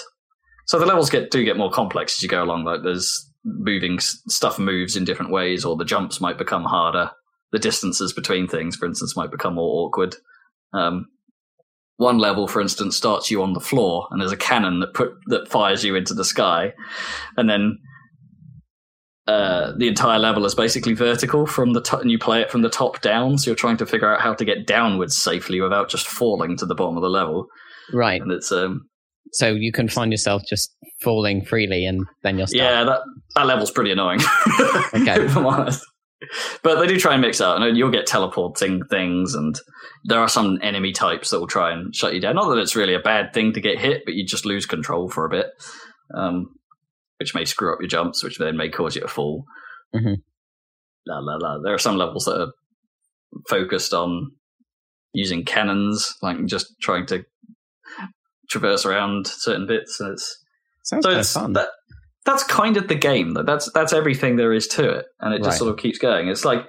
S3: so the levels get do get more complex as you go along. Like there's moving s- stuff moves in different ways, or the jumps might become harder. The distances between things, for instance, might become more awkward. Um, one level, for instance, starts you on the floor, and there's a cannon that put that fires you into the sky, and then uh, the entire level is basically vertical from the top, and you play it from the top down. So you're trying to figure out how to get downwards safely without just falling to the bottom of the level.
S2: Right.
S3: And it's um,
S2: So you can find yourself just falling freely, and then you're stuck.
S3: yeah, that that level's pretty annoying.
S2: Okay.
S3: if I'm honest. But they do try and mix it up, and you'll get teleporting things, and there are some enemy types that will try and shut you down. Not that it's really a bad thing to get hit, but you just lose control for a bit, um, which may screw up your jumps, which then may cause you to fall.
S2: Mhm.
S3: La la la. There are some levels that are focused on using cannons, like just trying to traverse around certain bits, and it's
S2: Sounds
S3: so
S2: kind of
S3: it's
S2: fun.
S3: that, that's kind of the game though. That's that's everything there is to it, and it
S2: Right.
S3: just sort of keeps going. It's like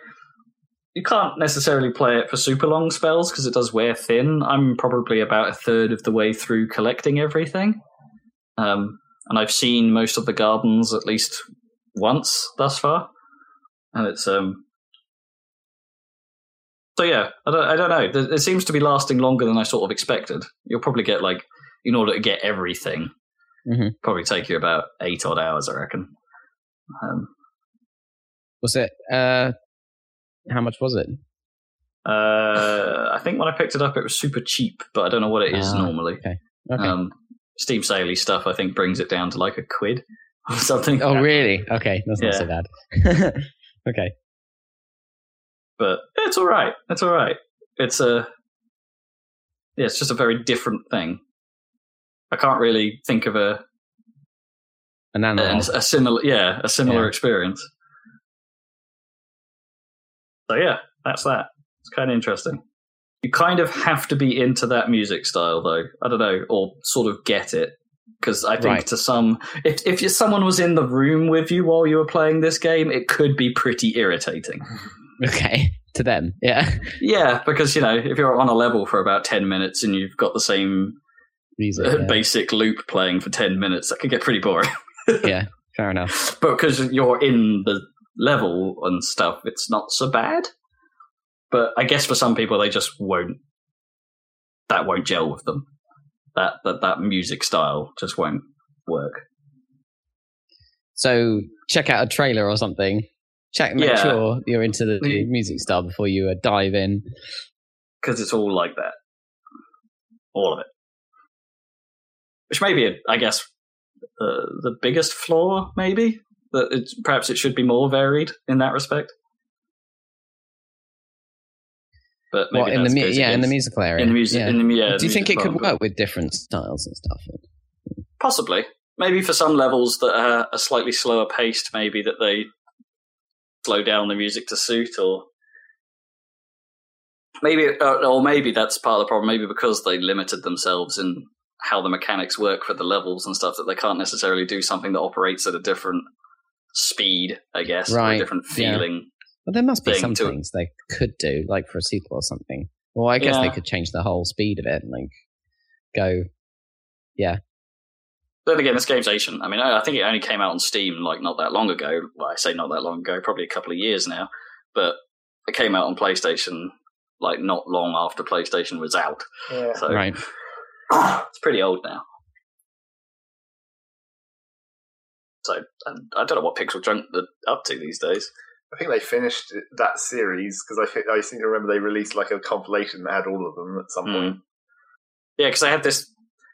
S3: you can't necessarily play it for super long spells because it does wear thin. I'm probably about a third of the way through collecting everything, um, and I've seen most of the gardens at least once thus far, and it's um, so yeah, I don't, I don't know. Th- It seems to be lasting longer than I sort of expected. You'll probably get like, in order to get everything,
S2: Mhm.
S3: probably take you about eight odd hours, I reckon. Um,
S2: Was it? Uh, how much was it?
S3: uh, I think when I picked it up, it was super cheap, but I don't know what it is
S2: Ah,
S3: normally.
S2: Okay.
S3: Um, Steam Saley stuff, I think, brings it down to like a quid or something.
S2: oh, really? Okay, that's not
S3: Yeah.
S2: so bad. okay.
S3: but it's all right. It's all right. It's a yeah, it's just a very different thing. I can't really think of a
S2: An
S3: an,
S2: analog.
S3: a similar yeah a similar
S2: Oh. Yeah.
S3: experience. So yeah, that's that. It's kind of interesting. You kind of have to be into that music style, though. I don't know, or sort of get it, because I think
S2: Right.
S3: to some, if if you, someone was in the room with you while you were playing this game, it could be pretty irritating.
S2: Okay. To them. Yeah.
S3: Yeah, because you know, if you're on a level for about ten minutes and you've got the same
S2: Music.
S3: uh
S2: yeah.
S3: basic loop playing for ten minutes, that could get pretty boring.
S2: yeah. Fair enough.
S3: but because you're in the level and stuff, it's not so bad. But I guess for some people, they just won't. That won't gel with them. That that that music style just won't work.
S2: So check out a trailer or something. Check, make
S3: Yeah.
S2: sure you're into the
S3: Mm.
S2: music style before you uh, dive in.
S3: because it's all like that, all of it. Which may be, I guess, uh, the biggest flaw. Maybe that it's, perhaps it should be more varied in that respect. But maybe
S2: What in the
S3: that's
S2: mu-
S3: case
S2: yeah in the
S3: against-
S2: musical area?
S3: in the music
S2: Yeah.
S3: in the mu- yeah,
S2: Do you
S3: the
S2: think
S3: music
S2: it could
S3: part, but
S2: work with different styles and stuff?
S3: Possibly, maybe for some levels that are a slightly slower paced, maybe that they slow down the music to suit or. maybe uh, or, or maybe that's part of the problem maybe because they limited themselves in how the mechanics work for the levels and stuff that they can't necessarily do something that operates at a different speed i guess or
S2: Right,
S3: a different
S2: yeah.
S3: feeling
S2: Well, there must be
S3: thing
S2: some
S3: to-
S2: things they could do, like for a sequel or something. Well, I guess they
S3: Yeah.
S2: could change the whole speed of it and like go.
S3: then again this game's ancient i mean i I think it only came out on steam like not that long ago well i say not that long ago probably a couple of years now but it came out on playstation like not long after playstation was out
S1: Yeah.
S3: so
S2: Right.
S3: it's pretty old now. So I, I don't know what Pixel Junk are up to these days.
S1: I think they finished that series because I think I seem to remember they released like a compilation that had all of them at some
S2: Hmm.
S1: point.
S3: Yeah, because they had this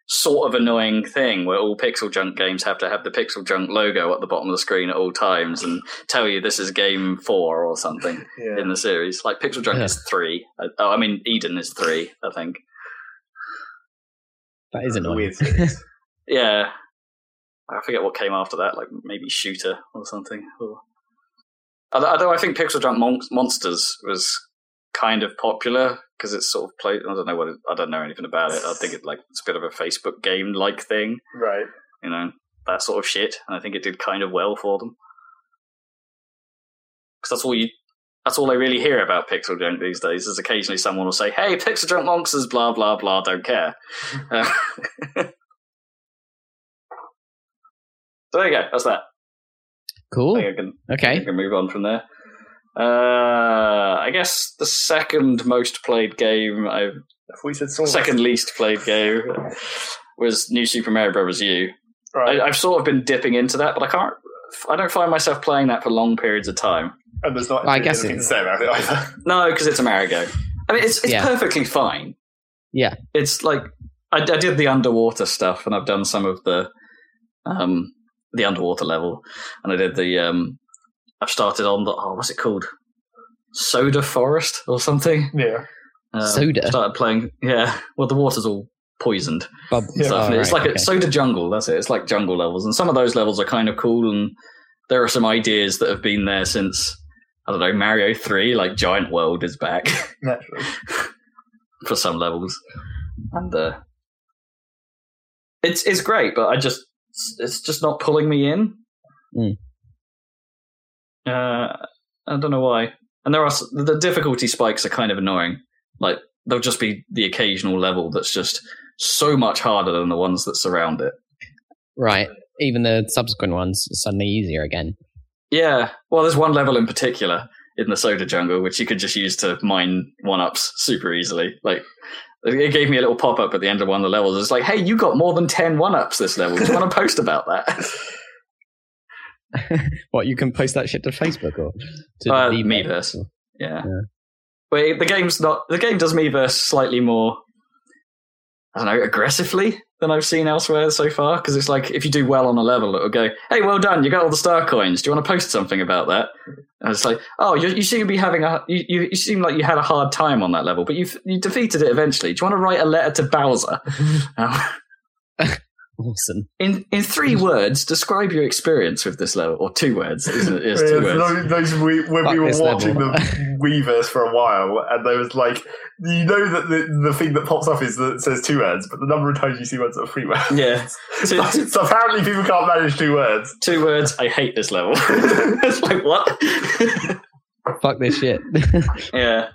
S3: sort of annoying thing where all Pixel Junk games have to have the Pixel Junk logo at the bottom of the screen at all times and tell you this is game four or something
S1: Yeah.
S3: in the series. Like Pixel Junk
S2: Yeah.
S3: is three. Uh, Oh, I mean Eden is three, I think.
S2: That
S3: uh,
S2: is annoying.
S1: Weird series.
S3: Yeah. I forget what came after that, like maybe Shooter or something. Or... Although, although I think Pixel Junk Mon- Monsters was kind of popular because it's sort of played. I don't know what it, I don't know anything about it. I think it like it's a bit of a Facebook game like thing,
S1: right.
S3: you know, that sort of shit. And I think it did kind of well for them because that's all you. That's all I really hear about Pixel Junk these days is occasionally someone will say, "Hey, Pixel Junk Monsters, blah blah blah, don't care." Uh, so there you go. That's that. I
S2: Cool.
S3: think I can, I
S2: Okay.
S3: can move on from there. Uh, I guess the second most played game, I
S1: If we said sort
S3: second least played game, was New Super Mario Bros. U.
S1: right,
S3: I, I've sort of been dipping into that, but I can't. I don't find myself playing that for long periods of time.
S1: and there's not
S2: Well, I guess
S1: anything
S2: it-
S1: to say about it either.
S3: No, because it's a Marigo. I mean, it's it's
S2: Yeah.
S3: perfectly fine.
S2: Yeah.
S3: it's like I, I did the underwater stuff, and I've done some of the um the underwater level, and I did the um I've started on the oh what's it called soda forest or something
S1: Yeah.
S3: Um,
S2: Soda?
S3: started playing yeah well the water's all poisoned
S2: Bob-
S1: Yeah.
S3: stuff.
S2: oh,
S3: and it's
S2: right,
S3: like a
S2: okay.
S3: soda jungle. That's it. It's like jungle levels, and some of those levels are kind of cool. And there are some ideas that have been there since I don't know Mario Three. Like Giant World is back
S1: Naturally.
S3: for some levels, and uh, it's it's great. But I just it's- it's just not pulling me in.
S2: Mm. Hmm.
S3: Uh, I don't know why. And there are s- the difficulty spikes are kind of annoying. Like there'll just be the occasional level that's just so much harder than the ones that surround it.
S2: right. Even the subsequent ones are suddenly easier again.
S3: Yeah. Well, there's one level in particular. in the soda jungle, which you could just use to mine one ups super easily. Like it gave me a little pop up at the end of one of the levels. It's like, hey, you got more than 10 one ups this level. Do you want to post about that?
S2: What you can post that shit to Facebook or to
S3: Uh,
S2: the
S3: Meverse.
S2: or-
S3: Yeah.
S2: Yeah.
S3: But it- the game's not the game does Miiverse slightly more I don't know, aggressively than I've seen elsewhere so far. Because it's like if you do well on a level, it'll go, "Hey, well done! You got all the star coins. Do you want to post something about that?" And it's like, "Oh, you, you seem to be having a you, you, you seem like you had a hard time on that level, but you you defeated it eventually. Do you want to write a letter to Bowser?" Um,
S2: Awesome.
S3: in in three words, describe your experience with this level, or two words, isn't it? It's two
S1: Yeah,
S3: words.
S1: those, those we, when
S2: Fuck
S1: we were
S2: this
S1: watching
S2: level.
S1: the Weavers for a while, and there was like, you know that the, the thing that pops up is that it says two words, but the number of times you see words that are three words.
S3: Yeah,
S1: so,
S3: Two-
S1: so apparently people can't manage two words.
S3: two words. I hate this level. it's like what?
S2: Fuck this shit.
S3: Yeah.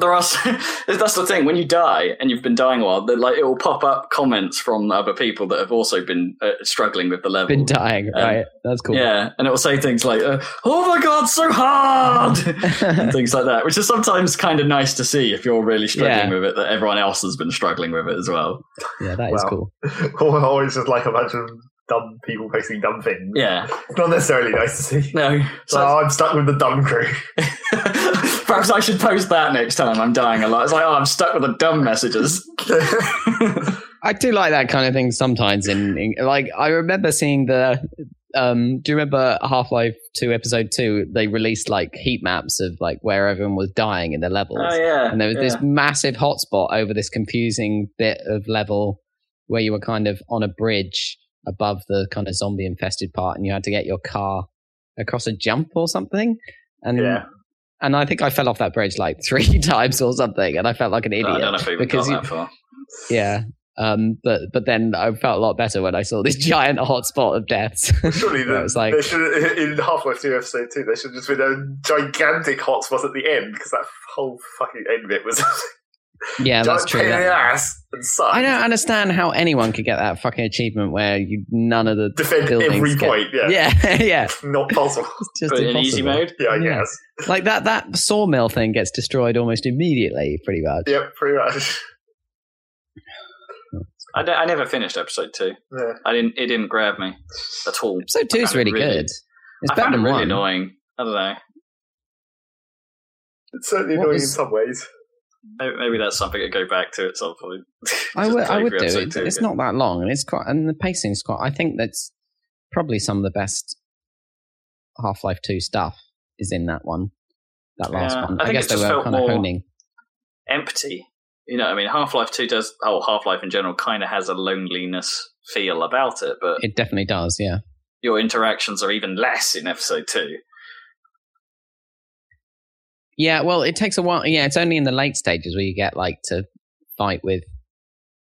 S3: There are. that's the thing. When you die and you've been dying a while, then like it will pop up comments from other people that have also been uh, struggling with the level.
S2: Been dying,
S3: Um,
S2: right? That's cool.
S3: Yeah, and it will say things like, uh, "Oh my god, so hard," and things like that, which is sometimes kind of nice to see if you're really struggling
S2: Yeah.
S3: with it. That everyone else has been struggling with it as well.
S2: yeah, that is
S1: Wow.
S2: cool.
S1: Or, or it's just like a bunch of dumb people posting dumb things.
S3: Yeah.
S1: It's not necessarily nice to see.
S3: No.
S1: So
S3: So
S1: I'm stuck with the dumb crew.
S3: perhaps I should post that next time. I'm dying a lot. It's like, oh, I'm stuck with the dumb messages. Oh,
S2: I do like that kind of thing sometimes. In, in like, I remember seeing the. Um, do you remember Half Life Two Episode Two? They released like heat maps of like where everyone was dying in their levels,
S3: oh yeah.
S2: and there was
S3: yeah.
S2: this massive hotspot over this confusing bit of level where you were kind of on a bridge above the kind of zombie infested part, and you had to get your car across a jump or something. And
S1: Yeah.
S2: and I think I fell off that bridge like three times or something, and I felt like an idiot
S3: I don't know if we even got
S2: because you-
S3: that far.
S2: yeah. Um, but but then I felt a lot better when I saw this giant hotspot of deaths.
S1: Surely
S2: Where
S1: the,
S2: it's like-
S1: they should in Half Life Two episode two. There should just been a gigantic hotspot at the end because that whole fucking end bit was
S2: yeah, that's
S1: giant
S2: true.
S1: pain in the
S2: that-
S1: ass and sucked.
S2: I don't understand how anyone could get that fucking achievement where you none of the
S1: defend
S2: buildings
S1: every
S2: get-
S1: point. Yeah,
S2: yeah yeah,
S1: not possible.
S2: It's just
S3: But in easy
S2: impossible.
S3: mode.
S1: Yeah, I
S2: Yeah.
S1: guess.
S2: Like that that sawmill thing gets destroyed almost immediately, pretty much.
S1: Yep, pretty much.
S3: I, don't- I never finished episode two.
S1: Yeah.
S3: I didn't. It didn't grab me at all.
S2: Episode
S3: I
S2: two is
S3: found it
S2: really,
S3: really-
S2: good. It's
S3: I
S2: better
S3: found it
S2: than
S3: really
S2: one.
S3: annoying. I don't know.
S1: It's certainly
S2: What
S1: annoying in
S2: was-
S1: some ways.
S3: Maybe, maybe that's something to go back to at some point. Just
S2: I would,
S3: play
S2: I would
S3: through
S2: do
S3: episode
S2: it.
S3: two
S2: It's
S3: again.
S2: not that long, and it's quite, and the pacing's quite. I think that's probably some of the best Half Life Two stuff is in that one, that last
S3: Yeah,
S2: one.
S3: I
S2: I,
S3: think
S2: guess
S3: it
S2: they
S3: just
S2: were
S3: felt
S2: kind of
S3: more-
S2: honing.
S3: empty. You know, I mean, Half Life Two does. Oh, Half Life in general kind of has a loneliness feel about it, but
S2: It definitely does, yeah.
S3: your interactions are even less in episode two.
S2: Yeah, well, it takes a while. Yeah, it's only in the late stages where you get like to fight with.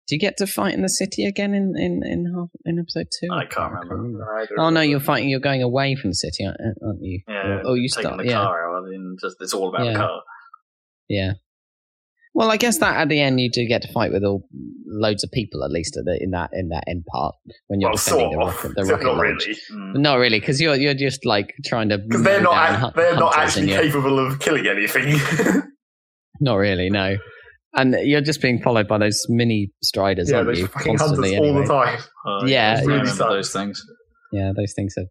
S2: Do you get to fight in the city again in in in, half, in episode two?
S3: I can't remember.
S1: I don't
S2: Oh no,
S1: know.
S2: you're fighting. You're going away from the city, aren't aren't you?
S3: Yeah,
S2: Oh, you
S3: taking
S2: start.
S3: the
S2: Yeah.
S3: car out and just it's all about
S2: Yeah.
S3: the car.
S2: Yeah. Well, I guess that at the end you do get to fight with all loads of people, at least at the, in that in that end part when you're
S1: well,
S2: defending
S1: sort
S2: the
S1: of.
S2: rocket, the
S1: Except
S2: rocket
S1: not
S2: launch.
S1: really,
S3: Mm.
S2: Not really, because you're you're just like trying to.
S1: because they're
S2: mow
S1: not
S2: down
S1: ac-
S2: hu-
S1: they're not
S2: hunters and
S1: actually
S2: you're-
S1: capable of killing anything.
S2: Not really, no. And you're just being followed by those mini striders,
S1: yeah,
S2: aren't
S1: those
S2: you?
S1: fucking hunters
S2: Constantly,
S1: all
S2: anyway.
S1: the time.
S3: Oh,
S2: Yeah,
S3: I
S1: yeah.
S3: remember those things.
S2: Yeah, those things are.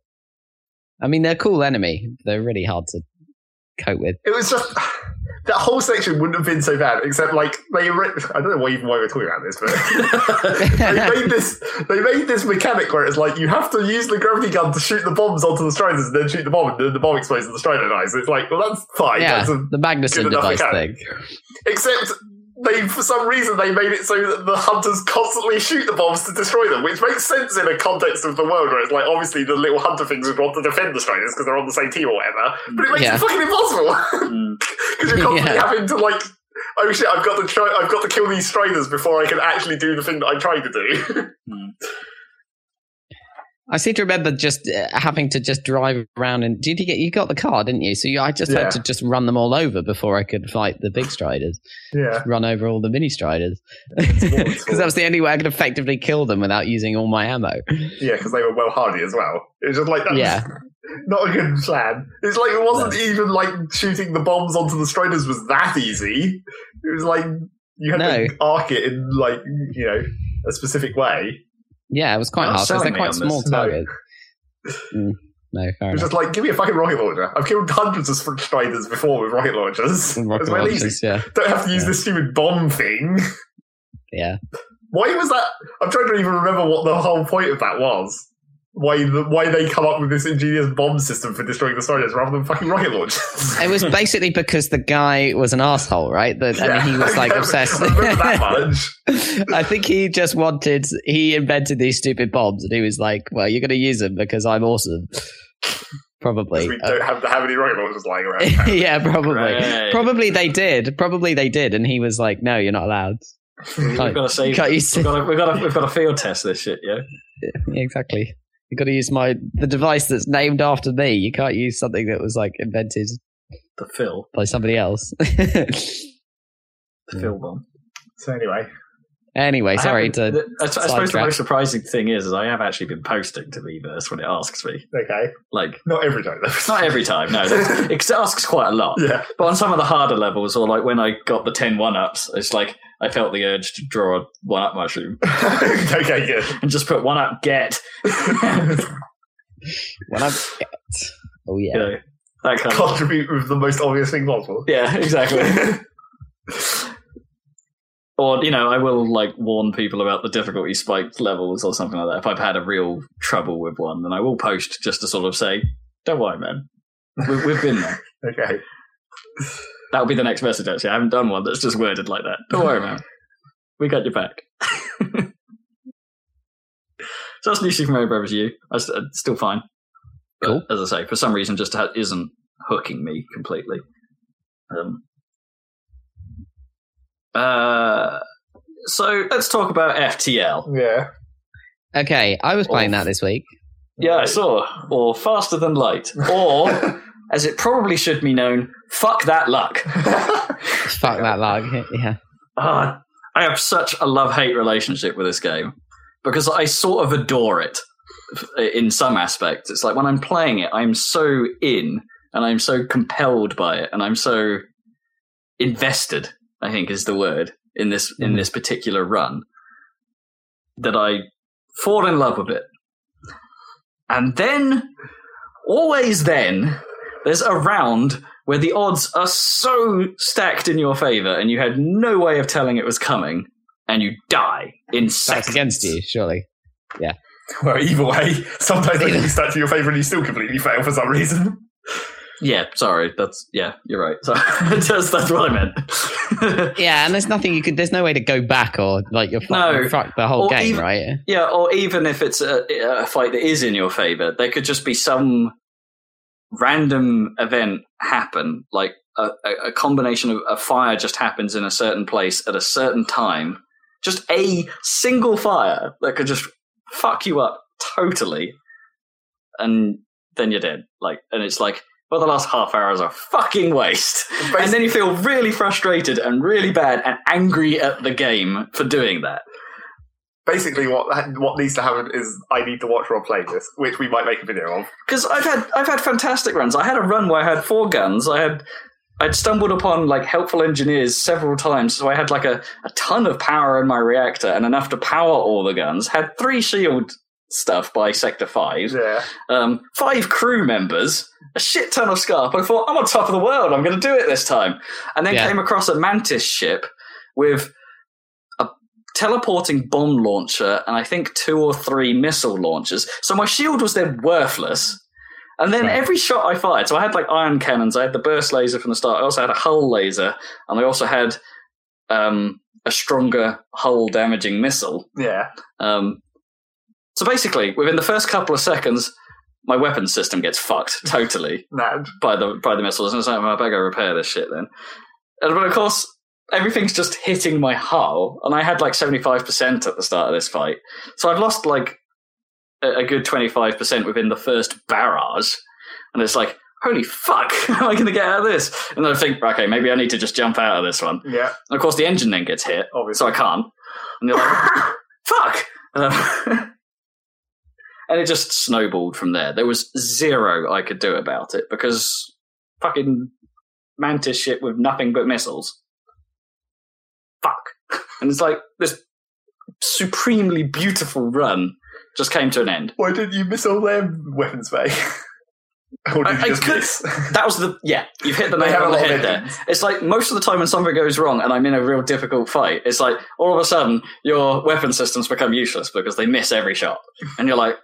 S2: I mean, they're a cool enemy. They're really hard to cope with.
S1: It was just that whole section wouldn't have been so bad, except like they. Re- I don't know why even why we're talking about this, but they made this. They made this mechanic where it's like you have to use the gravity gun to shoot the bombs onto the striders, and then shoot the bomb, and then the bomb explodes and the strider dies. It's like, well, that's fine.
S2: yeah,
S1: That's a,
S2: the Magnuson
S1: good enough
S2: device thing.
S1: mechanic. except they, for some reason, they made it so that the hunters constantly shoot the bombs to destroy them, which makes sense in a context of the world where it's like obviously the little hunter things would want to defend the striders because they're on the same team or whatever, but it makes
S2: Yeah.
S1: it fucking impossible.
S3: Mm.
S1: Because you're constantly
S2: Yeah.
S1: having to like, oh shit, I've got to try, I've got to kill these striders before I can actually do the thing that I'm trying to do.
S2: I seem to remember just uh, having to just drive around and did you get you got the car, didn't you? So you, I just
S1: Yeah.
S2: had to just run them all over before I could fight the big striders,
S1: Yeah.
S2: run over all the mini striders,
S1: more
S2: because that was the only way I could effectively kill them without using all my ammo.
S1: Yeah, because they were well hardy as well. It was just like that's
S2: Yeah.
S1: not a good plan. It's like it wasn't even like shooting the bombs onto the striders was that easy. It was like you had to arc it in like you know a specific way.
S2: Yeah, it was quite
S3: Not
S2: hard because
S3: selling
S2: they're
S3: me
S2: quite
S3: on
S2: small
S1: this, no.
S2: targets. Mm, no, fair
S1: It
S2: enough.
S1: was just like give me a fucking rocket launcher. I've killed hundreds of str- striders before with rocket launchers.
S2: Rocket
S1: it's well easy.
S2: launchers, yeah,
S1: Don't have to use
S2: Yeah.
S1: this stupid bomb thing.
S2: yeah.
S1: Why was that? I'm trying to even remember what the whole point of that was. Why the, why they come up with this ingenious bomb system for destroying the striders rather than fucking rocket launchers?
S2: It was basically because the guy was an asshole, right? That I mean, he was like
S1: Yeah,
S2: obsessed.
S1: I remember that much.
S2: I think he just wanted, he invented these stupid bombs and he was like, well, you're going to use them because I'm awesome.
S1: 'Cause
S2: Probably.
S1: we
S2: Uh,
S1: don't have to have any rocket launchers lying around.
S2: yeah, probably.
S3: Right.
S2: Probably they did. Probably they did. And he was like, no, you're not allowed. Oh,
S3: We've got to save.
S2: Can't
S3: it.
S2: you
S3: We've
S2: see-
S3: got to, we've got to, we've got to field test this shit. Yeah.
S2: Yeah, exactly. You've got to use my the device that's named after me. You can't use something that was like invented
S3: The fill.
S2: by somebody else.
S3: The fill bomb.
S1: so anyway,
S2: anyway,
S3: I
S2: sorry
S3: haven't-
S2: to.
S3: the- I, I suppose the
S2: sidetrack.
S3: most surprising thing is, is I have actually been posting to Meverse when it asks me.
S1: okay,
S3: Like,
S1: not every time
S3: it's
S1: though.
S3: not every time, no. that's- it asks quite a lot.
S1: yeah,
S3: But on some of the harder levels, or like when I got the 10 1 ups, it's like I felt the urge to draw a 1 up mushroom
S1: okay, good.
S3: and just put 1 up get.
S2: When I oh yeah.
S3: You know, that kind of.
S1: Contribute with the most obvious thing possible.
S3: Yeah, exactly. or you know i will like warn people about the difficulty spiked levels or something like that if i've had a real trouble with one then i will post just to sort of say don't worry man we've, we've been there
S1: okay,
S3: that'll be the next message actually i haven't done one that's just worded like that don't worry man we got your back so that's new super mario brothers u I s- uh, still fine but
S2: Cool.
S3: as i say for some reason just ha- isn't hooking me completely um, uh, so let's talk about ftl
S1: yeah,
S2: Okay, I was playing
S3: Or-
S2: that this week.
S3: Yeah, I saw. Or faster than light. Or, as it probably should be known, fuck that luck.
S2: Fuck that lag. Yeah.
S3: Ah, I have such a love hate relationship with this game because I sort of adore it in some aspects. It's like when I'm playing it, I'm so in and I'm so compelled by it and I'm so invested, I think is the word, in this in
S2: Mhm.
S3: this particular run that I fall in love with it. And then always then there's a round where the odds are so stacked in your favor and you had no way of telling it was coming and you die in seconds
S2: That's against you, surely.
S1: Well, either way, sometimes they do stack to your favour and you still completely fail for some reason.
S3: yeah sorry that's yeah you're right so that's, that's what i meant
S2: Yeah, and there's nothing you could. There's no way to go back or like you're
S3: No.
S2: fucking fucked the whole
S3: Or
S2: game,
S3: even-
S2: right?
S3: yeah or even if it's a, a fight that is in your favor there could just be some random event happen like a, a- a combination of a fire just happens in a certain place at a certain time just a single fire that could just fuck you up totally and then you're dead like and it's like well the last half hour is a fucking waste and then you feel really frustrated and really bad and angry at the game for doing that
S1: basically what what needs to happen is I need to watch Rob play this, which we might make a video of.
S3: because I've had I've had fantastic runs. I had a run where I had four guns. I had I'd stumbled upon like helpful engineers several times, so I had like a, a ton of power in my reactor and enough to power all the guns. Had three shield stuff by sector five,
S1: Yeah,
S3: um, five crew members, a shit ton of scarp. I thought I'm on top of the world. I'm going to do it this time. And then
S2: Yeah.
S3: came across a mantis ship with a teleporting bomb launcher and I think two or three missile launchers. So my shield was then worthless. And then
S2: Right.
S3: every shot I fired, so I had like iron cannons, I had the burst laser from the start, I also had a hull laser, and I also had um, a stronger hull damaging missile.
S1: yeah.
S3: Um, so basically, within the first couple of seconds, my weapon system gets fucked totally
S1: Nah,
S3: by the by the missiles, and it's like, well, I better repair this shit then. And, but of course, everything's just hitting my hull, and I had like seventy five percent at the start of this fight, so I've lost like a a good 25% within the first barrage. And it's like, holy fuck, how am I going to get out of this? And then I think, okay, maybe I need to just jump out of this one.
S1: Yeah,
S3: And of course, the engine then gets hit,
S1: obviously.
S3: so I can't. And you're like, fuck! Um, and it just snowballed from there. There was zero I could do about it because fucking mantis shit with nothing but missiles. Fuck. And it's like this supremely beautiful run just came to an end.
S1: Why didn't you miss all their weapons, mate? or did
S3: I-
S1: you
S3: I
S1: just
S3: could-
S1: miss?
S3: That was the yeah. You've hit the
S1: they
S3: nail
S1: have a
S3: on the
S1: lot of
S3: head there.
S1: engines.
S3: It's like most of the time when something goes wrong and I'm in a real difficult fight, it's like all of a sudden your weapon systems become useless because they miss every shot. And you're like,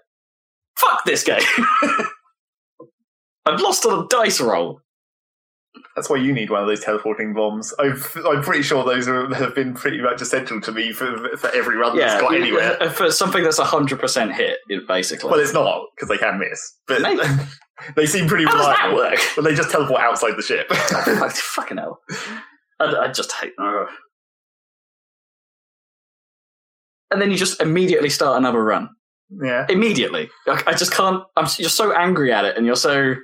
S3: fuck this game. I've lost on a dice roll.
S1: That's why you need one of those teleporting bombs. I've, I'm pretty sure those are, have been pretty much essential to me for, for every run that's got
S3: you-
S1: anywhere.
S3: uh, For something that's 100% hit, it- basically.
S1: Well, it's not because they can miss, but
S3: Mate.
S1: they seem pretty
S3: How does
S1: reliable.
S3: that work?
S1: But they just teleport outside the ship.
S3: Fuck- Fucking hell. I, I just hate oh. ugh. And then you just immediately start another run.
S1: yeah,
S3: immediately. Like, I just can't. I'm. You're so angry at it, and you're so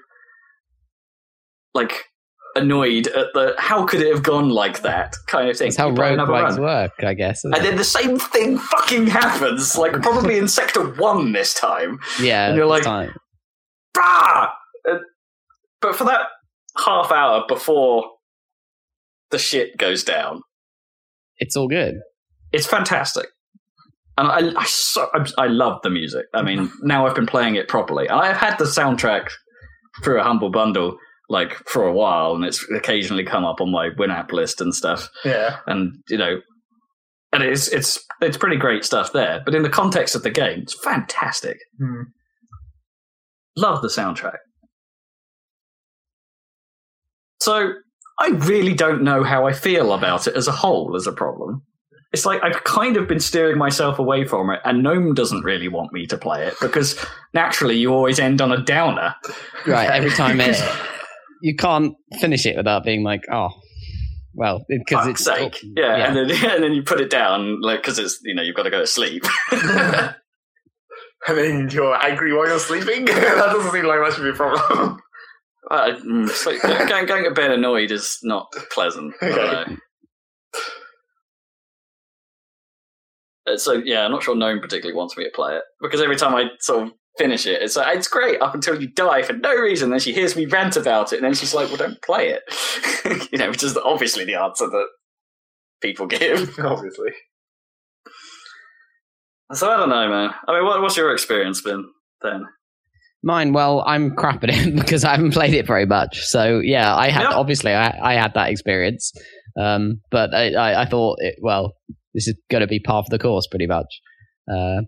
S3: like annoyed at the how could it have gone like that kind of thing.
S2: That's how
S3: You play another
S2: roguelikes
S3: run.
S2: work, I guess. isn't
S3: And
S2: it?
S3: then the same thing fucking happens, like probably in sector one this time.
S2: yeah,
S3: and you're
S2: it's
S3: like-
S2: time.
S3: Bah! Uh, But for that half hour before the shit goes down,
S2: it's all good.
S3: it's fantastic. And I, I, so, I, I love the music. I mean, now I've been playing it properly. And I've had the soundtrack through a humble bundle like for a while, and it's occasionally come up on my Winamp list and stuff.
S1: yeah.
S3: And you know, and it's it's it's pretty great stuff there. But in the context of the game, it's fantastic.
S1: Hmm.
S3: Love the soundtrack. So I really don't know how I feel about it as a whole as a problem. It's like I've kind of been steering myself away from it, and Gnome doesn't really want me to play it because naturally you always end on a downer.
S2: Right, every time it,
S1: Because-
S2: you can't finish it without being like, oh, well, because
S3: Fuck's
S2: it's oh,
S3: sake, yeah, And then and then you put it down like because it's you know you've got to go to sleep.
S1: and then you're angry while you're sleeping. that doesn't seem like that should be a problem.
S3: Uh, mm, sleep. going, going to bed annoyed is not pleasant. I don't know. Uh, So yeah, I'm not sure Gnome particularly wants me to play it because every time I sort of finish it, it's like, it's great up until you die for no reason. Then she hears me rant about it, and then she's like, "Well, don't play it," you know, which is obviously the answer that people give.
S1: Obviously,
S3: So I don't know, man. I mean, what, what's your experience been then?
S2: Mine, well, I'm crap at it because I haven't played it very much. So yeah, I had
S3: Yeah.
S2: obviously I, I had that experience, um, but I, I, I thought, it, well, this is going to be part of the course, pretty much. Uh,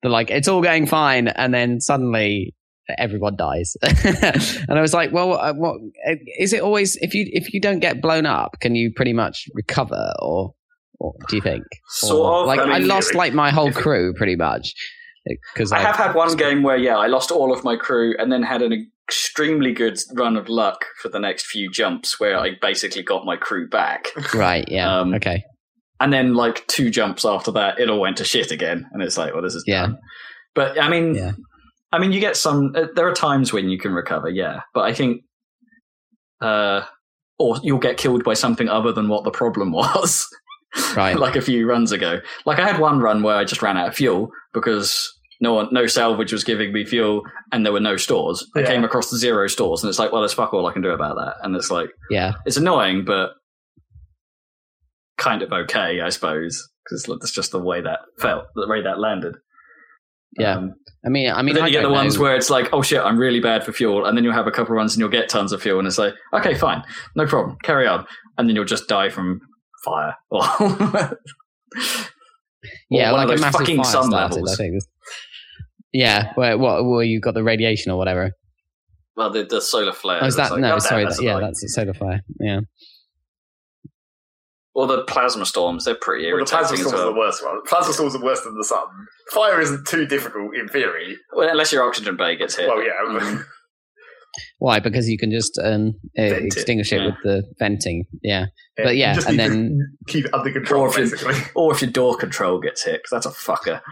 S2: but like, it's all going fine, and then suddenly everyone dies, and I was like, well, uh, what is it always if you if you don't get blown up, can you pretty much recover, or, or do you think?
S3: Sort
S2: Or-
S3: of.
S2: Like
S1: I
S2: I,
S1: mean,
S2: lost
S1: if-
S2: like my whole
S1: if-
S2: crew, pretty much, eh, because
S3: I have had one game where yeah, I lost all of my crew and then had an extremely good run of luck for the next few jumps where I basically got my crew back.
S2: Right. Yeah.
S3: Um,
S2: okay.
S3: And then like two jumps after that, it all went to shit again, and it's like, well, this is
S2: Yeah.
S3: done. But I mean,
S2: Yeah.
S3: I mean, you get some. Uh, there are times when you can recover, yeah. But I think, uh, or you'll get killed by something other than what the problem was.
S2: Right.
S3: like a few runs ago. Like I had one run where I just ran out of fuel because no one, no salvage was giving me fuel, and there were no stores. I
S1: Yeah.
S3: came across zero stores, and it's like, well, there's fuck all I can do about that. And it's like,
S2: Yeah.
S3: it's annoying, but kind of okay, I suppose, because that's just the way that felt, the way that landed.
S2: Yeah.
S3: Um,
S2: I mean, I
S3: but
S2: mean,
S3: then
S2: I
S3: you get
S2: don't
S3: the ones
S2: know.
S3: where it's like, oh shit, I'm really bad for fuel, and then you'll have a couple of runs and you'll get tons of fuel, and it's like, okay, fine, no problem, carry on, and then you'll just die from fire or
S2: yeah,
S3: or one
S2: like a
S3: of those
S2: massive
S3: fucking
S2: fire
S3: sun
S2: started,
S3: levels.
S2: I think. Yeah, where what? Where you got the radiation or whatever?
S3: well, the, the solar flare.
S2: Oh, is
S3: that's
S2: that
S3: like,
S2: no?
S3: oh,
S2: sorry,
S3: that's
S2: that, yeah,
S3: annoying.
S2: that's a solar fire. Yeah,
S3: or the plasma storms. They're pretty
S1: well, the
S3: irritating
S1: plasma
S3: as
S1: storms are
S3: well.
S1: the worst one. Plasma storms are worse than the sun. Fire isn't too difficult in theory.
S3: well, unless your oxygen bay gets hit.
S1: Well, yeah,
S3: Mhm.
S2: why? Because you can just um uh,
S1: Vent it,
S2: extinguish it,
S3: yeah.
S2: with the venting. Yeah, But yeah,
S1: you just
S2: and
S1: need
S2: then-
S1: to keep it under control
S3: Or if you-
S1: basically.
S3: or if your door control gets hit, 'cause that's a fucker.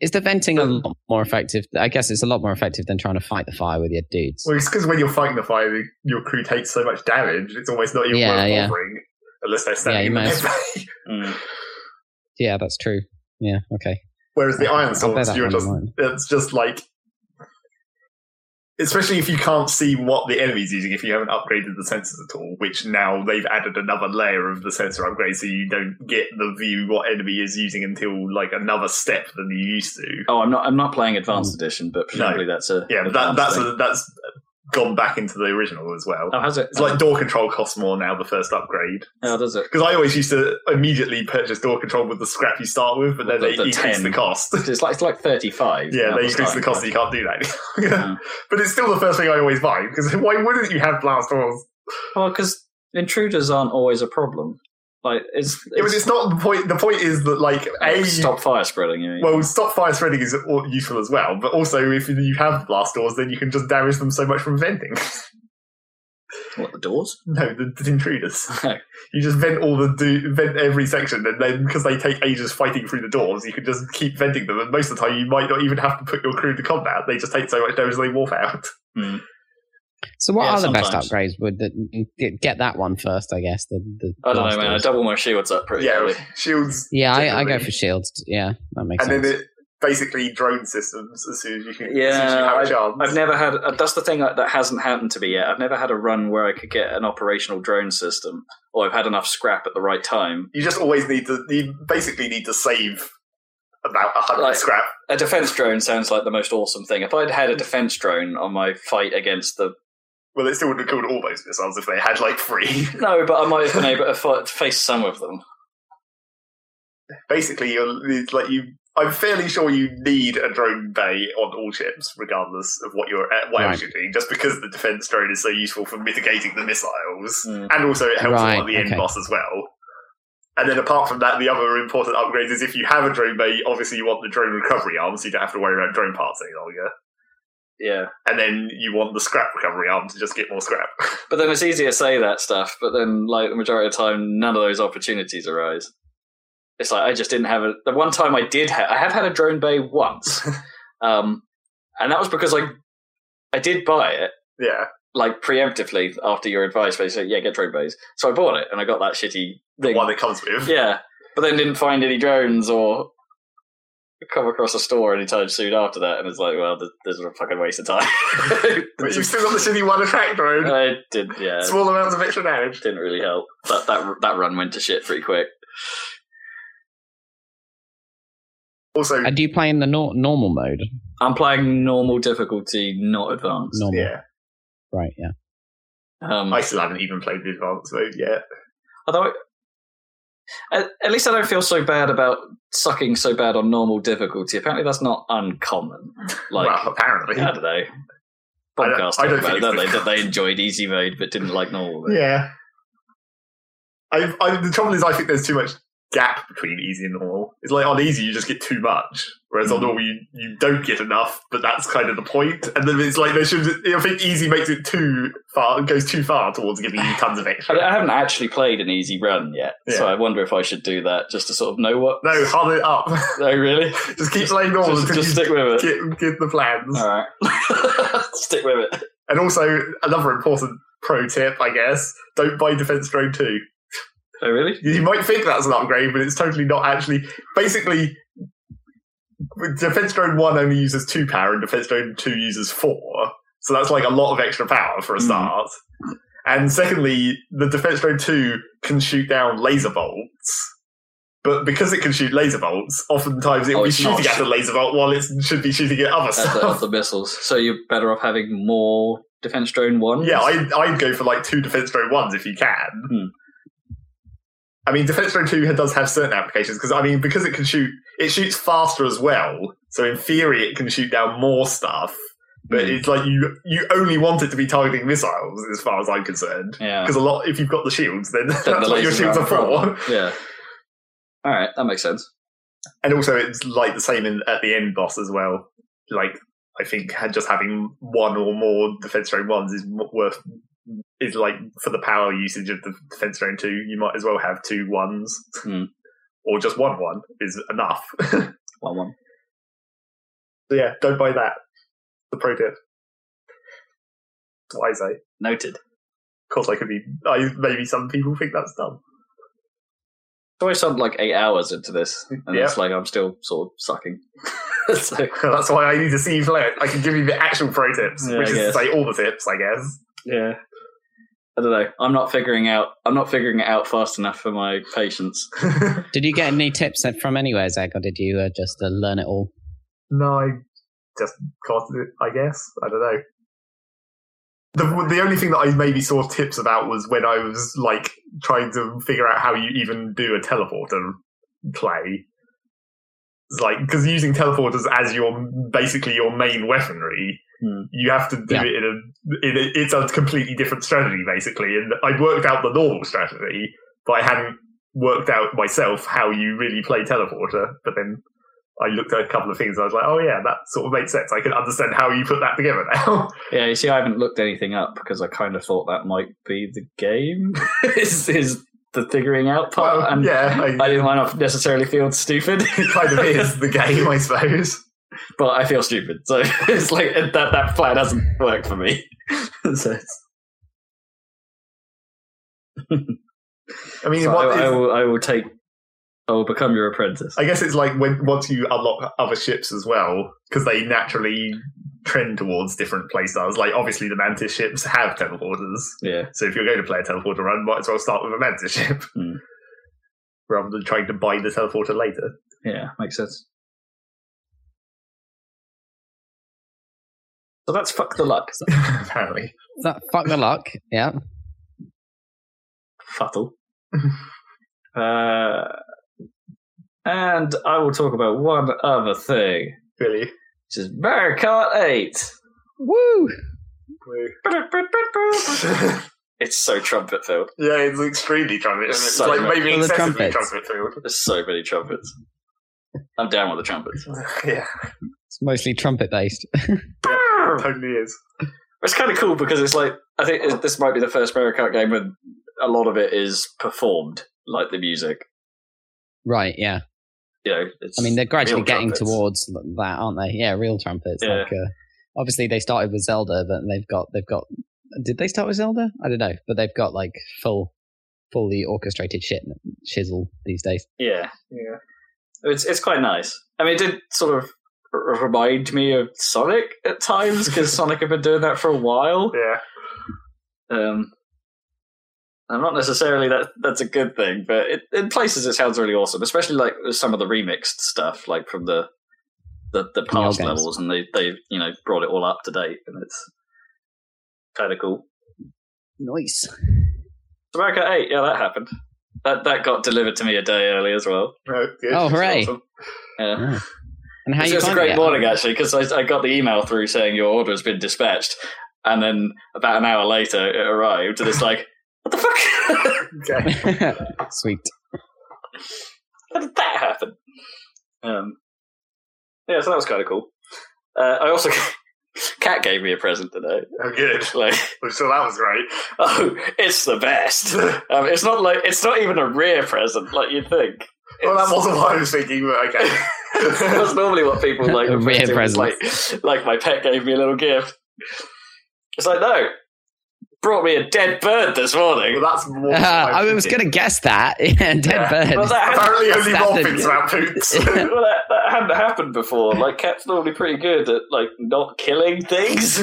S2: Is the venting a
S3: Um,
S2: lot more effective? I guess it's a lot more effective than trying to fight the fire with your dudes.
S1: Well, it's because when you're fighting the fire, the- your crew takes so much damage, it's almost not even
S2: Yeah,
S1: worth
S2: yeah.
S1: bothering. Unless they're
S2: you
S1: standing
S2: may
S1: in
S2: as-
S1: their way.
S3: Mm.
S2: yeah, that's true. Yeah, okay.
S1: Whereas the
S2: I'll
S1: iron
S2: bear
S1: swords,
S2: that
S1: you're
S2: one in
S1: just
S2: mind.
S1: it's just like especially if you can't see what the enemy's using if you haven't upgraded the sensors at all which now they've added another layer of the sensor upgrade so you don't get the view what enemy is using until like another step than you used to
S3: Oh, I'm not. I'm not playing
S2: Mm.
S3: Advanced Edition, but presumably that's a
S1: yeah but that,
S3: advanced
S1: that's
S3: thing.
S1: a, that's gone back into the original as well
S3: oh, how's it?
S2: Uh,
S1: it's like door control costs more now the first upgrade
S3: how does it?
S1: because i always used to immediately purchase door control with the scrap you start with but then
S3: The-
S1: they
S3: the
S1: increase
S3: 10.
S1: the cost
S3: It's like it's like 35.
S1: Yeah,
S3: now
S1: they
S3: for
S1: increase the
S3: starting
S1: cost, so
S3: price.
S1: you can't do that. But it's still the first thing I always buy because why wouldn't you have blast doors?
S3: Well, because intruders aren't always a problem. Like it's,
S1: I mean,
S3: it's-
S1: it's not the point. The point is that like a
S3: stop fire spreading. You mean.
S1: well, stop fire spreading is au- useful as well. But also, if you have blast doors, then you can just damage them so much from venting.
S3: what the doors?
S1: no, the, the intruders.
S3: No.
S1: You just vent all the do- vent every section, and then because they take ages fighting through the doors, you can just keep venting them. And most of the time, you might not even have to put your crew into combat. They just take so much damage they warp out.
S2: So, what
S3: Yeah,
S2: are the
S3: sometimes.
S2: best upgrades? Would the, get that one first, I guess. The, the
S3: I don't know,
S2: blasters.
S3: man. I double my shields up pretty
S1: Yeah,
S3: early.
S1: shields
S2: Yeah, I, I go
S1: Generally.
S2: for shields. Yeah, that makes
S1: and
S2: sense.
S1: then it basically drone systems as soon as you can.
S3: Yeah,
S1: as soon as you have a chance.
S3: I've never had. Uh, that's the thing that that hasn't happened to me yet. I've never had a run where I could get an operational drone system, or I've had enough scrap at the right time.
S1: you just always need to. You basically need to save about a hundred
S3: Like-
S1: scrap.
S3: A defense drone sounds like the most awesome thing. If I'd had a defense drone on my fight against the
S1: Well, they still would have killed all those missiles if they had like three.
S3: no, but I might have been able to fi- face some of them.
S1: basically, you're it's like you. I'm fairly sure you need a drone bay on all ships, regardless of what you're at, what else
S2: Right.
S1: you're doing. Just because the defense drone is so useful for mitigating the missiles, and also it helps
S2: Mm. Right,
S1: a lot at the end
S2: okay.
S1: boss as well. And then apart from that, the other important upgrade is if you have a drone bay, obviously you want the drone recovery arm, so you don't have to worry about drone parts any longer.
S3: Yeah,
S1: And then you want the scrap recovery arm to just get more scrap.
S3: but then it's easy to say that stuff. But then, like the majority of the time, none of those opportunities arise. It's like I just didn't have a. The one time I did, ha- I have had a drone bay once, um, and that was because I, I did buy it
S1: yeah.
S3: like preemptively after your advice. Basically, yeah, get drone bays. So I bought it, and I got that shitty thing.
S1: What it comes with.
S3: Yeah, but then didn't find any drones or come across a store anytime soon after that, and it's like, well, th- this is a fucking waste of time.
S1: But you've still got the shitty one attack drone.
S3: I did, yeah, it
S1: Small amounts of extra damage.
S3: didn't really help. That that that run went to shit pretty quick.
S1: Also,
S2: and Uh, do you play in the nor- normal mode?
S3: I'm playing normal difficulty, not advanced.
S2: Normal,
S1: yeah.
S2: right? Yeah.
S3: Um,
S1: I still haven't even played the advanced mode yet.
S3: although, at, at least I don't feel so bad about sucking so bad on normal difficulty. Apparently, that's not uncommon. Like,
S1: well, apparently.
S3: I don't know.
S1: I don't-
S3: Podcast
S1: I don't
S3: about
S1: think
S3: it, don't they?
S1: it's-
S3: That they enjoyed easy mode but didn't like normal. Mode.
S1: Yeah. I, I, the trouble is, I think there's too much gap between easy and normal. It's like on easy, you just get too much, whereas on
S3: Mhm.
S1: normal, you, you don't get enough. But that's kind of the point. And then it's like there should. I think easy makes it too far. goes too far towards giving you tons of
S3: I
S1: extra.
S3: I haven't actually played an easy run yet, so
S1: Yeah.
S3: I wonder if I should do that just to sort of know what.
S1: No, hard it up.
S3: no, really.
S1: just keep playing normal
S3: Just,
S1: until
S3: just stick with it.
S1: you get, get the plans.
S3: All right, stick with it.
S1: And also another important pro tip, I guess: don't buy defense drone two.
S3: Oh, really?
S1: You might think that's an upgrade, but it's totally not actually. Basically, Defense Drone 1 only uses 2 power and Defense Drone 2 uses 4. So that's like a lot of extra power for a
S3: Mm.
S1: start. And secondly, the Defense Drone 2 can shoot down laser bolts. But because it can shoot laser bolts, oftentimes it'll
S3: Oh,
S1: be
S3: it's not
S1: shooting at
S3: sh-
S1: a laser bolt while it should be shooting at other
S3: At the,
S1: stuff.
S3: of the missiles, so you're better off having more defense drone one. Mm.
S1: Yeah, I, I'd go for like two defense drone ones if you can.
S3: Hmm.
S1: I mean, defense drone two does have certain applications because I mean, because it can shoot, it shoots faster as well. So in theory, it can shoot down more stuff. But
S3: Mhm.
S1: it's like you you only want it to be targeting missiles, as far as I'm concerned.
S3: yeah.
S1: Because a lot, if you've got the shields, then that's
S3: Then the
S1: what your
S3: lasers
S1: shields are
S3: aren't a problem.
S1: for.
S3: Yeah. All right, that makes sense.
S1: And also, it's like the same in, at the end boss as well. Like I think had- just having one or more defense drone ones is mo- worth is like for the power usage of the defense drone two. You might as well have two ones,
S3: Hmm.
S1: or just one one is enough.
S3: One one.
S1: So yeah, don't buy that. The pro tip. That's what I say. Of
S3: Noted.
S1: course, I could be. I, maybe some people think that's dumb.
S3: So I sunk like eight hours into this, and
S1: Yeah.
S3: it's like I'm still sort of sucking. so
S1: that's why I need to see you play it. I can give you the actual pro tips,
S3: Yeah,
S1: which
S3: I
S1: is to
S3: guess.
S1: say all the tips, I guess.
S3: yeah, I don't know. I'm not figuring out. I'm not figuring it out fast enough for my patience.
S2: Did you get any tips from anywhere, Zach, or did you uh, just uh, learn it all?
S1: No, I just caught it. I guess I don't know. The the only thing that I maybe saw tips about was when I was like trying to figure out how you even do a teleporter play. It's like because using teleporters as your basically your main weaponry,
S3: Hmm.
S1: you have to do
S2: Yeah.
S1: it in a, in a it's a completely different strategy basically. And I'd worked out the normal strategy, but I hadn't worked out myself how you really play teleporter. But then I looked at a couple of things. And I was like, oh yeah, that sort of makes sense. I can understand how you put that together now.
S3: Yeah, you see, I haven't looked anything up because I kind of thought that might be the game. is is the figuring out part?
S1: Well,
S3: and
S1: yeah, I,
S3: um, I didn't want to necessarily feel stupid.
S1: it kind of is the game, I suppose.
S3: but I feel stupid. So it's like that that plan doesn't work for me. so it's-
S1: I mean,
S3: so
S1: what
S3: I, I
S1: is-
S3: will, I will take. I will become your apprentice.
S1: I guess it's like when once you unlock other ships as well, because they naturally trend towards different playstyles. Like obviously, the Mantis ships have teleporters,
S3: yeah,
S1: so if you're going to play a teleporter run, might as well start with a Mantis ship
S3: Hmm.
S1: rather than trying to buy the teleporter later.
S3: yeah, makes sense. So that's fuck the luck.
S1: Apparently,
S2: Is That, fuck the luck. Yeah.
S3: Fuddle. uh, and I will talk about one other thing,
S1: really.
S3: which is Mario Kart 8.
S2: Woo!
S3: It's so trumpet filled.
S1: Yeah, it's extremely trumpet. It's,
S3: So
S1: like
S3: much.
S1: maybe
S2: Full of
S1: excessively
S2: trumpets.
S1: trumpet filled.
S3: There's so many trumpets. I'm down with the trumpets.
S1: yeah,
S2: It's mostly trumpet based.
S1: totally is.
S3: It's kind of cool because it's like I think it- this might be the first Mario Kart game where a lot of it is performed, like the music.
S2: right, yeah.
S3: You know, it's
S2: I mean, they're gradually
S3: real
S2: getting
S3: trumpets.
S2: towards that, aren't they? Yeah, real trumpets.
S3: Yeah.
S2: Like, uh, obviously, they started with Zelda, but they've got they've got. Did they start with Zelda? I don't know, but they've got like full, fully orchestrated shit chisel these days.
S3: yeah,
S1: Yeah.
S3: it's it's quite nice. I mean, it did sort of r- remind me of Sonic at times because Sonic had been doing that for a while.
S1: Yeah.
S3: Um, I'm not necessarily that that's a good thing, but it, in places it sounds really awesome, especially like with some of the remixed stuff, like from the the, the
S2: old
S3: past
S2: games.
S3: levels, and they they you know brought it all up to date, and it's kind of cool.
S2: Nice.
S3: So Mario Kart 8, yeah, that happened. That that got delivered to me a day early as well.
S1: Oh, good.
S2: Oh, hooray.
S1: Awesome.
S3: Yeah.
S2: And how
S3: It's
S2: you
S3: it's a
S2: finding
S3: great
S2: it?
S3: morning actually because I, I got the email through saying your order has been dispatched, and then about an hour later it arrived, and it's like, what the fuck?
S1: Okay.
S2: Sweet.
S3: How did that happen? Um, yeah, so that was kind of cool. Uh, I also, Cat gave me a present today.
S1: Oh, good.
S3: Like,
S1: So that was great.
S3: oh, it's the best. Um, it's not like it's not even a rare present, like you'd think.
S1: Well, that
S3: It's-
S1: wasn't what I was thinking, but okay.
S3: that's normally what people like.
S2: A
S3: refer
S2: rare
S3: to as, Like, like my pet gave me a little gift. It's like no, brought me a dead bird this
S1: well,
S3: morning.
S1: that's more.
S2: Uh, I was
S1: thinking.
S2: going to guess that. Yeah, dead
S3: Yeah.
S2: bird.
S3: Well, that hadn't
S1: Apparently, only
S2: That's
S1: Rob
S2: the-
S1: thinks about poops.
S3: well, that, that hadn't happened before. Like, cat's normally pretty good at like not killing things,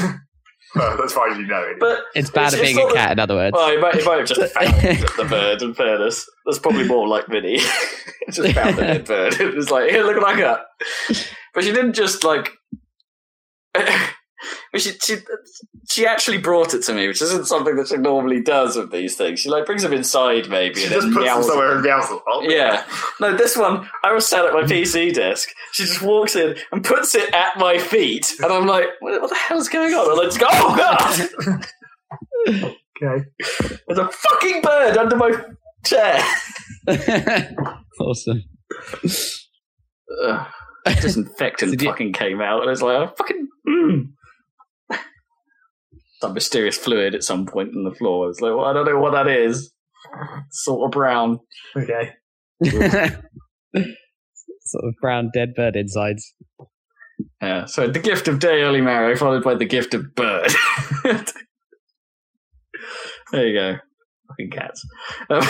S1: well, that's fine, you know it.
S3: but
S2: it's bad
S3: it's-
S2: at
S3: it's
S2: being a
S3: not
S2: cat, in other words.
S3: well, he might, he might have just found the bird. In fairness, that's probably more like Minnie. just found the dead bird. It was like, here, look what I got. But she didn't just like. But she, she she actually brought it to me, which isn't something that she normally does with these things. She like brings them inside maybe
S1: she
S3: and
S1: just
S3: then
S1: puts them
S3: meows
S1: somewhere and meows a lot.
S3: yeah. No, this one, I was sat at my PC desk. She just walks in and puts it at my feet. And I'm like, what, what the hell's going on? I'm like, just go, oh, God!
S1: Okay.
S3: There's a fucking bird under my chair.
S2: awesome.
S3: Ugh, disinfectant
S2: Did you-
S3: fucking came out. And it's like, oh, fucking. mm. Some mysterious fluid at some point in the floor. It's like, well, I don't know what that is. Sort of brown.
S1: Okay.
S2: sort of brown dead bird insides.
S3: Yeah. So the gift of day early marrow followed by the gift of bird. there you go. Fucking cats. Um,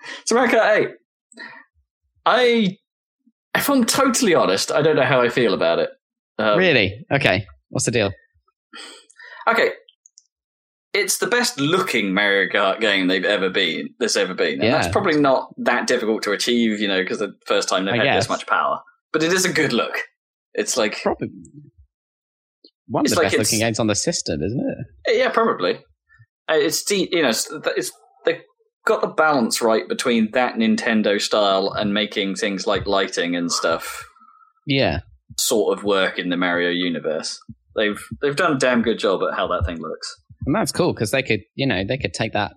S3: so round card eight. I, if I'm totally honest, I don't know how I feel about it. Um,
S2: really? Okay. What's the deal?
S3: Okay. It's the best looking Mario Kart game they've ever been. That's ever been. And
S2: Yeah.
S3: That's probably not that difficult to achieve, you know, because the first time they've
S2: I
S3: had
S2: guess.
S3: this much power. But it is a good look. It's like
S2: Probably one of
S3: It's
S2: the
S3: like
S2: best looking
S3: it's-
S2: games on the system, isn't it?
S3: eh, Yeah, probably. Uh, It's de- you know it's, it's they've got the balance right between that Nintendo style and making things like lighting and stuff
S2: Yeah.
S3: sort of work in the Mario universe. They've they've done a damn good job at how that thing looks.
S2: And that's cool because they could, you know, they could take that,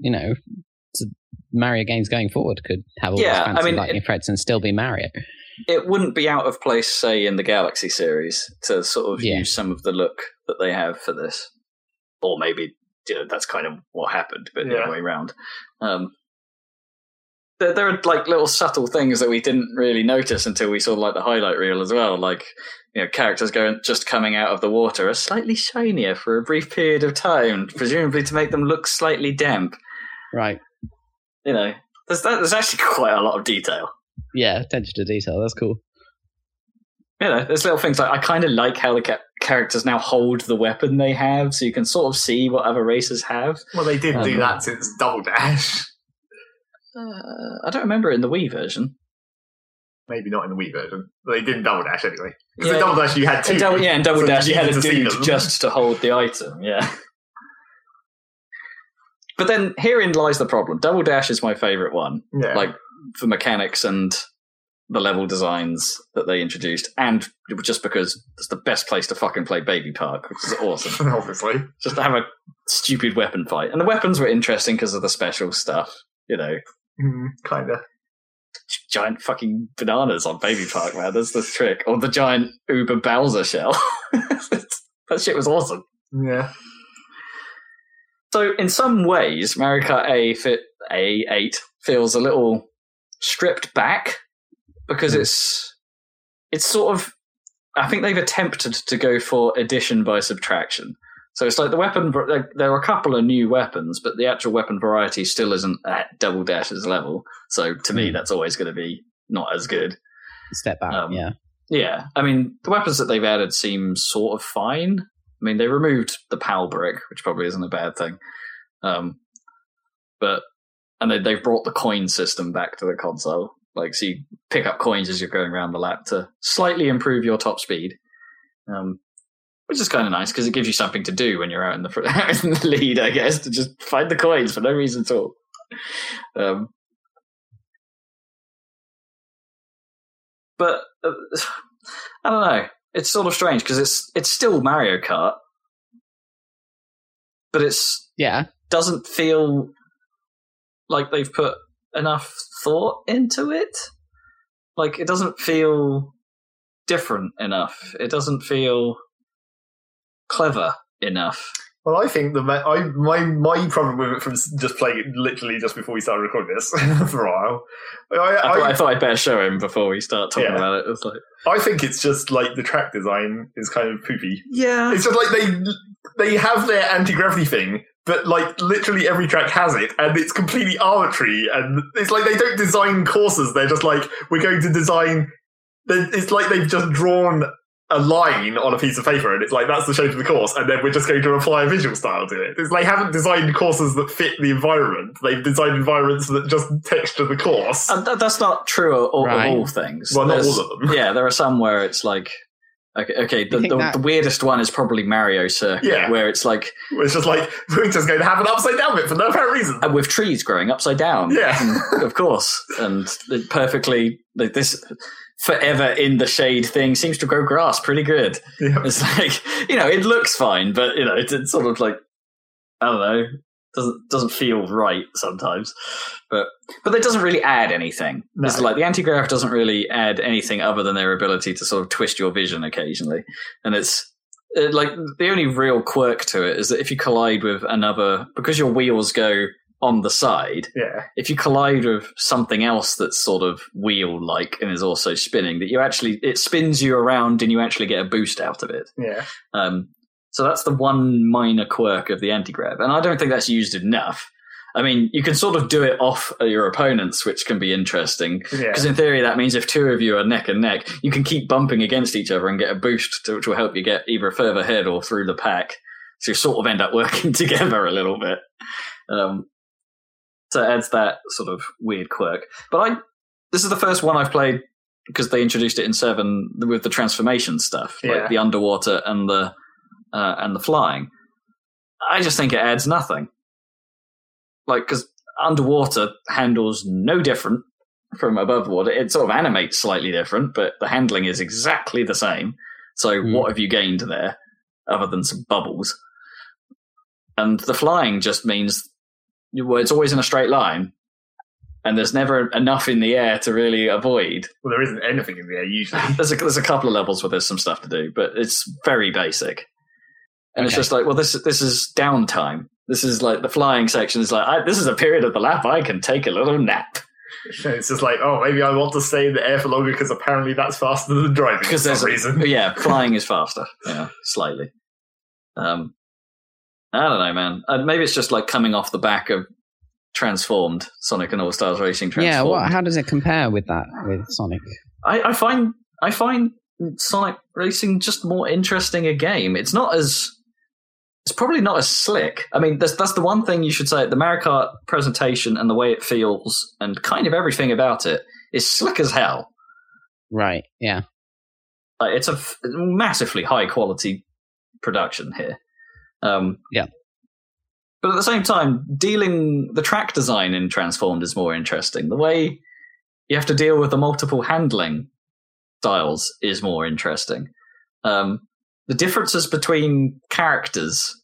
S2: you know, to Mario games going forward could have all
S3: Yeah,
S2: these
S3: I
S2: fancy
S3: mean,
S2: lightning effects and still be Mario.
S3: It wouldn't be out of place, say, in the Galaxy series to sort of
S2: Yeah.
S3: use some of the look that they have for this, or maybe you know, that's kind of what happened, but the
S1: Yeah.
S3: other way around. Um, there, there are like little subtle things that we didn't really notice until we saw like the highlight reel as well. Like you know, characters going just coming out of the water are slightly shinier for a brief period of time, presumably to make them look slightly damp.
S2: Right.
S3: You know, there's that, there's actually quite a lot of detail.
S2: Yeah. Attention to detail. That's cool.
S3: You know, there's little things like I kind of like how the ca- characters now hold the weapon they have, so you can sort of see what other races have.
S1: Well, they did do
S3: Um,
S1: that since Double Dash.
S3: Uh, I don't remember it in the Wii version.
S1: Maybe not in the Wii version. They did in Double Dash anyway. Because
S3: Yeah.
S1: in Double Dash you had two.
S3: In double, yeah, in Double
S1: So
S3: Dash,
S1: you
S3: you had
S1: need
S3: a
S1: to see
S3: dude
S1: them.
S3: just to hold the item, yeah. But then herein lies the problem. Double Dash is my favorite one
S1: Yeah.
S3: like- for mechanics and the level designs that they introduced, and just because it's the best place to fucking play Baby Park, which is awesome.
S1: obviously.
S3: just to have a stupid weapon fight. And the weapons were interesting because of the special stuff, you know.
S1: Mm, kind of.
S3: Giant fucking bananas on Baby Park, man. That's the trick. Or the giant Uber Bowser shell. that shit was awesome.
S1: Yeah.
S3: So in some ways, Mario Kart A fit A eight feels a little stripped back because it's it's sort of I think they've attempted to go for addition by subtraction. So it's like the weapon. Like, there are a couple of new weapons, but the actual weapon variety still isn't at Double Dash's level. So to me,
S2: Hmm.
S3: that's always going to be not as good.
S2: Step back.
S3: Um,
S2: yeah.
S3: Yeah, I mean the weapons that they've added seem sort of fine. I mean they removed the pal brick, which probably isn't a bad thing. Um, but and they, they've brought the coin system back to the console. Like, so you pick up coins as you're going around the lap to slightly improve your top speed, um, which is kind of nice because it gives you something to do when you're out in the, fr- out in the lead, I guess, to just find the coins for no reason at all. Um, but uh, I don't know. It's sort of strange because it's it's still Mario Kart, but it's
S2: Yeah.
S3: doesn't feel like they've put enough thought into it. Like it doesn't feel different enough. It doesn't feel clever enough.
S1: Well, I think the ma- I my my problem with it from s- just playing it literally just before we started recording this for a while. I,
S3: I thought,
S1: I,
S3: I thought I'd better show him before we start talking
S1: Oh, Yeah.
S3: about it. It's like
S1: I think it's just like the track design is kind of poopy.
S3: yeah,
S1: It's just like they they have their anti gravity thing, but like literally every track has it, and it's completely arbitrary. And it's like they don't design courses; they're just like we're going to design. they- It's like they've just drawn a line on a piece of paper, and it's like that's the shape of the course, and then we're just going to apply a visual style to it. It's like they haven't designed courses that fit the environment; they've designed environments that just texture the course.
S3: and that, that's not true of, all
S2: Right.
S3: of all things.
S1: well, not
S3: There's-
S1: all of them.
S3: yeah, there are some where it's like. Okay, okay. The,
S2: think
S3: the,
S2: that-
S3: the weirdest one is probably Mario Circuit,
S1: Yeah.
S3: where it's like
S1: It's just like we're just going to have an upside down bit for no apparent reason.
S3: and uh, with trees growing upside down.
S1: Yeah.
S3: And- of course. And it perfectly like this forever in the shade thing seems to grow grass pretty good.
S1: Yeah.
S3: It's like you know it looks fine, but you know it's, it's sort of like I don't know doesn't doesn't feel right sometimes. But but that doesn't really add anything.
S1: No.
S3: It's like the anti grav doesn't really add anything other than their ability to sort of twist your vision occasionally, and it's. It, like the only real quirk to it is that if you collide with another, because your wheels go on the side,
S1: Yeah.
S3: if you collide with something else that's sort of wheel like and is also spinning, that you actually it spins you around and you actually get a boost out of it.
S1: Yeah.
S3: Um, so that's the one minor quirk of the anti grab, and I don't think that's used enough. I mean, you can sort of do it off your opponents, which can be interesting.
S1: Yeah.
S3: Because in theory, that means if two of you are neck and neck, you can keep bumping against each other and get a boost, to, which will help you get either further ahead or through the pack. So you sort of end up working together a little bit. Um, so it adds that sort of weird quirk. But I, this is the first one I've played because they introduced it in seven with the transformation stuff,
S1: Yeah.
S3: like the underwater and the uh, and the flying. I just think it adds nothing. Like because underwater handles no different from above water. It sort of animates slightly different, but the handling is exactly the same. So
S2: Hmm.
S3: what have you gained there other than some bubbles? And the flying just means you- well, it's always in a straight line, and there's never enough in the air to really avoid.
S1: Well, there isn't anything in the air usually.
S3: There's a, there's a couple of levels where there's some stuff to do, but it's very basic. And it's
S2: Okay.
S3: just like, well, this this is downtime. This is like the flying section is like, I, this is a period of the lap I can take a little nap.
S1: It's just like, oh, maybe I want to stay in the air for longer because apparently that's faster than driving for
S3: because
S1: some
S3: there's a-
S1: reason.
S3: yeah, flying is faster, yeah, slightly. Um, I don't know, man. Uh, maybe it's just like coming off the back of Transformed Sonic and All Stars Racing. Transformed.
S2: Yeah, what, how does it compare with that, with Sonic?
S3: I, I find I find Sonic Racing just more interesting a game. It's not as it's probably not as slick. I mean, that's that's the one thing you should say. The Mario Kart presentation and the way it feels and kind of everything about it is slick as hell.
S2: Right, yeah.
S3: like it's a f- massively high quality production here. Um,
S2: Yeah.
S3: But at the same time, dealing the track design in Transformed is more interesting. The way you have to deal with the multiple handling styles is more interesting. Um, the differences between characters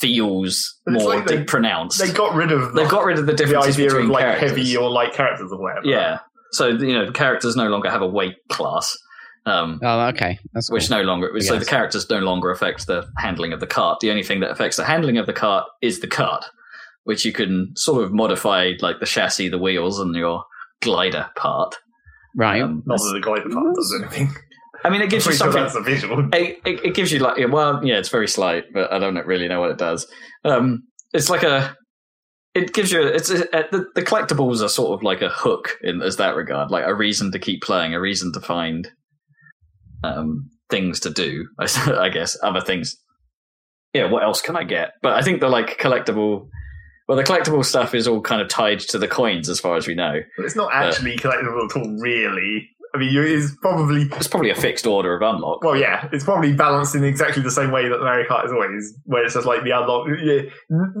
S3: feels
S1: But it's
S3: more
S1: like they-
S3: di- pronounced.
S1: They got rid of
S3: They've rid of the
S1: the
S3: differences
S1: idea
S3: between
S1: of like
S3: characters.
S1: heavy or light characters or whatever.
S3: yeah. So you know, the characters no longer have a weight class. Um,
S2: Oh, okay. That's cool.
S3: which no longer
S2: I
S3: so the
S2: guess.
S3: characters no longer affect the handling of the cart. The only thing that affects the handling of the cart is the cart, which you can sort of modify like the chassis, the wheels, and your glider part.
S2: right.
S3: Um,
S1: Not that the glider part does anything.
S3: I mean, it gives you
S1: Pretty sure
S3: something.
S1: that's a visual.
S3: It, it, it gives you like well, yeah, it's very slight, but I don't really know what it does. Um, it's like a. It gives you it's a, the, the collectibles are sort of like a hook in as that regard, like a reason to keep playing, a reason to find um, things to do. I, s- I guess other things. Yeah, what else can I get? But I think the like collectible, well, the collectible stuff is all kind of tied to the coins, as far as we know.
S1: It's not actually collectible at all, really. I mean, you- it's probably
S3: It's probably a fixed order of unlock.
S1: well, yeah, it's probably balanced in exactly the same way that Mario Kart is always, where it's just like the unlock. Yeah,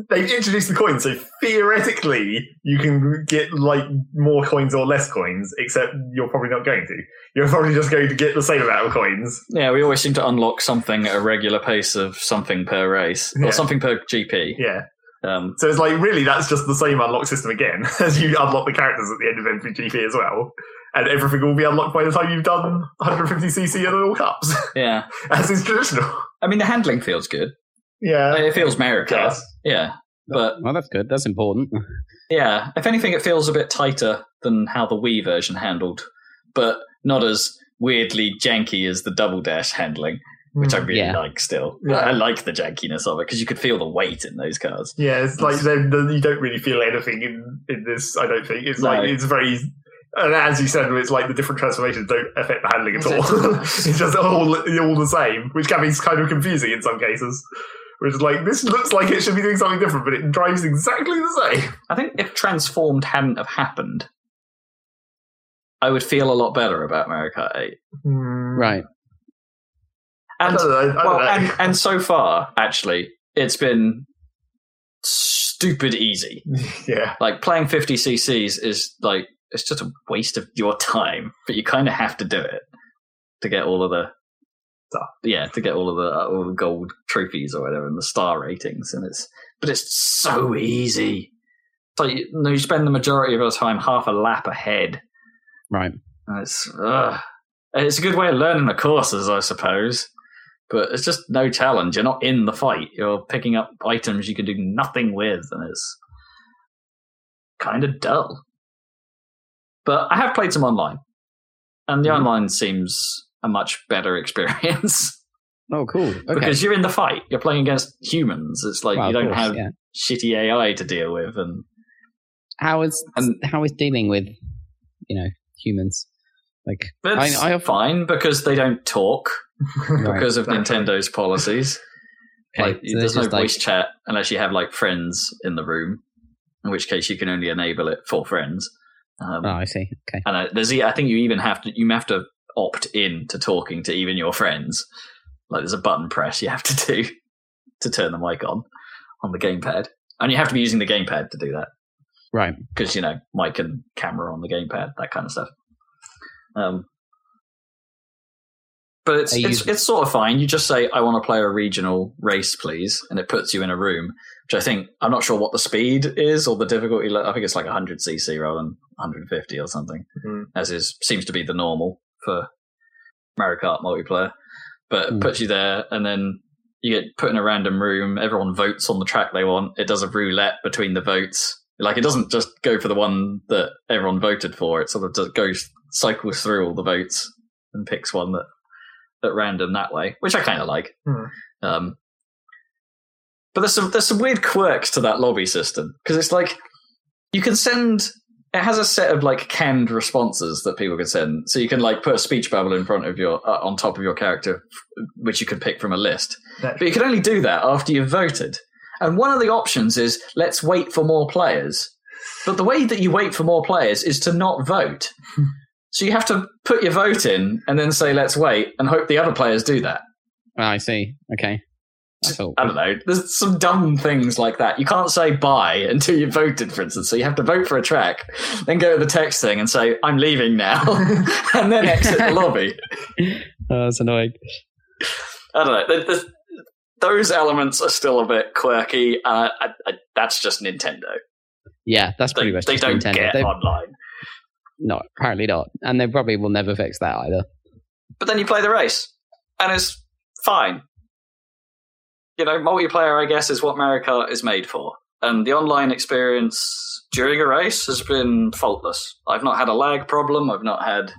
S1: they've introduced the coins, so theoretically you can get like more coins or less coins. Except you're probably not going to. You're probably just going to get the same amount of coins.
S3: Yeah, we always seem to unlock something at a regular pace of something per race
S1: Yeah.
S3: or something per GP.
S1: Yeah.
S3: Um,
S1: So it's like really that's just the same unlock system again, as you unlock the characters at the end of every GP as well. And everything will be unlocked by the time you've done 150cc and all cups,
S3: yeah,
S1: as is traditional.
S3: I mean the handling feels good.
S1: Yeah.
S3: It feels Mario Kart.
S1: Yes.
S3: Yeah, but
S2: well, that's good. That's important.
S3: yeah, if anything, it feels a bit tighter than how the Wii version handled, but not as weirdly janky as the double dash handling, which I really
S2: Yeah.
S3: like. Still,
S1: Hmm, Yeah.
S3: I like the jankiness of it because you could feel the weight in those cars.
S1: Yeah, it's like then then you don't really feel anything in, in this, I don't think. It's
S3: No.
S1: like, it's very. And as you said, it's like the different transformations don't affect the handling at all. it's just all, all the same, which can be kind of confusing in some cases. Which is like, this looks like it should be doing something different, but it drives exactly the same.
S3: I think if Transformed hadn't have happened, I would feel a lot better about Mario Kart Eight.
S1: Hmm.
S2: Right.
S3: And
S1: I don't know, I don't
S3: well,
S1: know.
S3: and, and so far, actually, it's been stupid easy.
S1: yeah,
S3: Like playing 50 CCs is like it's just a waste of your time, but you kind of have to do it to get all of the
S1: Stuff.
S3: yeah to get all of the uh, all the gold trophies or whatever and the star ratings and it's but it's so easy. It's like you, you spend the majority of your time half a lap ahead
S2: Right.
S3: and It's ugh. it's a good way of learning the courses, I suppose. But it's just no challenge. You're not in the fight. You're picking up items you can do nothing with, and it's kind of dull. But I have played some online, and the
S2: Mhm.
S3: online seems a much better experience
S2: Oh, cool. Okay.
S3: because you're in the fight. You're playing against humans. It's like
S2: Well,
S3: you
S2: of
S3: don't
S2: course,
S3: have
S2: yeah.
S3: shitty AI to deal with, and
S2: how is
S3: and-
S2: how is dealing with you know humans like
S3: that's
S2: I have-
S3: fine because they don't talk
S2: Right.
S3: because of
S1: Exactly.
S3: Nintendo's policies.
S2: okay,
S3: like
S2: so
S3: there's
S2: there's
S3: no
S2: just, like-
S3: voice chat unless you have like friends in the room, in which case you can only enable it for friends. Um,
S2: Oh, I see. Okay.
S3: And uh, there's, e- I think you even have to, you have to opt in to talking to even your friends. Like there's a button press you have to do to turn the mic on on the gamepad, and you have to be using the gamepad to do that
S2: Right.
S3: because you know mic and camera on the gamepad, that kind of stuff. Um, but it's
S2: Are you-
S3: it's, it's sort of fine. You just say, "I want to play a regional race, please," and it puts you in a room. Which I think I'm not sure what the speed is or the difficulty. le- I think it's like 100 cc rather than 150 or something,
S1: Mhm.
S3: as is seems to be the normal for Mario Kart multiplayer. But it
S2: Hmm.
S3: puts you there, and then you get put in a random room. Everyone votes on the track they want. It does a roulette between the votes. Like it doesn't just go for the one that everyone voted for. It sort of just goes cycles through all the votes and picks one that at random that way, which I kind of like.
S1: Hmm.
S3: Um, but there's some there's some weird quirks to that lobby system because it's like you can send. It has a set of like canned responses that people can send, so you can like put a speech bubble in front of your uh, on top of your character, which you can pick from a list.
S1: That-
S3: But you can only do that after you've voted. And one of the options is let's wait for more players. But the way that you wait for more players is to not vote. So you have to put your vote in and then say let's wait and hope the other players do that.
S2: Oh, I see. Okay. That's all.
S3: I don't know. There's some dumb things like that. You can't say bye until you've voted, for instance. So you have to vote for a track, then go to the text thing and say, I'm leaving now, and then exit the lobby.
S2: Oh, that's annoying.
S3: I don't know. Th- th- those elements are still a bit quirky. Uh, I, I, that's just Nintendo.
S2: Yeah, that's
S3: They,
S2: pretty much
S3: they
S2: just
S3: don't
S2: Nintendo.
S3: get
S2: They-
S3: online.
S2: no, apparently not, and they probably will never fix that either.
S3: But then you play the race, and it's fine. You know, multiplayer, I guess, is what Mario Kart is made for. And the online experience during a race has been faultless. I've not had a lag problem. I've not had.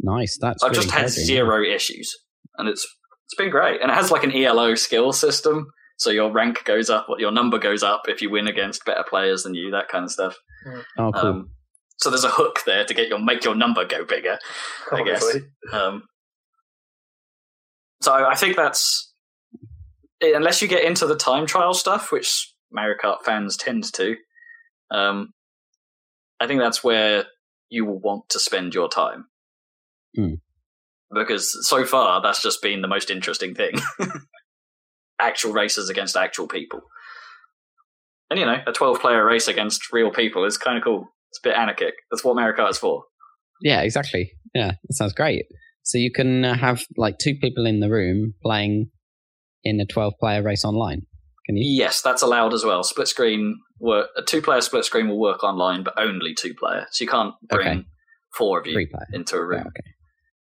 S2: Nice. That's.
S3: I've
S2: really
S3: just had
S2: encouraging.
S3: zero issues, and it's it's been great. And it has like an ELO skill system, so your rank goes up, what your number goes up if you win against better players than you, that kind of stuff.
S2: Oh, cool.
S3: Um, so there's a hook there to get your make your number go bigger. I guess.
S1: Obviously.
S3: Um, so I think that's unless you get into the time trial stuff, which Mario Kart fans tend to. Um, I think that's where you will want to spend your time.
S2: Hmm.
S3: Because so far, that's just been the most interesting thing. actual races against actual people. And you know, a 12 player race against real people is kind of cool. It's a bit anarchic. That's what Mario Kart is for.
S2: Yeah, exactly. Yeah, that sounds great. So you can uh, have like two people in the room playing in a twelve-player race online. Can you?
S3: Yes, that's allowed as well. Split screen work. A two player split screen will work online, but only two player. So you can't bring
S2: Okay.
S3: four of you
S2: Three-player.
S3: into a
S2: Yeah,
S3: room.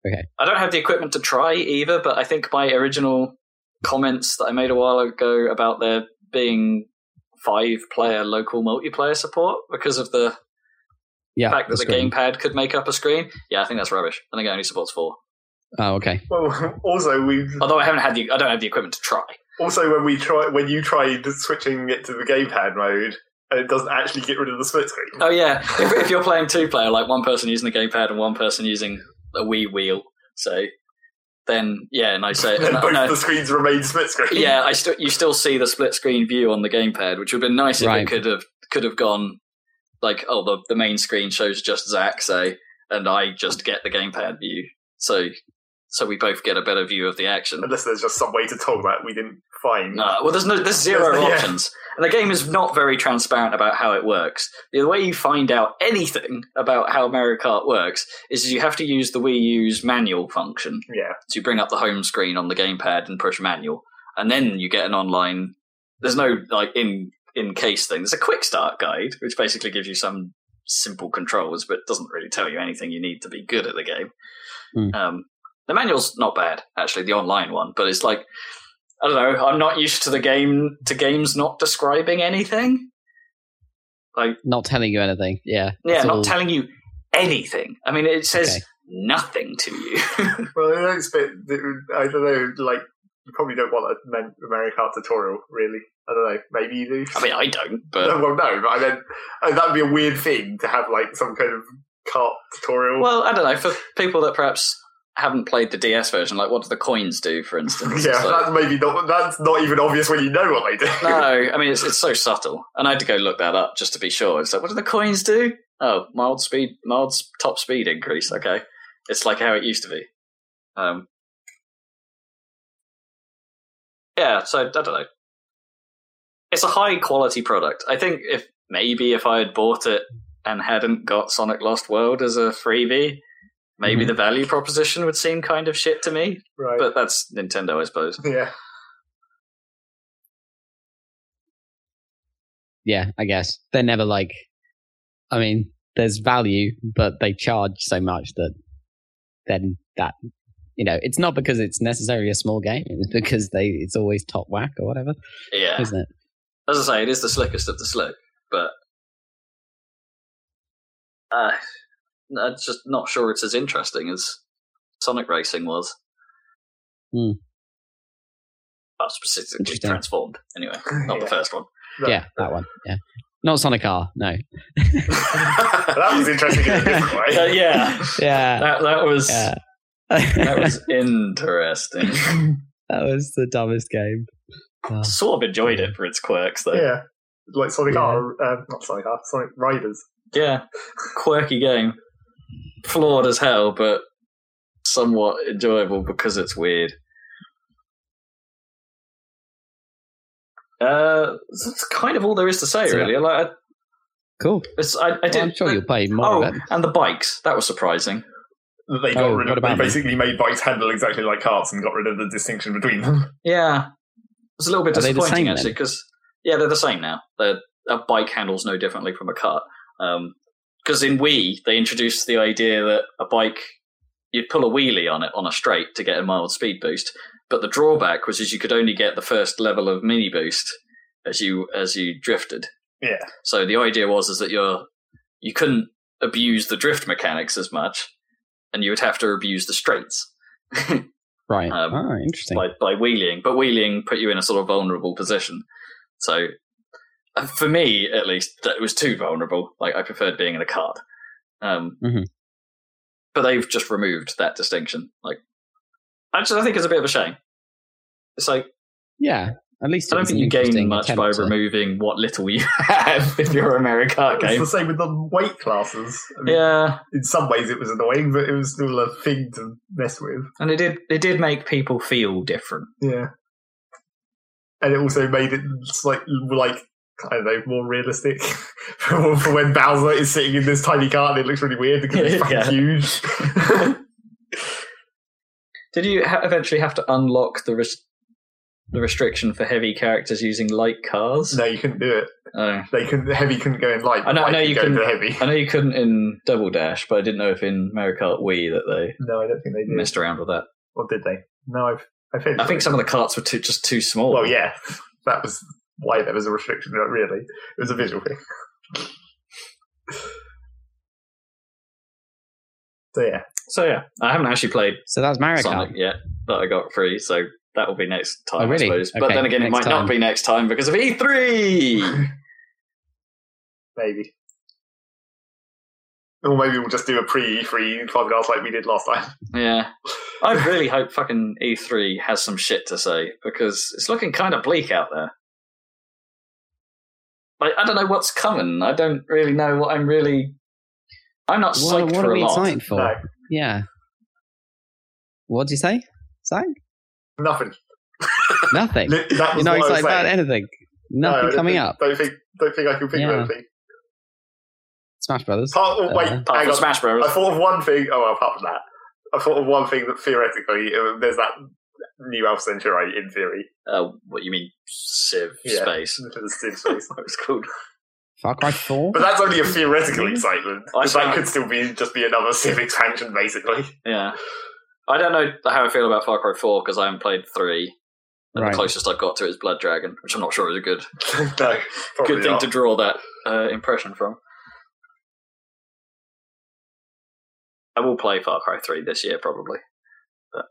S2: okay.
S3: I don't have the equipment to try either, but I think my original comments that I made a while ago about there being five player local multiplayer support because of the
S2: Yeah.
S3: fact that
S2: that's
S3: the
S2: great.
S3: gamepad could make up a screen. Yeah, I think that's rubbish. I think it only supports four.
S2: Oh, okay.
S1: Well, also we
S3: Although I haven't had the I don't have the equipment to try.
S1: also when we try when you tried switching it to the gamepad mode, and it doesn't actually get rid of the split screen.
S3: Oh yeah, if, if you're playing two player, like one person using the gamepad and one person using a Wii wheel, so then yeah, and I say
S1: and
S3: no,
S1: both
S3: no.
S1: the screens remain split screen.
S3: yeah, I still you still see the split screen view on the gamepad, which would have been nice if
S2: Right.
S3: it could have could have gone like oh the the main screen shows just Zach say, and I just get the gamepad view, so so we both get a better view of the action.
S1: Unless there's just some way to toggle that we didn't find.
S3: No, well, there's no, there's zero
S1: There's- yeah.
S3: options, and the game is not very transparent about how it works. The way you find out anything about how Mario Kart works is you have to use the Wii U's manual function.
S1: Yeah.
S3: So you bring up the home screen on the gamepad and push manual, and then you get an online. There's no like in in case thing. There's a quick start guide which basically gives you some simple controls, but doesn't really tell you anything you need to be good at the game.
S2: Hmm.
S3: Um, the manual's not bad actually, the online one, but it's like I don't know. I'm not used to the game to games not describing anything. Like,
S2: Not telling you anything. Yeah.
S3: yeah,
S2: It's
S3: not
S2: all-
S3: telling you anything. I mean, it says
S2: Okay.
S3: nothing to you.
S1: Well, the next bit, I don't know, like, you probably don't want a men- Mario Kart tutorial, really. I don't know, maybe you do.
S3: I mean, I don't, but
S1: No, well, no, but I mean, uh, that'd be a weird thing to have, like, some kind of kart tutorial.
S3: Well, I don't know. For people that perhaps haven't played the DS version, like what do the coins do, for instance?
S1: yeah,
S3: It's like-
S1: that's maybe not, that's not even obvious when you know what they do.
S3: no, I mean it's it's so subtle, and I had to go look that up just to be sure. It's like, what do the coins do? Oh, mild speed, mild s- top speed increase. Okay, it's like how it used to be. Um, yeah, so I don't know. It's a high quality product. I think if maybe if I had bought it and hadn't got Sonic Lost World as a freebie, maybe
S2: Mhm.
S3: the value proposition would seem kind of shit to me.
S1: Right.
S3: But that's Nintendo, I suppose.
S1: yeah.
S2: Yeah, I guess. They're never like, I mean, there's value, but they charge so much that then that, you know, it's not because it's necessarily a small game. It's because they, it's always top whack or whatever,
S3: Yeah.
S2: isn't it?
S3: as I say, it is the slickest of the slick, but uh, I'm just not sure it's as interesting as Sonic Racing was.
S2: Hmm.
S3: Well, specifically
S2: Interesting.
S3: transformed, anyway, not the
S1: Yeah.
S3: first one.
S1: No.
S2: Yeah, that one. Yeah. Not Sonic R, no.
S1: that was interesting in a different way.
S3: Uh, yeah,
S2: Yeah.
S3: that that was
S2: Yeah.
S3: that was interesting.
S2: that was the dumbest game. Oh.
S3: sort of enjoyed it for its quirks, though.
S1: Yeah. Like Sonic
S2: Yeah.
S1: R, um, not Sonic R, Sonic Riders.
S3: yeah, quirky game, flawed as hell, but somewhat enjoyable because it's weird. Uh, that's kind of all there is to say,
S2: So-
S3: really. Like, I-
S2: Cool.
S3: it's, I, I
S2: Well,
S3: did.
S2: I'm sure you'll play more
S3: Oh,
S2: of it.
S3: and the bikes. That was surprising.
S1: That They got
S2: Oh,
S1: rid
S2: what
S1: of. They
S2: about them?
S1: basically made bikes handle exactly like carts and got rid of the distinction between them.
S3: Yeah, it was a little bit
S2: Are they the
S3: disappointing
S2: same, then?
S3: actually because yeah, they're the same now. They're, a bike handles no differently from a cart. Because in Wii, they introduced the idea that a bike you'd pull a wheelie on it on a straight to get a mild speed boost, but the drawback was is you could only get the first level of mini boost as you as you drifted.
S1: Yeah.
S3: So the idea was is that you're you couldn't abuse the drift mechanics as much, and you would have to abuse the straights.
S2: Right.
S3: um,
S2: ah, interesting.
S3: by, by wheeling, but wheeling put you in a sort of vulnerable position. So, uh, for me at least, that was too vulnerable. Like I preferred being in a cart. Um,
S2: Mhm.
S3: But they've just removed that distinction. Like, actually, I think it's a bit of a shame. It's like
S2: yeah. At least it
S3: I don't
S2: was
S3: think
S2: an
S3: you gain
S2: interesting
S3: much by
S2: attempt to-
S3: removing what little you have if you're a Mario Kart
S1: It's
S3: game.
S1: the same with the weight classes. I mean,
S3: Yeah,
S1: In some ways, it was annoying, but it was still a thing to mess with.
S3: and it did it did make people feel different.
S1: Yeah. And it also made it like like I don't know, more realistic for for when Bowser is sitting in this tiny cart and it looks really weird because it's fucking
S3: Yeah.
S1: huge.
S3: Did you ha- eventually have to unlock the res- the restriction for heavy characters using light cars?
S1: no, you couldn't do it.
S3: Oh.
S1: They couldn't. Heavy couldn't go in light.
S3: I know- I
S1: light
S3: know
S1: could
S3: you
S1: go into
S3: couldn't-
S1: Heavy.
S3: I know you couldn't in Double Dash, but I didn't know if in Mario Kart Wii that they
S1: No, I don't think they did.
S3: messed around with that.
S1: Or did they? No, I've I think
S3: I think some of the carts were too, just too small.
S1: Well, yeah, that was why there was a restriction. Not really, it was a visual thing. so yeah,
S3: So yeah, I haven't actually played
S2: So that's Mario
S3: Sonic
S2: Kart.
S3: yet that I got free, so that will be next time,
S2: Oh, really?
S3: I suppose. But
S2: Okay,
S3: then again, it
S2: next
S3: might
S2: time.
S3: not be next time because of E
S2: E.
S3: E3.
S1: maybe. Or maybe we'll just do a pre-free podcast like we did last time.
S3: yeah, I really hope fucking E3 has some shit to say because it's looking kind of bleak out there. Like I don't know what's coming. I don't really know what I'm really. I'm not
S2: What, what
S3: psyched for
S2: are
S3: a
S2: we
S3: lot.
S2: excited for?
S1: No,
S2: Yeah. What did you say? Psych?
S1: nothing.
S2: Nothing.
S1: Li- That
S2: You're
S1: was
S2: not
S1: what I was
S2: excited about
S1: saying.
S2: anything.
S1: No, I
S2: Nothing
S1: don't
S2: coming
S1: think-
S2: up.
S1: Don't think. Don't think I can think
S2: Yeah.
S1: of anything.
S2: Smash Brothers.
S1: Part, oh, wait,
S2: Uh,
S3: Apart
S1: hang
S3: from
S1: on.
S3: Smash Bros.
S1: I thought of one thing. Oh, well, apart from that, I thought of one thing that theoretically uh, there's that new Alpha Centauri in theory.
S3: Uh, what you mean, Civ
S1: Yeah.
S3: Space?
S1: into the Steam space.
S3: That was called.
S2: Far Cry 4?
S1: But that's only a theoretical excitement.
S3: I
S1: 'cause that
S3: see.
S1: could still be just be another Civ expansion, basically.
S3: Yeah, I don't know how I feel about Far Cry Four because I haven't played three, And
S2: Right.
S3: the closest I've got to it is Blood Dragon, which I'm not sure is a good
S1: no, probably
S3: good thing
S1: not.
S3: to draw that uh, impression from. I will play Far Cry 3 this year, probably. But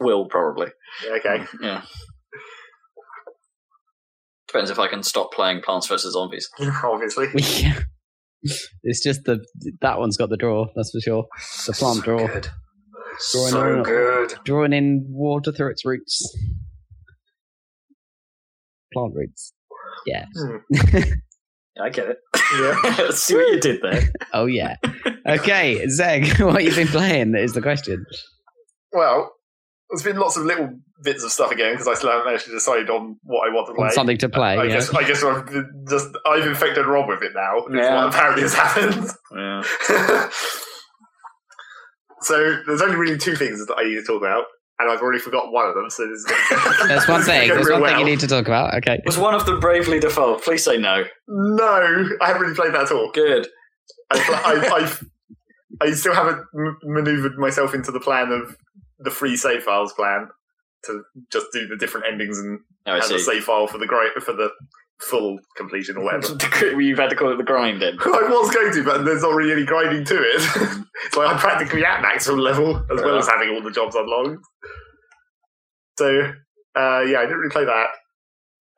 S3: will probably.
S1: Okay.
S3: Yeah. Depends if I can stop playing Plants vs. Zombies.
S1: Obviously.
S2: Yeah. It's just the that one's got the draw, that's for sure. The plant draw.
S1: Good.
S2: Drawing
S1: So
S2: on-
S1: good.
S2: Drawing in water through its roots. Plant roots. Yeah.
S3: I get it.
S1: Yeah.
S3: See what you did there.
S2: Oh yeah. Okay, Zeg, what you been playing is the question.
S1: Well, there's been lots of little bits of stuff again because I still haven't managed to decide on what I want to play.
S2: On something to play.
S1: I
S2: yeah.
S1: guess I guess I've just I've infected Rob with it now. That's
S3: Yeah.
S1: what apparently has happened.
S3: Yeah.
S1: so there's only really two things that I need to talk about, and I've already forgot one of them. So this is gonna-
S2: There's one
S1: this is gonna
S2: thing.
S1: go
S2: There's
S1: real
S2: one thing you
S1: well.
S2: need to talk about. Okay.
S3: Was one of them bravely default? Please say no.
S1: No, I haven't really played that at all.
S3: Good.
S1: I, I, I, I still haven't m- maneuvered myself into the plan of the free save files plan to just do the different endings and
S3: No, I
S1: have a
S3: see.
S1: save file for the great for the full completion or whatever.
S3: You've had to call it the grind then.
S1: I was going to, but there's not really any grinding to it. so I'm practically at maximum level, as well as having all the jobs unlocked. So, uh, yeah, I didn't really play that.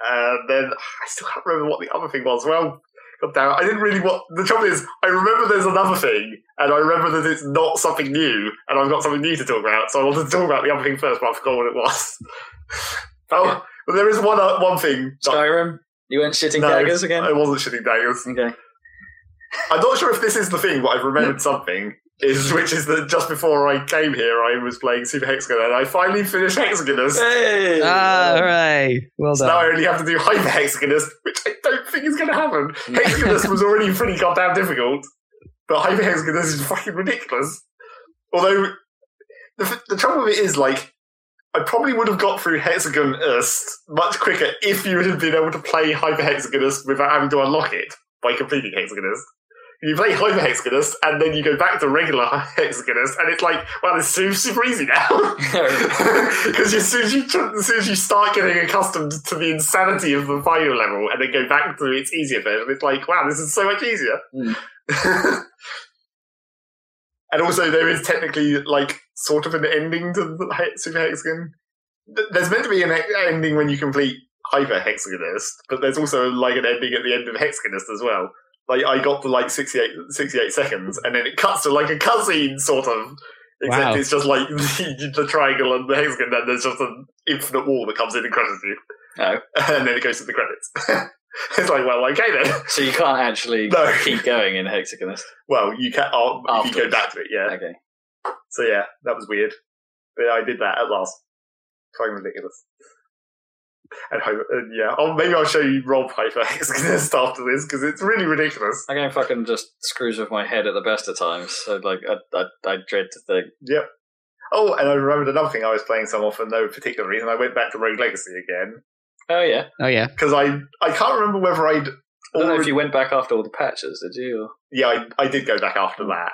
S1: And then I still can't remember what the other thing was. Well, god damn, it, I didn't really want. The trouble is, I remember there's another thing, and I remember that it's not something new, and I've got something new to talk about. So I wanted to talk about the other thing first, but I forgot what it was. oh, but there is one uh, one thing. that-
S3: Skyrim? You went shitting
S1: No,
S3: daggers again?
S1: I wasn't shitting daggers.
S3: Okay.
S1: I'm not sure if this is the thing, but I've remembered something. Is which is that just before I came here, I was playing Super Hexagon, and I finally finished Hexagonist.
S3: Hey!
S2: Ah, hooray! Well
S1: So now I
S2: done.
S1: only have to do Hyper Hexagonist, which I don't think is going to happen. Hexagonist was already pretty goddamn difficult, but Hyper Hexagonist is fucking ridiculous. Although the, f- the trouble with it is, like, I probably would have got through Hexagonist much quicker if you had been able to play Hyper Hexagonist without having to unlock it by completing Hexagonist. You play Hyper Hexagonist, and then you go back to regular Hexagonist, and it's like, wow, it's super, super easy now. Because as soon as you tr- as soon as you start getting accustomed to the insanity of the final level, and then go back to its easier bit, it's like, wow, this is so much easier.
S3: Mm.
S1: and also, there is technically like sort of an ending to the he- Super Hexagon. Th- There's meant to be an e- ending when you complete Hyper Hexagonist, but there's also like an ending at the end of Hexagonist as well. Like I got to like 68, 68 seconds, and then it cuts to like a cutscene sort of. Except
S2: Wow.
S1: it's just like the, the triangle and the hexagon, then there's just an infinite wall that comes in and crushes you.
S3: Oh.
S1: And then it goes to the credits. it's like, well, okay then.
S3: So you can't actually
S1: No.
S3: keep going in Hexagonist.
S1: Well, you can oh, if you go
S3: Afterwards.
S1: back to it, yeah.
S3: Okay.
S1: So yeah, that was weird. But I did that at last. Fucking ridiculous. And, hope, and yeah, oh, maybe I'll show you Rob Hyper Hexagonist after this, because it's really ridiculous.
S3: I game fucking just screws with my head at the best of times. So like I I, I dread to think.
S1: Oh, and I remembered another thing. I was playing someone for no particular reason. I went back to Rogue Legacy again,
S3: Oh yeah.
S2: Oh yeah.
S1: because I, I can't remember whether I'd
S3: I don't know
S1: already
S3: if you went back after all the patches, did you? Or-
S1: yeah, I, I did go back after that.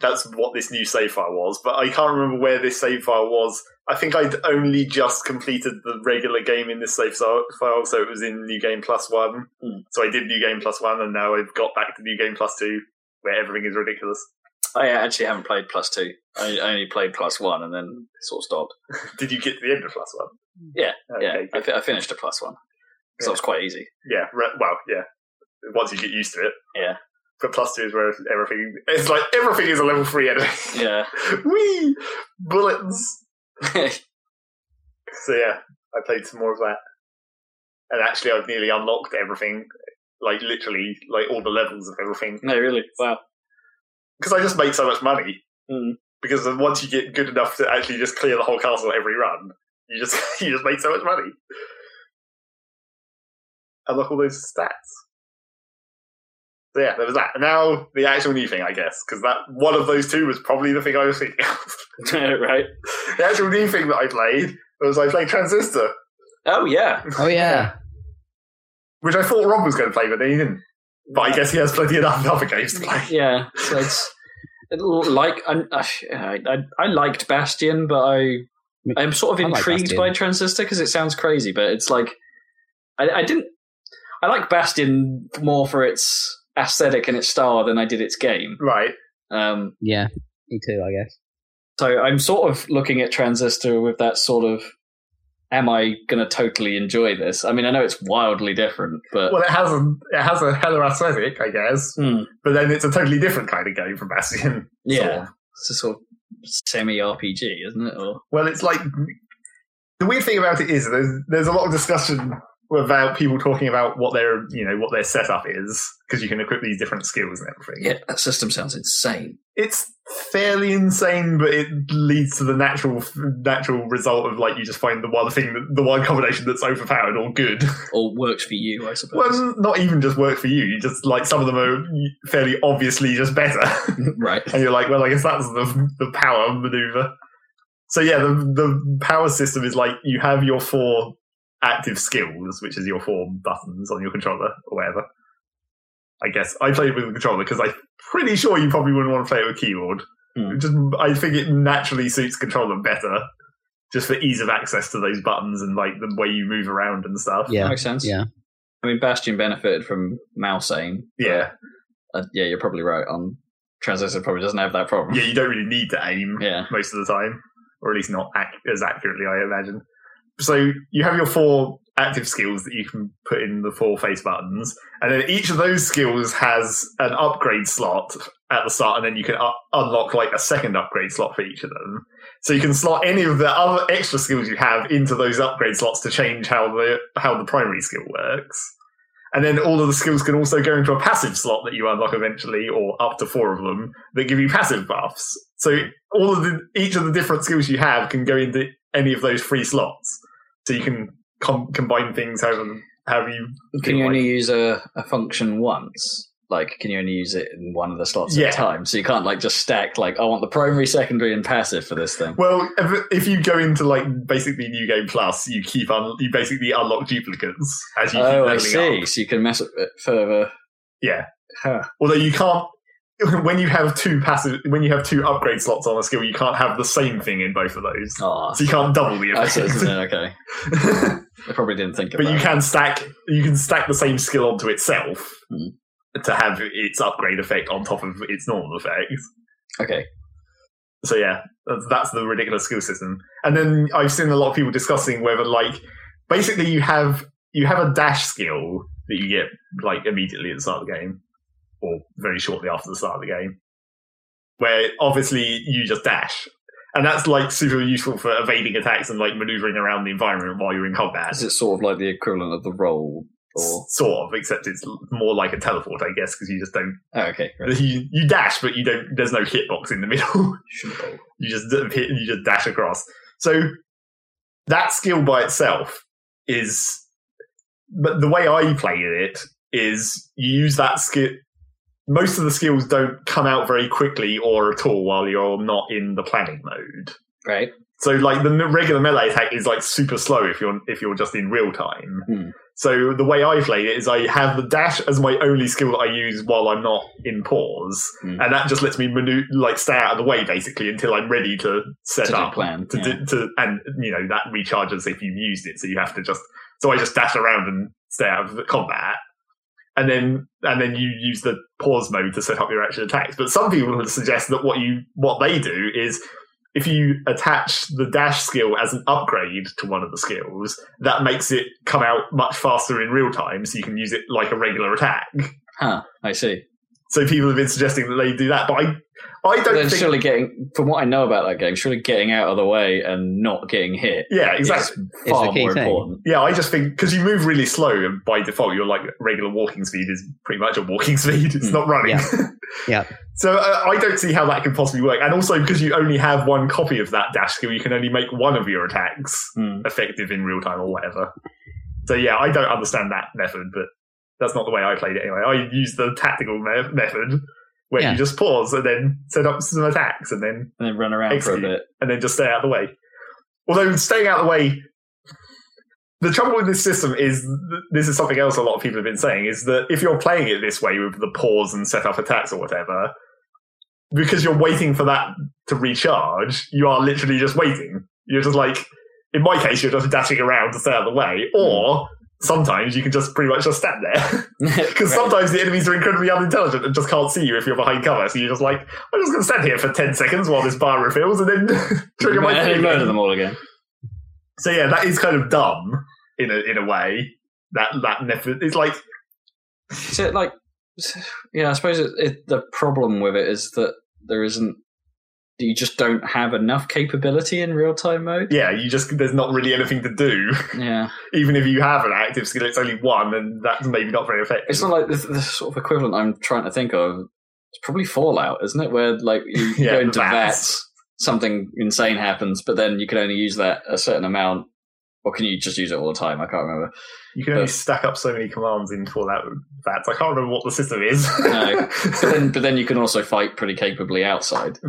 S1: That's what this new save file was, but I can't remember where this save file was. I think I'd only just completed the regular game in this save so- file, so it was in New Game Plus One.
S3: Hmm.
S1: So I did New Game Plus One, and now I've got back to New Game Plus Two, where everything is ridiculous.
S3: Oh, I actually haven't played plus two. I I only played plus one and then sort of stopped.
S1: Did you get to the end of Plus One?
S3: Yeah,
S1: Okay,
S3: yeah, I,
S1: good.
S3: fi- I finished a plus one. So
S1: Yeah.
S3: it was quite easy.
S1: yeah. Re- well, yeah. Once you get used to it,
S3: Yeah.
S1: But Plus Two is where everything. It's like everything is a level three enemy.
S3: Yeah.
S1: Wee bullets. So yeah, I played some more of that, and actually, I've nearly unlocked everything, like literally, like all the levels of everything,
S3: no, really. Wow.
S1: because I just make so much money.
S3: Mm.
S1: Because then once you get good enough to actually just clear the whole castle every run, you just you just make so much money. Unlock all those stats. So yeah, there was that. And now the actual new thing, I guess, because that one of those two was probably the thing I was thinking of.
S3: right.
S1: the actual new thing that I played was I played Transistor.
S3: Oh yeah.
S2: Oh yeah.
S1: which I thought Rob was going to play, but then he didn't. But I guess he has plenty of other games to play.
S3: Yeah, so uh, it's it l- like I, I, I, I liked Bastion, but I I'm sort of
S2: I like
S3: intrigued
S2: Bastion.
S3: by Transistor because it sounds crazy, but it's like I, I didn't. I like Bastion more for its aesthetic and its style than I did its game.
S1: Right.
S3: Um,
S2: Yeah, me too. I guess.
S3: so I'm sort of looking at Transistor with that sort of, am I going to totally enjoy this? I mean, I know it's wildly different, but
S1: Well, it has a it has a hella aesthetic, I guess,
S3: Hmm,
S1: but then it's a totally different kind of game from Bastion.
S3: yeah,
S1: Sort of.
S3: it's a sort of semi RPG, isn't it? Or
S1: Well, it's like the weird thing about it is there's there's a lot of discussion about people talking about what their you know what their setup is because you can equip these different skills and everything.
S3: yeah, that system sounds insane.
S1: it's fairly insane, but it leads to the natural natural result of like you just find the one thing, that, the one combination that's overpowered or good.
S3: Or works for you, I suppose.
S1: well, not even just work for you. You just like some of them are fairly obviously just better,
S3: right.
S1: and you're like, well, I guess that's the the power maneuver. So yeah, the the power system is like you have your four active skills, which is your four buttons on your controller or whatever. I guess I played with the controller because I'm pretty sure you probably wouldn't want to play it with keyboard.
S3: Hmm.
S1: Just I think it naturally suits controller better, just for ease of access to those buttons and like the way you move around and stuff.
S3: That
S2: Yeah,
S3: makes sense.
S2: yeah.
S3: I mean, Bastion benefited from mouse aim. but,
S1: Yeah.
S3: Uh, yeah, you're probably right. On Transistor probably doesn't have that problem.
S1: Yeah, you don't really need to aim
S3: Yeah.
S1: most of the time, or at least not ac- as accurately, I imagine. So you have your four active skills that you can put in the four face buttons, and then each of those skills has an upgrade slot at the start, and then you can u- unlock like a second upgrade slot for each of them. So you can slot any of the other extra skills you have into those upgrade slots to change how the how the primary skill works. And then all of the skills can also go into a passive slot that you unlock eventually, or up to four of them that give you passive buffs. So all of the each of the different skills you have can go into any of those three slots. So you can com- combine things however however you
S3: Can you only use a, a function once? Like, can you only use it in one of the slots
S1: Yeah.
S3: at a time? So you can't like just stack like I want the primary, secondary, and passive for this thing.
S1: Well, if, if you go into like basically new game plus, you keep un- you basically unlock duplicates as you keep
S3: oh,
S1: leveling
S3: I see.
S1: up.
S3: So you can mess up it further.
S1: Yeah.
S3: Huh.
S1: Although you can't when you have two passive when you have two upgrade slots on a skill, you can't have the same thing in both of those.
S3: Oh,
S1: So you can't double the
S3: that's it, isn't
S1: effect.
S3: it? Okay. I probably didn't think of
S1: but
S3: that.
S1: you can stack you can stack the same skill onto itself
S3: Hmm.
S1: to have its upgrade effect on top of its normal effect.
S3: Okay.
S1: So yeah, that's, that's the ridiculous skill system. And then I've seen a lot of people discussing whether like basically you have you have a dash skill that you get like immediately at the start of the game or very shortly after the start of the game where obviously you just dash. And that's like super useful for evading attacks and like maneuvering around the environment while you're in combat.
S3: Is it sort of like the equivalent of the roll? Or
S1: Sort of, except it's l- more like a teleport, I guess, because you just don't
S3: oh, okay. Right.
S1: you, you dash, but you don't. There's no hitbox in the middle.
S3: Shouldn't roll.
S1: you just d- hit you just dash across. So that skill by itself is, but the way I played it is you use that skill. Most of the skills don't come out very quickly or at all while you're not in the planning mode.
S3: Right.
S1: So like the me- regular melee attack is like super slow if you're if you're just in real time.
S3: Hmm.
S1: So the way I played it is I have the dash as my only skill that I use while I'm not in pause,
S3: Hmm.
S1: and that just lets me manu- like stay out of the way basically until I'm ready to set
S3: To do
S1: up
S3: plan,
S1: to,
S3: yeah.
S1: do- to and you know that recharges if you've used it. So you have to just so I just dash around and stay out of the combat. And then, and then you use the pause mode to set up your action attacks. But some people would suggest that what you, what they do is if you attach the dash skill as an upgrade to one of the skills, that makes it come out much faster in real time, so you can use it like a regular attack.
S3: Huh. I see.
S1: So people have been suggesting that they do that, but I, I don't
S3: then
S1: think.
S3: surely getting from what I know about that game, surely getting out of the way and not getting hit
S1: yeah, exactly.
S3: is far
S2: the key
S3: more
S2: thing.
S3: important.
S1: Yeah, I just think because you move really slow, and by default, your like regular walking speed is pretty much a walking speed. It's
S3: Mm.
S1: not running.
S2: Hmm, Yeah.
S1: So uh, I don't see how that could possibly work. And also because you only have one copy of that dash skill, you can only make one of your attacks.
S3: Hmm.
S1: effective in real time or whatever. So yeah, I don't understand that method, but that's not the way I played it anyway. I used the tactical me- method where
S2: Yeah.
S1: you just pause and then set up some attacks and then
S3: And then run around for a
S1: Execute.
S3: bit.
S1: and then just stay out of the way. Although staying out of the way, the trouble with this system is this is something else a lot of people have been saying is that if you're playing it this way with the pause and set up attacks or whatever, because you're waiting for that to recharge, you are literally just waiting. You're just like, in my case, you're just dashing around to stay out of the way, or sometimes you can just pretty much just stand there. Because sometimes the enemies are incredibly unintelligent and just can't see you if you're behind cover. So you're just like, I'm just going to stand here for 10 seconds while this bar refills and then trigger my
S3: And
S1: thing.
S3: murder them all again.
S1: So yeah, that is kind of dumb in a, in a way. That, that method. It's like,
S3: Is it like, yeah, I suppose it, it, the problem with it is that there isn't, you just don't have enough capability in real time mode.
S1: yeah, you just, there's not really anything to do.
S3: Yeah.
S1: Even if you have an active skill, it's only one, and that's maybe not very effective.
S3: It's not like the, the sort of equivalent I'm trying to think of. It's probably Fallout, isn't it? Where like you
S1: Yeah,
S3: go into
S1: the vats.
S3: vats, something insane happens, but then you can only use that a certain amount. Or can you just use it all the time? I can't remember.
S1: You can only
S3: But-
S1: stack up so many commands in Fallout that. I can't remember what the system is.
S3: No. But then, but then you can also fight pretty capably outside.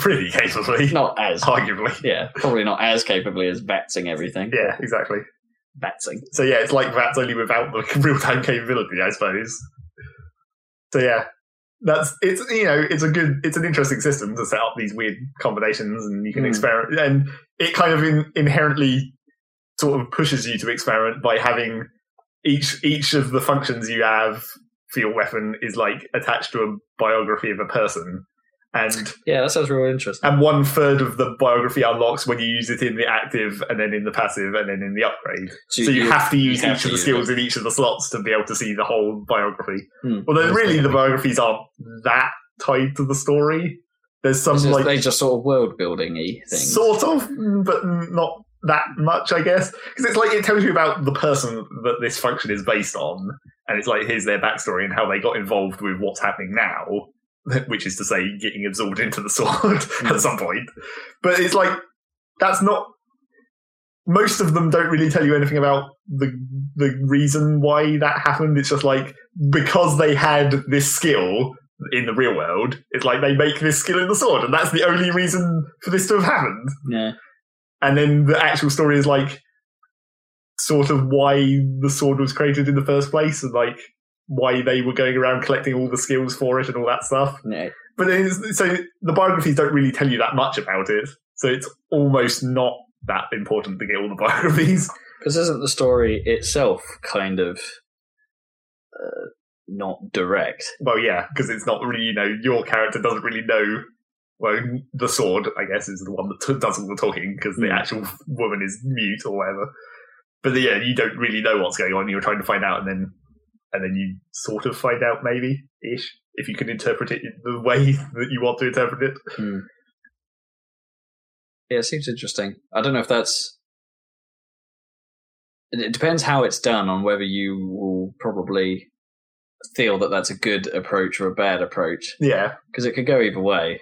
S1: Pretty capably.
S3: Not as,
S1: Arguably.
S3: yeah, probably not as capably as batsing everything.
S1: Yeah, exactly.
S3: Batsing.
S1: So yeah, it's like that's only without the real time capability, I suppose. So yeah. That's it's you know, it's a good it's an interesting system to set up these weird combinations and you can
S3: Hmm.
S1: experiment and it kind of in, inherently sort of pushes you to experiment by having each each of the functions you have for your weapon is like attached to a biography of a person. And
S3: Yeah, that sounds real interesting.
S1: and one third of the biography unlocks when you use it in the active and then in the passive and then in the upgrade. So you, have to use
S3: have
S1: each
S3: to
S1: of the
S3: use
S1: skills in each of the slots to be able to see the whole biography.
S3: Hmm.
S1: Although
S3: That's
S1: really
S3: good.
S1: the biographies aren't that tied to the story. There's some
S3: It's just-
S1: like
S3: they just sort of world building y things.
S1: sort of, but not that much, I guess. Because it's like it tells you about the person that this function is based on, and it's like here's their backstory and how they got involved with what's happening now, which is to say, getting absorbed into the sword at some point. But it's like that's not. Most of them don't really tell you anything about the the reason why that happened. It's just like because they had this skill, in the real world, it's like they make this skill in the sword, and that's the only reason for this to have happened.
S3: yeah.
S1: And then the actual story is like sort of why the sword was created in the first place, and like why they were going around collecting all the skills for it and all that stuff.
S3: yeah.
S1: But then it's, so the biographies don't really tell you that much about it, so it's almost not that important to get all the biographies.
S3: Because isn't the story itself kind of uh, not direct?
S1: Well, yeah, because it's not really you know your character doesn't really know. Well, the sword, I guess, is the one that t- does all the talking because the
S3: Hmm.
S1: actual woman is mute or whatever. But yeah, you don't really know what's going on. You're trying to find out, and then and then you sort of find out, maybe ish, if you can interpret it the way that you want to interpret it.
S3: Yeah, it seems interesting. I don't know if that's. It it depends how it's done on whether you will probably feel that that's a good approach or a bad approach.
S1: Yeah,
S3: Because it could go either way.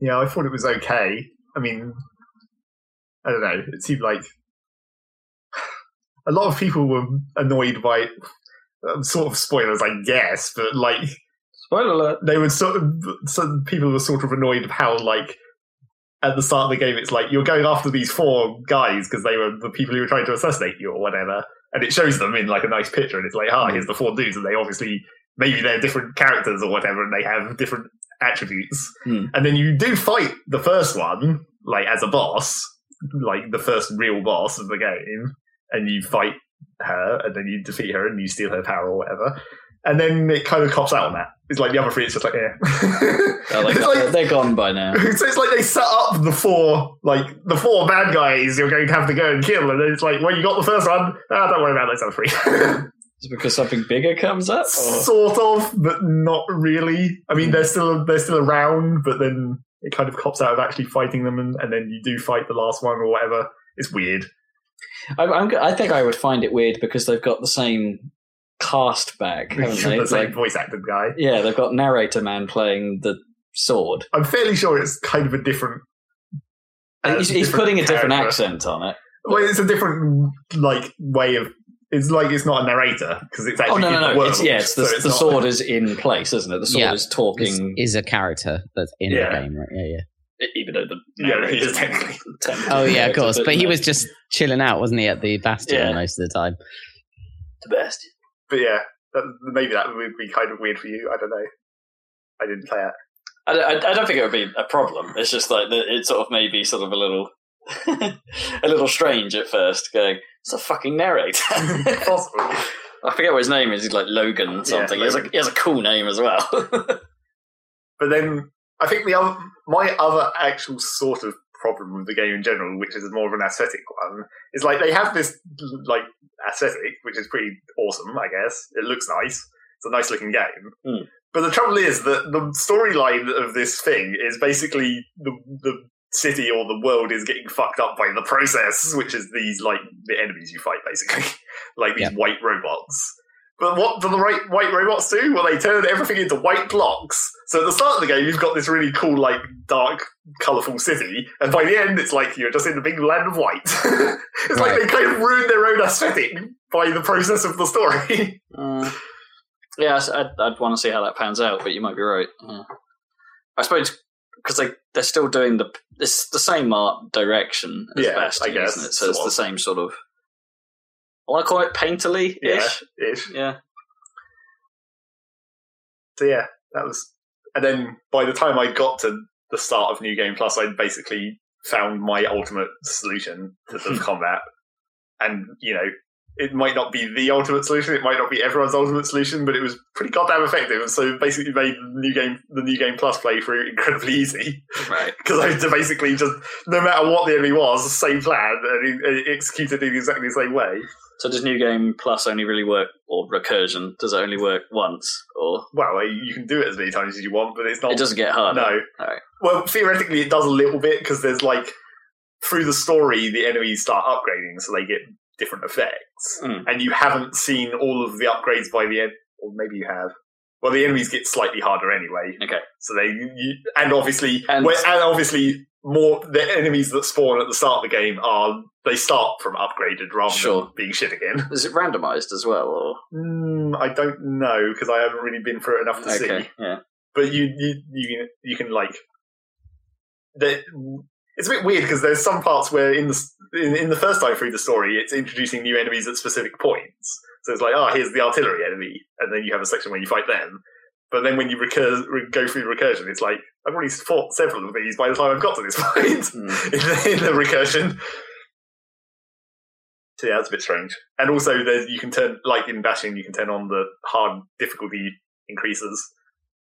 S1: yeah, I thought it was okay. I mean, I don't know. It seemed like a lot of people were annoyed by um, sort of spoilers, I guess, but like
S3: Spoiler alert!
S1: they would sort of some people were sort of annoyed of how like at the start of the game it's like you're going after these four guys because they were the people who were trying to assassinate you or whatever and it shows them in like a nice picture and it's like ah here's the four dudes and they obviously maybe they're different characters or whatever and they have different attributes
S3: Hmm.
S1: and then you do fight the first one like as a boss like the first real boss of the game and you fight her and then you defeat her and you steal her power or whatever and then it kind of cops out on that. It's like the other three, it's just like, yeah.
S3: Oh, like,
S1: it's like,
S3: they're gone by now.
S1: so it's like they set up the four, like, the four bad guys you're going to have to go and kill. And then it's like, well, you got the first one. Ah, don't worry about those other three.
S3: Is it because something bigger comes up? Or?
S1: sort of, but not really. I mean, they're still, they're still around, but then it kind of cops out of actually fighting them. And, and then you do fight the last one or whatever. It's weird.
S3: I'm, I'm, I think I would find it weird because they've got the same cast back,
S1: the
S3: haven't they?
S1: same
S3: Like,
S1: voice acted guy.
S3: yeah, they've got narrator man playing the sword.
S1: I'm fairly sure it's kind of a different. uh,
S3: he's he's putting a different
S1: character.
S3: accent on it.
S1: Well, it's a different like way of. It's like it's not a narrator because it's
S3: Oh
S1: actually
S3: no,
S1: in
S3: no,
S1: the
S3: no!
S1: world.
S3: It's, yeah, it's the,
S1: so it's
S3: the
S1: not-
S3: sword is in place, isn't it? The sword
S2: Yeah.
S3: is
S2: This
S3: talking,
S2: is a character that's in
S1: Yeah.
S2: the game, right? Yeah, yeah.
S3: even though the
S1: Yeah, he is
S3: narrator's
S1: technically.
S3: technically
S2: Oh yeah, of
S3: narrator,
S2: course. But he
S3: no,
S2: was just chilling out, wasn't he, at the bastion
S3: Yeah.
S2: most of the time?
S3: the best.
S1: But yeah, that, maybe that would be kind of weird for you. I don't know. I didn't play it.
S3: I, don't- I, I don't think it would be a problem. It's just like that it sort of may be sort of a little a little strange at first, going, it's a fucking narrator. I
S1: Possible.
S3: forget what his name is. He's like Logan something. he, has a,
S1: Logan.
S3: he has a cool name as well.
S1: But then I think the other, my other actual sort of problem with the game in general, which is more of an aesthetic one, is like they have this like aesthetic, which is pretty awesome, I guess. It looks nice. It's a nice looking game.
S3: Hmm.
S1: But the trouble is that the storyline of this thing is basically the the city or the world is getting fucked up by the process, which is these like the enemies you fight basically, like these
S2: Yeah.
S1: white robots. But what do the right, white robots do? Well, they turn everything into white blocks. So at the start of the game, you've got this really cool, like, dark, colourful city. And by the end, it's like you're just in the big land of white. it's like
S2: Right.
S1: they kind of ruined their own aesthetic by the process of the story.
S3: Uh, yeah, so I'd, I'd want to see how that pans out, but you might be right. Yeah. I suppose because they they're still doing the it's the same art direction as
S1: Yeah,
S3: Bastion,
S1: I guess,
S3: isn't it? So it's
S1: sort
S3: the
S1: of.
S3: same sort of. I want to call it painterly ish.
S1: Ish.
S3: Yeah.
S1: So yeah, that was. And then by the time I got to the start of New Game Plus, I'd basically found my ultimate solution to the combat. And, you know, it might not be the ultimate solution, it might not be everyone's ultimate solution, but it was pretty goddamn effective. And so basically made the new game, the New Game Plus playthrough incredibly easy.
S3: Right.
S1: Because I had to basically just, no matter what the enemy was, same plan, and it, it executed in exactly the same way.
S3: So does New Game Plus only really work, or Recursion does it only work once, or
S1: Well, you can do it as many times as you want, but it's not
S3: it doesn't get harder?
S1: Oh, No.
S3: Alright.
S1: Well, theoretically, it does a little bit because there's like through the story, the enemies start upgrading, so they get different effects,
S3: Mm.
S1: and you haven't seen all of the upgrades by the end, or maybe you have. Well, the enemies get slightly harder anyway.
S3: Okay.
S1: So they you, and obviously
S3: And-
S1: and, and obviously more the enemies that spawn at the start of the game are they start from upgraded rather
S3: Sure.
S1: than being shit again.
S3: Is it randomized as well, or
S1: Mm, I don't know because I haven't really been through it enough to see
S3: okay? Yeah.
S1: but you you you can, you can like that. It's a bit weird because there's some parts where in the s- in, in the first time through the story, it's introducing new enemies at specific points. So it's like, oh, here's the artillery enemy, and then you have a section where you fight them. But then when you recur, re- go through recursion, it's like I've already fought several of these by the time I've got to this point
S3: Hmm.
S1: in the, in the recursion. So yeah, that's a bit strange. And also, there's you can turn like in bashing, you can turn on the hard difficulty increases,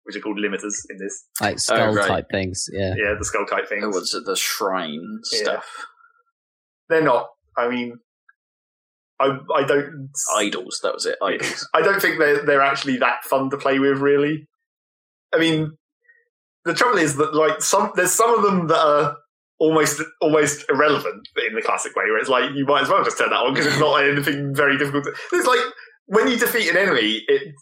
S1: which are called limiters in this.
S2: Like skull
S3: right.
S2: type things. Yeah.
S1: Yeah, the skull type things.
S3: Oh, what's it? The shrine
S1: Yeah.
S3: stuff.
S1: They're not. I mean, I I don't
S3: Idols. That was it. Idols.
S1: I don't think they're they're actually that fun to play with, really. I mean, the trouble is that like some there's some of them that are almost almost irrelevant in the classic way, where it's like you might as well just turn that on because it's not anything very difficult. To, it's like when you defeat an enemy, it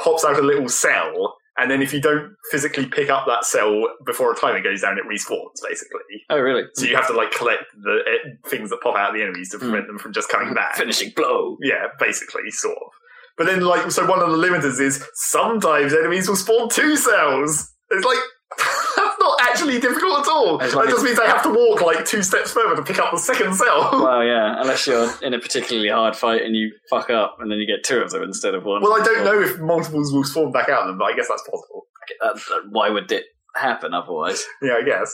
S1: pops out a little cell, and then if you don't physically pick up that cell before a timer goes down, it respawns basically.
S3: oh, really?
S1: So you have to like collect the eh, things that pop out of the enemies to
S3: Mm.
S1: prevent them from just coming back
S3: Finishing blow.
S1: yeah, basically, sort of. But then, like, so one of the limiters is sometimes enemies will spawn two cells. It's like that's not actually difficult at all.
S3: It's
S1: That
S3: like-
S1: just means they have to walk like two steps further to pick up the second cell.
S3: Well, yeah. Unless you're in a particularly hard fight and you fuck up, and then you get two of them instead of one.
S1: Well, I don't
S3: Or-
S1: know if multiples will spawn back out of them, but I guess that's possible.
S3: Uh, uh, why would it happen otherwise?
S1: Yeah, I guess.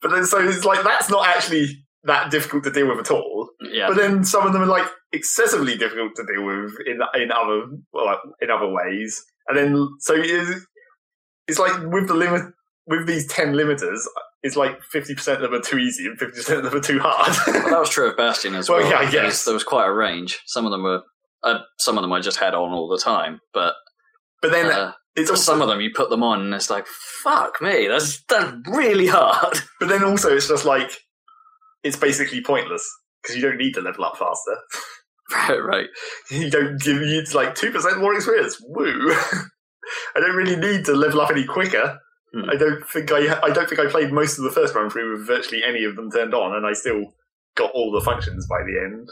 S1: But then, so it's like that's not actually that difficult to deal with at all.
S3: Yeah.
S1: But then some of them are like excessively difficult to deal with in in other well, like, in other ways. And then so it's, it's like with the limit with these ten limiters, it's like fifty percent of them are too easy and fifty percent of them are too
S3: Well,
S1: hard.
S3: that was true of Bastion as well.
S1: Well, yeah, I
S3: There was-
S1: guess.
S3: there was quite a range. Some of them were, uh, some of them I just had on all the time, but
S1: but then
S3: uh,
S1: it's also,
S3: some of them you put them on and it's like, fuck me, that's that's really hard.
S1: but then also it's just like it's basically pointless because you don't need to level up faster.
S3: right, right.
S1: you don't give you it's like two percent more experience. Woo! I don't really need to level up any quicker.
S3: Hmm.
S1: I don't think I I don't think I played most of the first run through with virtually any of them turned on, and I still got all the functions by the end.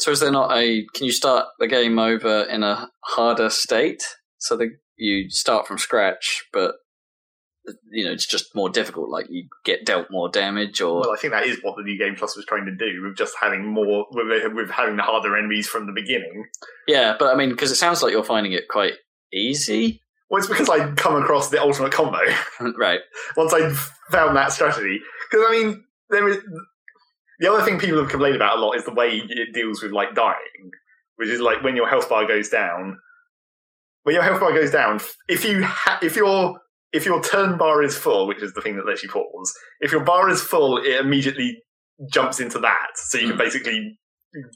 S3: So is there not a? Can you start the game over in a harder state so that you start from scratch, but you know it's just more difficult. Like you get dealt more damage, or
S1: Well, I think that is what the new game plus was trying to do with just having more with, with having the harder enemies from the beginning.
S3: yeah. But I mean, because it sounds like you're finding it quite easy,
S1: Well, it's because I'd come across the ultimate combo.
S3: right?
S1: once I found that strategy. Because I mean, there is the other thing people have complained about a lot is the way it deals with like dying, which is like when your health bar goes down. When your health bar goes down, if you ha- if your if your turn bar is full, which is the thing that lets you pause, if your bar is full, it immediately jumps into that, so you can
S3: Hmm.
S1: basically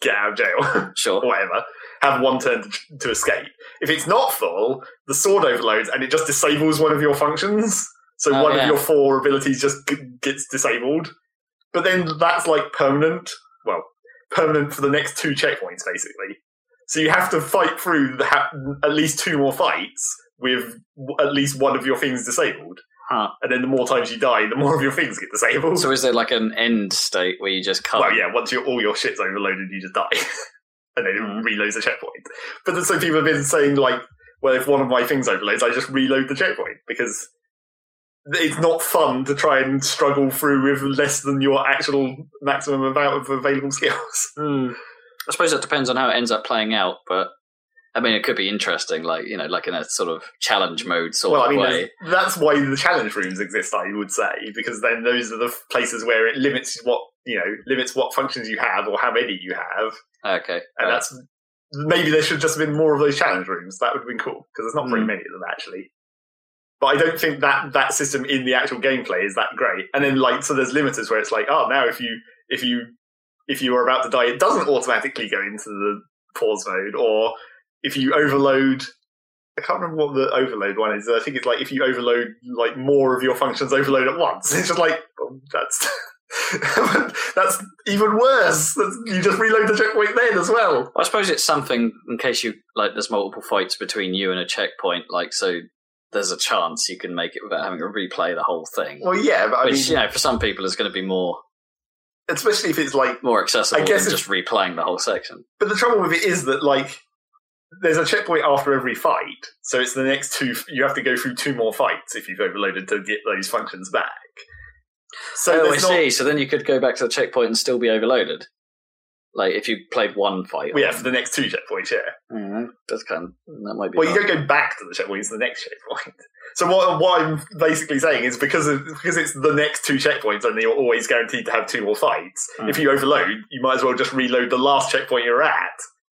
S1: get out of jail
S3: Sure.
S1: or whatever. Have one turn to, to escape. If it's not full, the sword overloads and it just disables one of your functions. So
S3: Oh,
S1: one
S3: yeah.
S1: of your four abilities just g- gets disabled. But then that's like permanent. Well, permanent for the next two checkpoints, basically. So you have to fight through the ha- at least two more fights with w- at least one of your things disabled.
S3: Huh.
S1: And then the more times you die, the more of your things get disabled.
S3: So is there like an end state where you just cut?
S1: Well, yeah, once you all your shit's overloaded, you just die. and then
S3: Mm.
S1: it reloads the checkpoint. But then some people have been saying, like, well, if one of my things overloads, I just reload the checkpoint because it's not fun to try and struggle through with less than your actual maximum amount of available skills.
S3: I suppose it depends on how it ends up playing out, but I mean, it could be interesting, like you know, like in a sort of challenge mode sort
S1: well, I
S3: of
S1: mean,
S3: way.
S1: there's- that's why the challenge rooms exist, I would say, because then those are the f- places where it limits what, you know, limits what functions you have or how many you have.
S3: Okay,
S1: And
S3: Uh,
S1: that's maybe there should just have been more of those challenge rooms. That would have been cool because there's not very
S3: Hmm.
S1: many of them actually. But I don't think that that system in the actual gameplay is that great. And then like so, there's limiters where it's like, oh, now if you if you if you are about to die, it doesn't automatically go into the pause mode, or if you overload. I can't remember what the overload one is. I think it's like if you overload like more of your functions overload at once. It's just like oh, that's that's even worse. That's, you just reload the checkpoint then as well.
S3: I suppose it's something in case you like. There's multiple fights between you and a checkpoint, like so. There's a chance you can make it without having to replay the whole thing,
S1: Well, yeah, but I
S3: which
S1: mean,
S3: you know, for some people, is going to be more
S1: especially if it's like.
S3: more accessible
S1: guess
S3: than
S1: it's-
S3: just replaying the whole section.
S1: But the trouble with it is that like, there's a checkpoint after every fight, so it's the next two. You have to go through two more fights if you've overloaded to get those functions back. So
S3: oh, I
S1: there's not.
S3: see. So then you could go back to the checkpoint and still be overloaded, like if you played one fight.
S1: Well, yeah, for the next two checkpoints, yeah.
S3: Mm, that's kind. Of, that might be.
S1: Well, you
S3: hard.
S1: don't go back to the checkpoint; it's the next checkpoint. So what, what I'm basically saying is because of, because it's the next two checkpoints, and you're always guaranteed to have two more fights.
S3: Mm.
S1: If you overload, you might as well just reload the last checkpoint you're at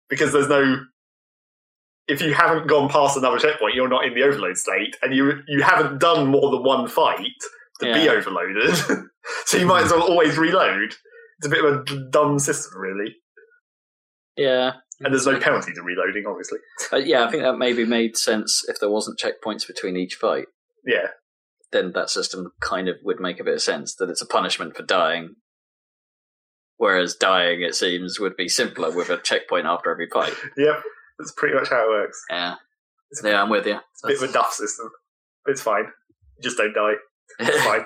S1: because there's no. If you haven't gone past another checkpoint, you're not in the overload state, and you you haven't done more than one fight to be
S3: Yeah. Mm-hmm.
S1: overloaded. so you might as well always reload. It's a bit of a d- dumb system, really,
S3: yeah.
S1: and there's no
S3: Mm-hmm.
S1: penalty to reloading, obviously.
S3: Uh, yeah, I think that maybe made sense if there wasn't checkpoints between each fight.
S1: Yeah.
S3: Then that system kind of would make a bit of sense that it's a punishment for dying. Whereas dying, it seems, would be simpler with a checkpoint after every fight.
S1: Yep, that's pretty much how it works.
S3: Yeah, yeah, I'm with you.
S1: Bit of a duff system. It's fine. Just don't die. It's fine.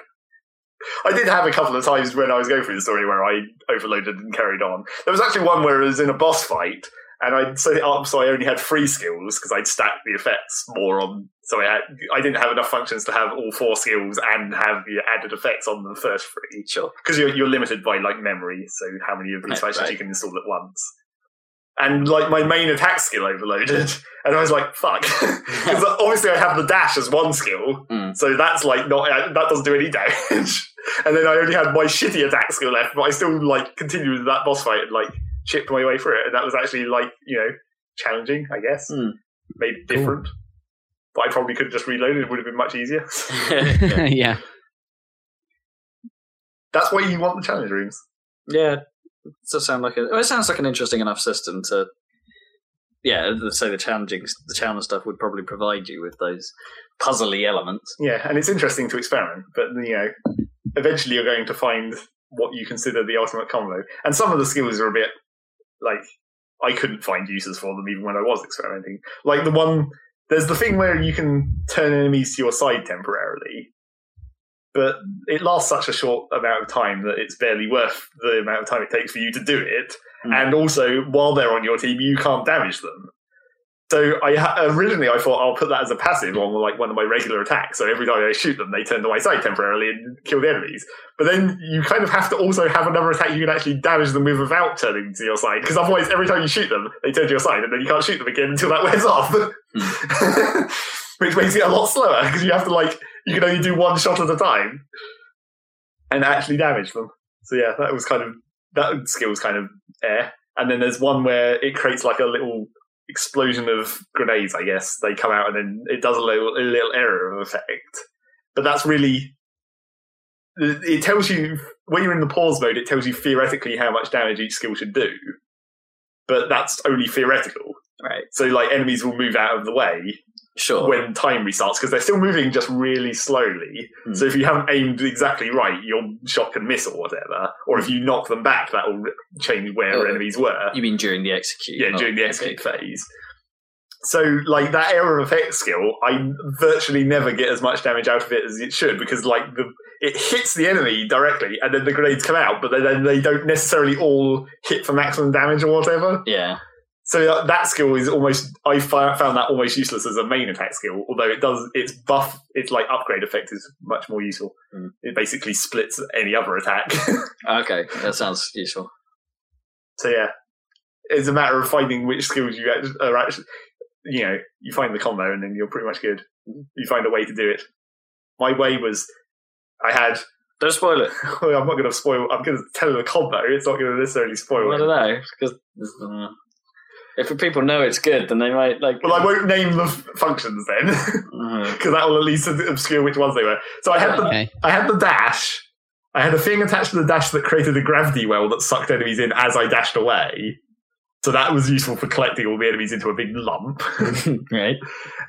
S1: I did have a couple of times when I was going through the story where I overloaded and carried on. There was actually one where I was in a boss fight and I'd set it up so oh, I only had three skills because I'd stacked the effects more on. So I, had, I didn't have enough functions to have all four skills and have the added effects on the first three.
S3: sure.
S1: Because you're, you're limited by like memory, so how many of these
S3: Right,
S1: functions
S3: right.
S1: you can install at once. And like my main attack skill overloaded, and I was like, "Fuck!" Because obviously I have the dash as one skill,
S3: Mm.
S1: so that's like not uh, that doesn't do any damage. and then I only had my shitty attack skill left, but I still like continued with that boss fight and like chipped my way through it, and that was actually like you know challenging, I guess,
S3: Mm.
S1: maybe
S2: Cool.
S1: different. But I probably could have just reloaded; it would have been much easier.
S2: yeah.
S1: that's why you want the challenge rooms.
S3: yeah, does sound like a. well, It sounds like an interesting enough system to. Yeah, so the challenging, the challenge stuff would probably provide you with those puzzly elements.
S1: Yeah, and it's interesting to experiment, but you know, eventually you're going to find what you consider the ultimate combo. And some of the skills are a bit like I couldn't find uses for them even when I was experimenting. Like the one, there's the thing where you can turn enemies to your side temporarily, but it lasts such a short amount of time that it's barely worth the amount of time it takes for you to do it.
S3: Hmm.
S1: And also, while they're on your team, you can't damage them. So I ha- originally I thought I'll put that as a passive on like one of my regular attacks. So every time I shoot them, they turn to my side temporarily and kill the enemies. But then you kind of have to also have another attack you can actually damage them with without turning to your side, because otherwise every time you shoot them, they turn to your side, and then you can't shoot them again until that wears off. Which makes it a lot slower because you have to like you can only do one shot at a time and actually damage them. So yeah, that was kind of that skill's kind of air. And then there's one where it creates like a little explosion of grenades. I guess they come out, and then it does a little a little error of effect. But that's really it tells you when you're in the pause mode. It tells you theoretically how much damage each skill should do, but that's only theoretical.
S3: Right.
S1: So like enemies will move out of the way,
S3: Sure.
S1: when time restarts because they're still moving just really slowly.
S3: Hmm.
S1: So if you haven't aimed exactly right, your shot can miss or whatever. Or if you knock them back, that will change where
S3: Oh,
S1: enemies were.
S3: you mean during the execute?
S1: Yeah,
S3: not-
S1: during the
S3: Oh, okay.
S1: execute phase. So like that error of effect skill, I virtually never get as much damage out of it as it should because like the it hits the enemy directly and then the grenades come out, but then- then they don't necessarily all hit for maximum damage or whatever.
S3: Yeah.
S1: So that, that skill is almost I fi- found that almost useless as a main attack skill, although it does its buff its like upgrade effect is much more useful.
S3: Mm.
S1: It basically splits any other attack.
S3: Okay, that sounds useful.
S1: so yeah, it's a matter of finding which skills you act- are actually. You know, you find the combo and then you're pretty much good. You find a way to do it. My way was, I had.
S3: Don't spoil it.
S1: Well, I'm not going to spoil. I'm going to tell the combo. It's not going to necessarily spoil
S3: I
S1: it.
S3: don't know because if people know it's good, then they might like.
S1: Well, I won't name the f- functions then,
S3: Mhm.
S1: because that will at least obscure which ones they were. So I had the
S2: Okay.
S1: I had the dash. I had a thing attached to the dash that created a gravity well that sucked enemies in as I dashed away. So that was useful for collecting all the enemies into a big lump.
S3: right.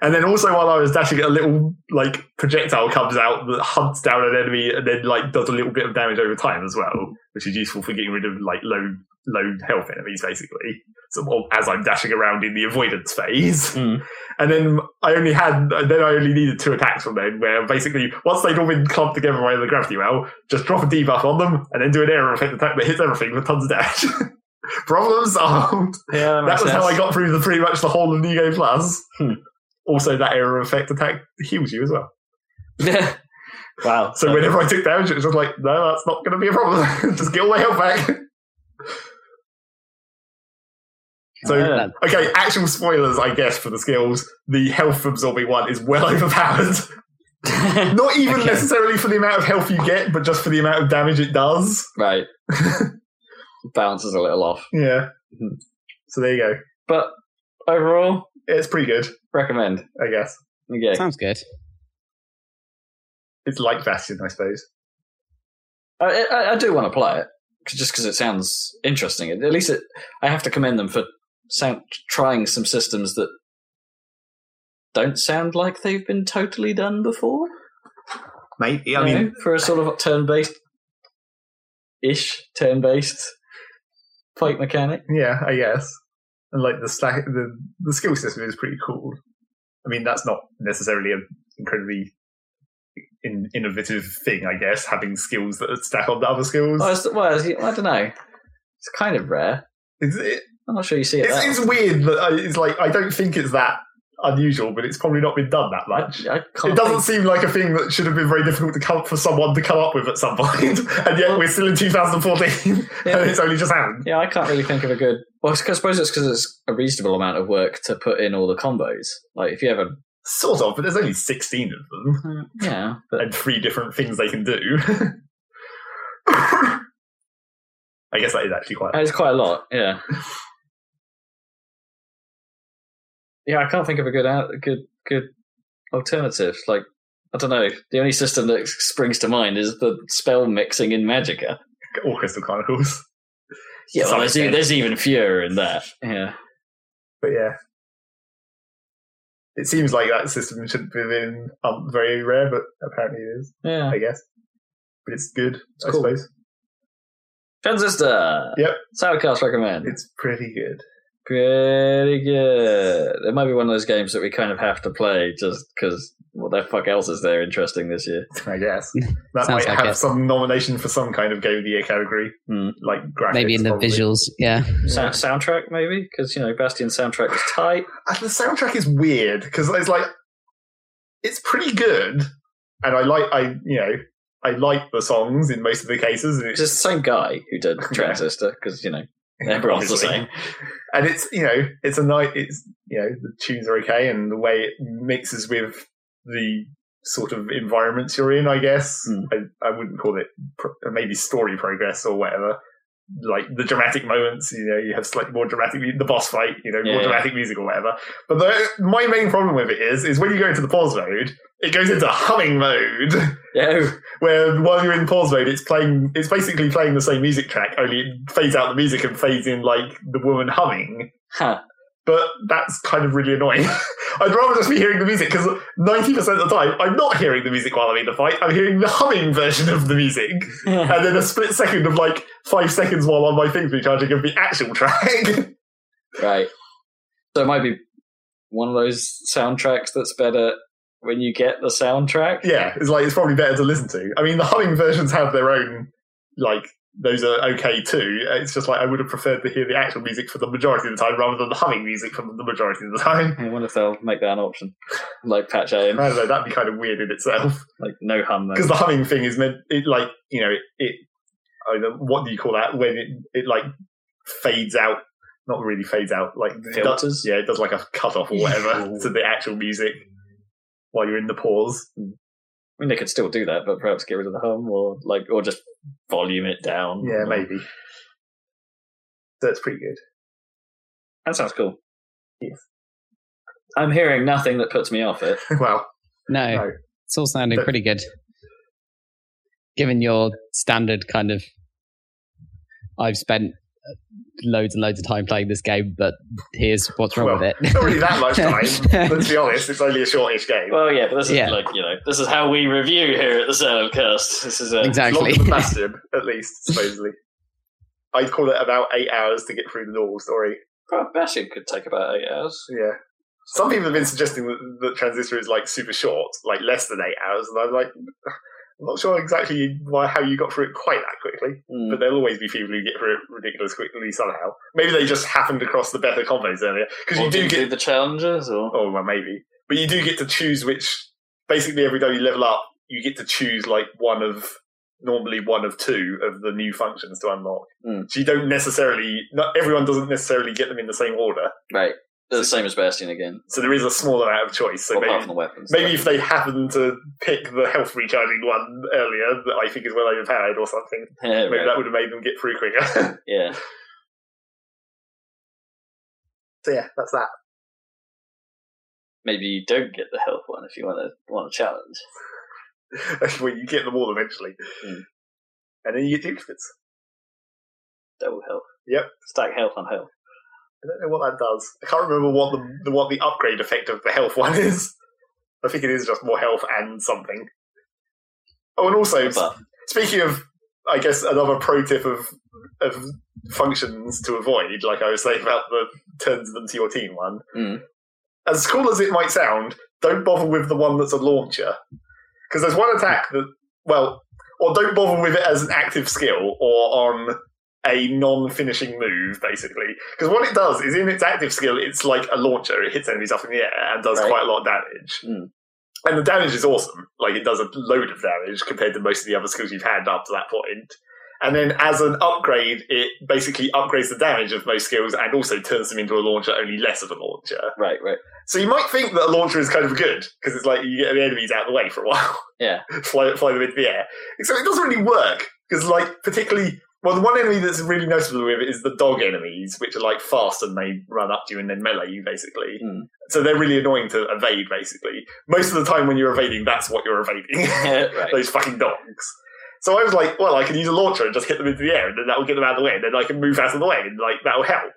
S1: And then also while I was dashing, a little like projectile comes out that hunts down an enemy and then like does a little bit of damage over time as well, which is useful for getting rid of like low low health enemies basically. So well, as I'm dashing around in the avoidance phase.
S3: Hmm.
S1: And then I only had, then I only needed two attacks from them, where basically once they'd all been clumped together by the gravity well, just drop a debuff on them and then do an error effect attack that hits everything with tons of damage. Problem solved.
S3: Yeah, that,
S1: That
S3: makes
S1: was how
S3: sense.
S1: I got through the pretty much the whole of New Game Plus.
S3: Hmm.
S1: Also, that error effect attack heals you as well.
S3: wow.
S1: So whenever I took damage, it was just like, no, that's not going to be a problem. just get all my health back. So
S3: Yeah.
S2: That-
S1: Okay, actual spoilers, I guess, for the skills. The health from Zombie 1 is well overpowered. Not even
S2: Okay.
S1: necessarily for the amount of health you get, but just for the amount of damage it does.
S3: right. Bounces a little off,
S1: Yeah.
S3: Mhm.
S1: So there you go.
S3: but overall,
S1: It's pretty good,
S3: recommend.
S1: I guess.
S3: Okay.
S2: sounds good.
S1: It's like Bastion, I suppose.
S3: I, I, I do want to play it 'cause- just because it sounds interesting. At least it, I have to commend them for sound, trying some systems that don't sound like they've been totally done before.
S1: Maybe.
S3: you know, for a sort of turn-based ish turn-based fight mechanic.
S1: yeah, I guess. And like the stack, the, the skill system is pretty cool. I mean, that's not necessarily an incredibly in, innovative thing, I guess, having skills that stack on the other skills.
S3: Oh, it's, well, it's- I don't know. It's kind of rare.
S1: Is it,
S3: I'm not sure you see it. that
S1: It's, it's weird that I, it's like I don't think it's that unusual, but it's probably not been done that much.
S3: often. I, I can't
S1: It doesn't seem like a thing that should have been very difficult to come for someone to come up with at some point, and yet we're still in 2014,
S3: Yeah.
S1: and it's only just happened.
S3: Think, yeah, I can't really think of a good. Well, I suppose it's because it's a reasonable amount of work to put in all the combos. Like if you have a
S1: Sort of, but there's only 16 of them,
S3: yeah, but
S1: and three different things they can do. I guess that is actually quite.
S3: it's quite a lot. Yeah. Yeah, I can't think of a good out, good good alternative. Like I don't know. The only system that springs to mind is the spell mixing in Magica.
S1: All Crystal Chronicles.
S3: Yeah, well,
S1: Some
S3: there's, e-
S1: extent.
S3: there's even fewer in that. Yeah.
S1: But yeah. It seems like that system shouldn't be in, um, very rare, but apparently it is.
S3: Yeah.
S1: I guess. But it's good, I
S3: cool.
S1: suppose.
S3: Transistor.
S1: Yep.
S3: Sourcast recommend.
S1: It's pretty good.
S3: Pretty good. It might be one of those games that we kind of have to play just because what the fuck else is there interesting this year?
S1: I guess that
S2: Sounds
S1: might
S2: like it.
S1: have some nomination for some kind of game of the year category,
S3: Hmm.
S1: like graphics.
S2: Maybe in the
S1: probably.
S2: visuals. Yeah.
S1: Yeah.
S3: Sou- soundtrack maybe because you know Bastion soundtrack was tight.
S1: And the soundtrack is weird because it's like it's pretty good, and I like I you know I like the songs in most of the cases. And
S3: It's
S1: it's
S3: just the same guy who did
S1: Yeah.
S3: Transistor because you know everyone's the
S1: Obviously.
S3: same.
S1: and it's you know it's a night. It's you know the tunes are okay, and the way it mixes with the sort of environments you're in, I guess
S3: Hmm.
S1: I, I wouldn't call it pro- maybe story progress or whatever, like the dramatic moments. You know, you have slightly more dramatic, mu- the boss fight. You know, more
S3: Yeah, yeah.
S1: dramatic music or whatever. But the, my main problem with it is, is when you go into the pause mode, it goes into humming mode.
S3: Yeah.
S1: where while you're in pause mode, it's playing. It's basically playing the same music track, only it fades out the music and fades in like the woman humming.
S3: Huh.
S1: But that's kind of really annoying. I'd rather just be hearing the music because ninety percent of the time I'm not hearing the music while I'm in the fight. I'm hearing the humming version of the music,
S3: Yeah.
S1: and then a split second of like five seconds while on my things recharging of the actual track.
S3: Right. So it might be one of those soundtracks that's better when you get the soundtrack.
S1: yeah, it's like it's probably better to listen to. I mean, the humming versions have their own like those are okay too. It's just like I would have preferred to hear the actual music for the majority of the time rather than the humming music for the majority of the time.
S3: I wonder if they'll make that an option. Like patch A
S1: I
S3: in.
S1: don't know, that'd be kind of weird in itself
S3: Like no hum though.
S1: because the humming thing is meant it like you know it. it I don't, what do you call that when it it like fades out? Not really fades out, like it does-
S3: Filters?
S1: yeah, it does like a cut off or whatever to the actual music while you're in the pause.
S3: I mean, they could still do that, but perhaps get rid of the hum or like, or just volume it down.
S1: Yeah, maybe. So it's pretty good.
S3: That sounds cool.
S1: Yes.
S3: I'm hearing nothing that puts me off it.
S1: Well,
S2: No,
S1: no.
S2: it's all sounding
S1: But-
S2: pretty good. Given your standard kind of, I've spent loads and loads of time playing this game, but here's what's wrong
S1: Well,
S2: with it.
S1: not really that much time. Let's be honest, it's only a shortish game.
S3: Well, yeah, but this is
S2: Yeah.
S3: like you know, this is how we review here at the Soundcast. This is uh, a
S2: exactly.
S1: Longer than Bastion, at least, supposedly. I'd call it about eight hours to get through the normal story.
S3: Bastion could take about eight hours.
S1: Yeah. Some people have been suggesting that, that Transistor is like super short, like less than eight hours, and I'm like, I'm not sure exactly why, how you got through it quite that quickly.
S2: Hmm.
S3: Mm.
S1: But there'll always be people who get through it ridiculous quickly somehow. Maybe they just happened across the better combos earlier because
S3: Or
S1: you do
S3: you
S1: get
S3: the challenges, or
S1: Oh, well, maybe. But you do get to choose which. Basically, every time you level up, you get to choose like one of normally one of two of the new functions to unlock.
S3: Mm.
S1: So you don't necessarily. Not everyone doesn't necessarily get them in the same order.
S3: right, They're the same as Bastion again,
S1: So there is a small amount of choice. So
S3: apart
S1: maybe
S3: from the weapons.
S1: maybe if they happen to pick the health recharging one earlier, that I think is well overpowered or something,
S3: yeah,
S1: maybe
S3: right.
S1: that would have made them get through quicker.
S3: yeah.
S1: so yeah, that's that.
S3: Maybe you don't get the health one if you want to want a challenge.
S1: well, you get them all eventually,
S3: Mm.
S1: and then you get duplicates.
S3: Double health.
S1: Yep.
S3: Stack health on health.
S1: I don't know what that does. I can't remember what the, the what the upgrade effect of the health one is. I think it is just more health and something. Oh, and also s-
S3: But
S1: speaking of, I guess another pro tip of of functions to avoid, like I was saying about the turns them to your team one.
S3: Mm.
S1: As cool as it might sound, don't bother with the one that's a launcher because there's one attack that well, or don't bother with it as an active skill or on a non-finishing move, basically. Because what it does is, in its active skill, it's like a launcher. It hits enemies up in the air and does
S3: Right.
S1: quite a lot of damage.
S3: Mm.
S1: And the damage is awesome. Like it does a load of damage compared to most of the other skills you've had up to that point. And then, as an upgrade, it basically upgrades the damage of most skills and also turns them into a launcher, only less of a launcher.
S3: right, right.
S1: So you might think that a launcher is kind of good because it's like you get the enemies out of the way for a while.
S3: Yeah.
S1: fly, fly them into the air. Except it doesn't really work because, like, particularly well, the one enemy that's really noticeable with it is the dog enemies, which are like fast and they run up to you and then melee you basically.
S3: Hmm.
S1: So they're really annoying to evade. Basically, most of the time when you're evading, that's what you're evading.
S3: right.
S1: Those fucking dogs. So I was like, well, I can use a launcher and just hit them into the air, and then that will get them out of the way, and then I can move out of the way, and like that will help.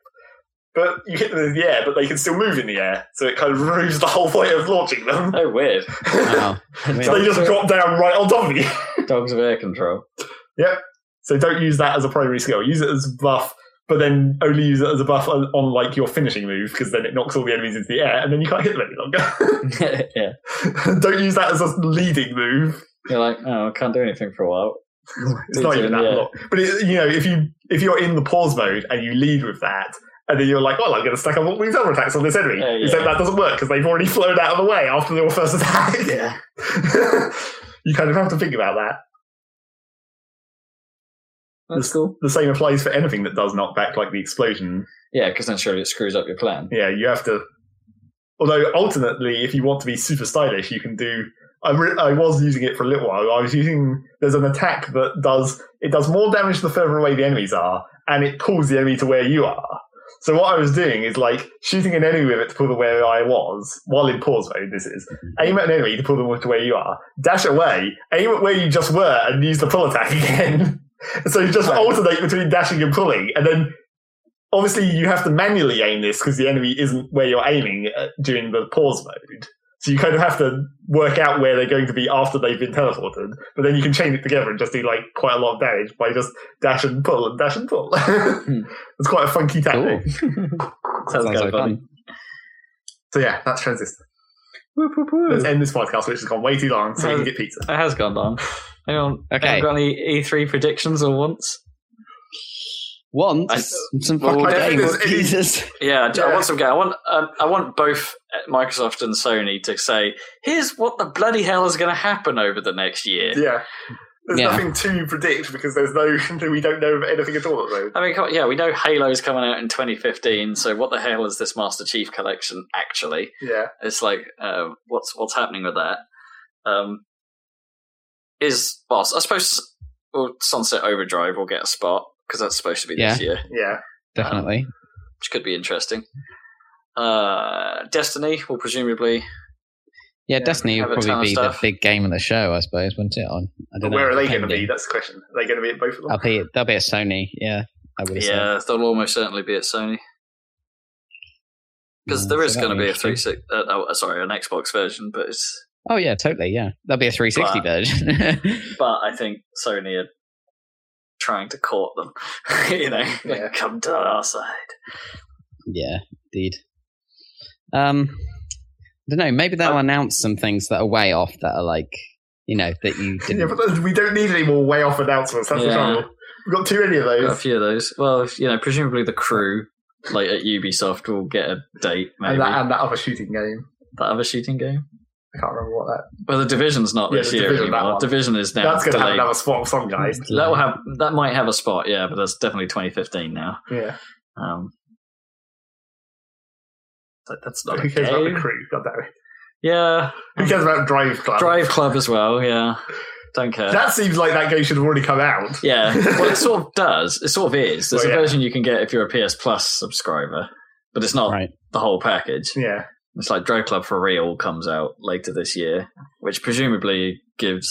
S1: But you hit them in the air, but they can still move in the air, so it kind of ruins the whole point of launching them.
S3: Oh, weird.
S2: Wow.
S1: so they just drop down right on top of you.
S3: Dogs of air control.
S1: So don't use that as a primary skill. Use it as a buff, but then only use it as a buff on, on like your finishing move, because then it knocks all the enemies into the air, and then you can't hit them any longer.
S3: yeah.
S1: don't use that as a leading move.
S3: You're like, oh, I can't do anything for a while.
S1: It's not even that
S3: Yeah.
S1: long. But it, you know, if you if you're in the pause mode and you lead with that, and then you're like, "Well, I'm going to stack up all these other attacks on this enemy,"
S3: Yeah, yeah.
S1: except that doesn't work because they've already flown out of the way after their first attack.
S3: Yeah.
S1: you kind of have to think about that.
S3: That's cool.
S1: The same applies for anything that does knock back, like the explosion.
S3: Yeah, because then surely it screws up your plan.
S1: Yeah, you have to. Although, alternately, if you want to be super stylish, you can do. I, re- I was using it for a little while. I was using. There's an attack that does. It does more damage the further away the enemies are, and it pulls the enemy to where you are. So what I was doing is like shooting an enemy with it to pull them where I was, while in pause mode this is. Aim at an enemy to pull them to where you are. Dash away, aim at where you just were and use the pull attack again. so you just
S3: Right.
S1: alternate between dashing and pulling and then obviously you have to manually aim this because the enemy isn't where you're aiming uh, during the pause mode. So you kind of have to work out where they're going to be after they've been teleported, but then you can chain it together and just do like quite a lot of damage by just dash and pull and dash and pull.
S2: Hmm.
S1: it's quite a funky tactic.
S3: Sounds,
S2: Sounds
S3: kind
S2: like
S3: of funny.
S2: fun.
S1: So yeah, that's transistor.
S3: Whoop, whoop, whoop.
S1: Let's end this podcast, which has gone way too long, so we can get pizza.
S3: It has gone on. Anyone,
S2: Okay.
S3: anyone got any E3 predictions or wants?
S2: Once
S3: I-
S2: some
S3: Well,
S2: fucking
S3: I
S1: don't think
S2: games,
S1: there's any-
S2: Jesus.
S3: Yeah, I
S1: Yeah.
S3: want some. ga- I want. Um, I want both uh, Microsoft and Sony to say, "Here's what the bloody hell is going to happen over the next year."
S1: Yeah. There's
S2: Yeah.
S1: nothing to predict because there's no we don't know anything at all at the moment.
S3: I mean, come on, yeah, we know Halo's coming out in 2015, so what the hell is this Master Chief Collection actually?
S1: Yeah.
S3: It's like, uh, what's what's happening with that? Um, is well, I suppose well, Sunset Overdrive will get a spot because that's supposed to be this year,
S1: Yeah.
S2: Definitely.
S3: which could be interesting. Uh, Destiny will presumably
S2: yeah, Destiny
S3: have
S2: will
S3: a ton of
S2: probably be the
S3: stuff.
S2: big game of the show, I suppose, wouldn't it? On I
S1: But
S2: don't
S1: where
S2: know,
S1: are they going to
S2: depending.
S1: be? That's the question. Are they going to be at both of them?
S2: I'll be, they'll be at Sony. Yeah, I would have said.
S3: Yeah, they'll almost certainly be at Sony because
S2: Yeah,
S3: there
S2: so
S3: is
S2: that'll
S3: going to be a
S2: interesting.
S3: three six. Uh, oh, sorry, an Xbox version, but it's
S2: Oh yeah, totally. Yeah, there'll be a 360
S3: But-
S2: version.
S3: but I think Sony are trying to court them. you know,
S1: Yeah.
S3: come to our side.
S2: yeah, indeed. Um, I don't know. Maybe they'll
S3: Uh,
S2: announce some things that are way off that are like, you know, that you didn't.
S1: Yeah, but we don't need any more way off announcements. That's the
S3: Yeah.
S1: trouble. We've got too many of those.
S3: Got a few of those. Well, if- you know, presumably the crew, like at Ubisoft, will get a date. Maybe
S1: and, that,
S3: that,
S1: and that other shooting game.
S3: other shooting game.
S1: I can't remember what that.
S3: Well, the division's not
S1: Yeah,
S3: this
S1: the
S3: year
S1: Division, that
S3: anymore.
S1: one.
S3: Division is now
S1: That's going to have
S3: delayed.
S1: another spot of some guys.
S3: That will have that might have a spot, yeah, but that's definitely 2015 now.
S1: Yeah.
S3: Um, that- that's not
S1: Who
S3: okay.
S1: cares about the crew? God damn it.
S3: Yeah,
S1: Who cares about Drive Club?
S3: Drive Club as well. Yeah, don't care.
S1: That seems like that game should have already come out.
S3: yeah, well, it sort of does. It sort of is. There's
S1: Well,
S3: a
S1: yeah.
S3: version you can get if you're a PS Plus subscriber, but it's not
S2: Right.
S3: the whole package.
S1: Yeah.
S3: It's like Drive Club for Real comes out later this year, which presumably gives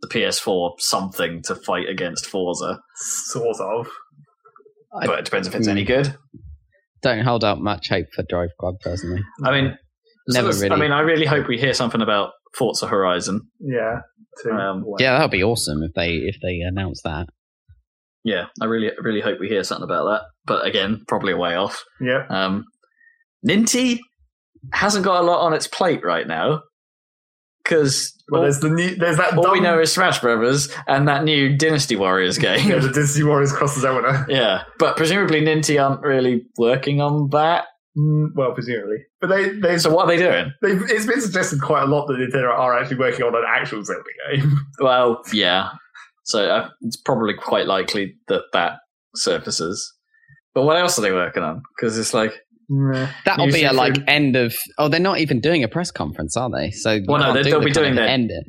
S3: the PS4 something to fight against Forza.
S1: Sort of.
S2: I-
S3: but it depends if it's
S2: Hmm.
S3: any good.
S2: Don't hold out much hope for Drive Club personally.
S3: I mean,
S2: Never
S3: so- I
S2: really.
S3: mean, I really hope we hear something about Forza Horizon.
S1: Yeah. Two.
S3: Um,
S2: Yeah, that would be awesome if they if they announce that.
S3: yeah, I really, really hope we hear something about that. But again, probably a way off.
S1: Yeah.
S3: Um, Ninty hasn't got a lot on its plate right now because all,
S1: Well, there's the new. There's that.
S3: all we
S1: dumb-
S3: know is Smash Brothers and that new Dynasty Warriors
S1: Yeah,
S3: game.
S1: the Disney Warriors cross the Zona.
S3: yeah, but presumably Ninty aren't really working on that.
S1: Mm, well, presumably, but they they
S3: So what are they doing?
S1: they've, it's been suggested quite a lot that Nintendo are actually working on an actual Zelda game.
S3: Well, yeah. So uh, it's probably quite likely that that surfaces. But what else are they working on? Because it's like
S2: That'll
S3: You
S2: be a
S3: should-
S2: like end of. Oh, they're not even doing a press conference, are they? So you
S3: Well, no,
S2: can't
S3: they-
S2: do
S3: they'll
S2: the
S3: be
S2: kind
S3: doing
S2: of
S3: their-
S2: end it.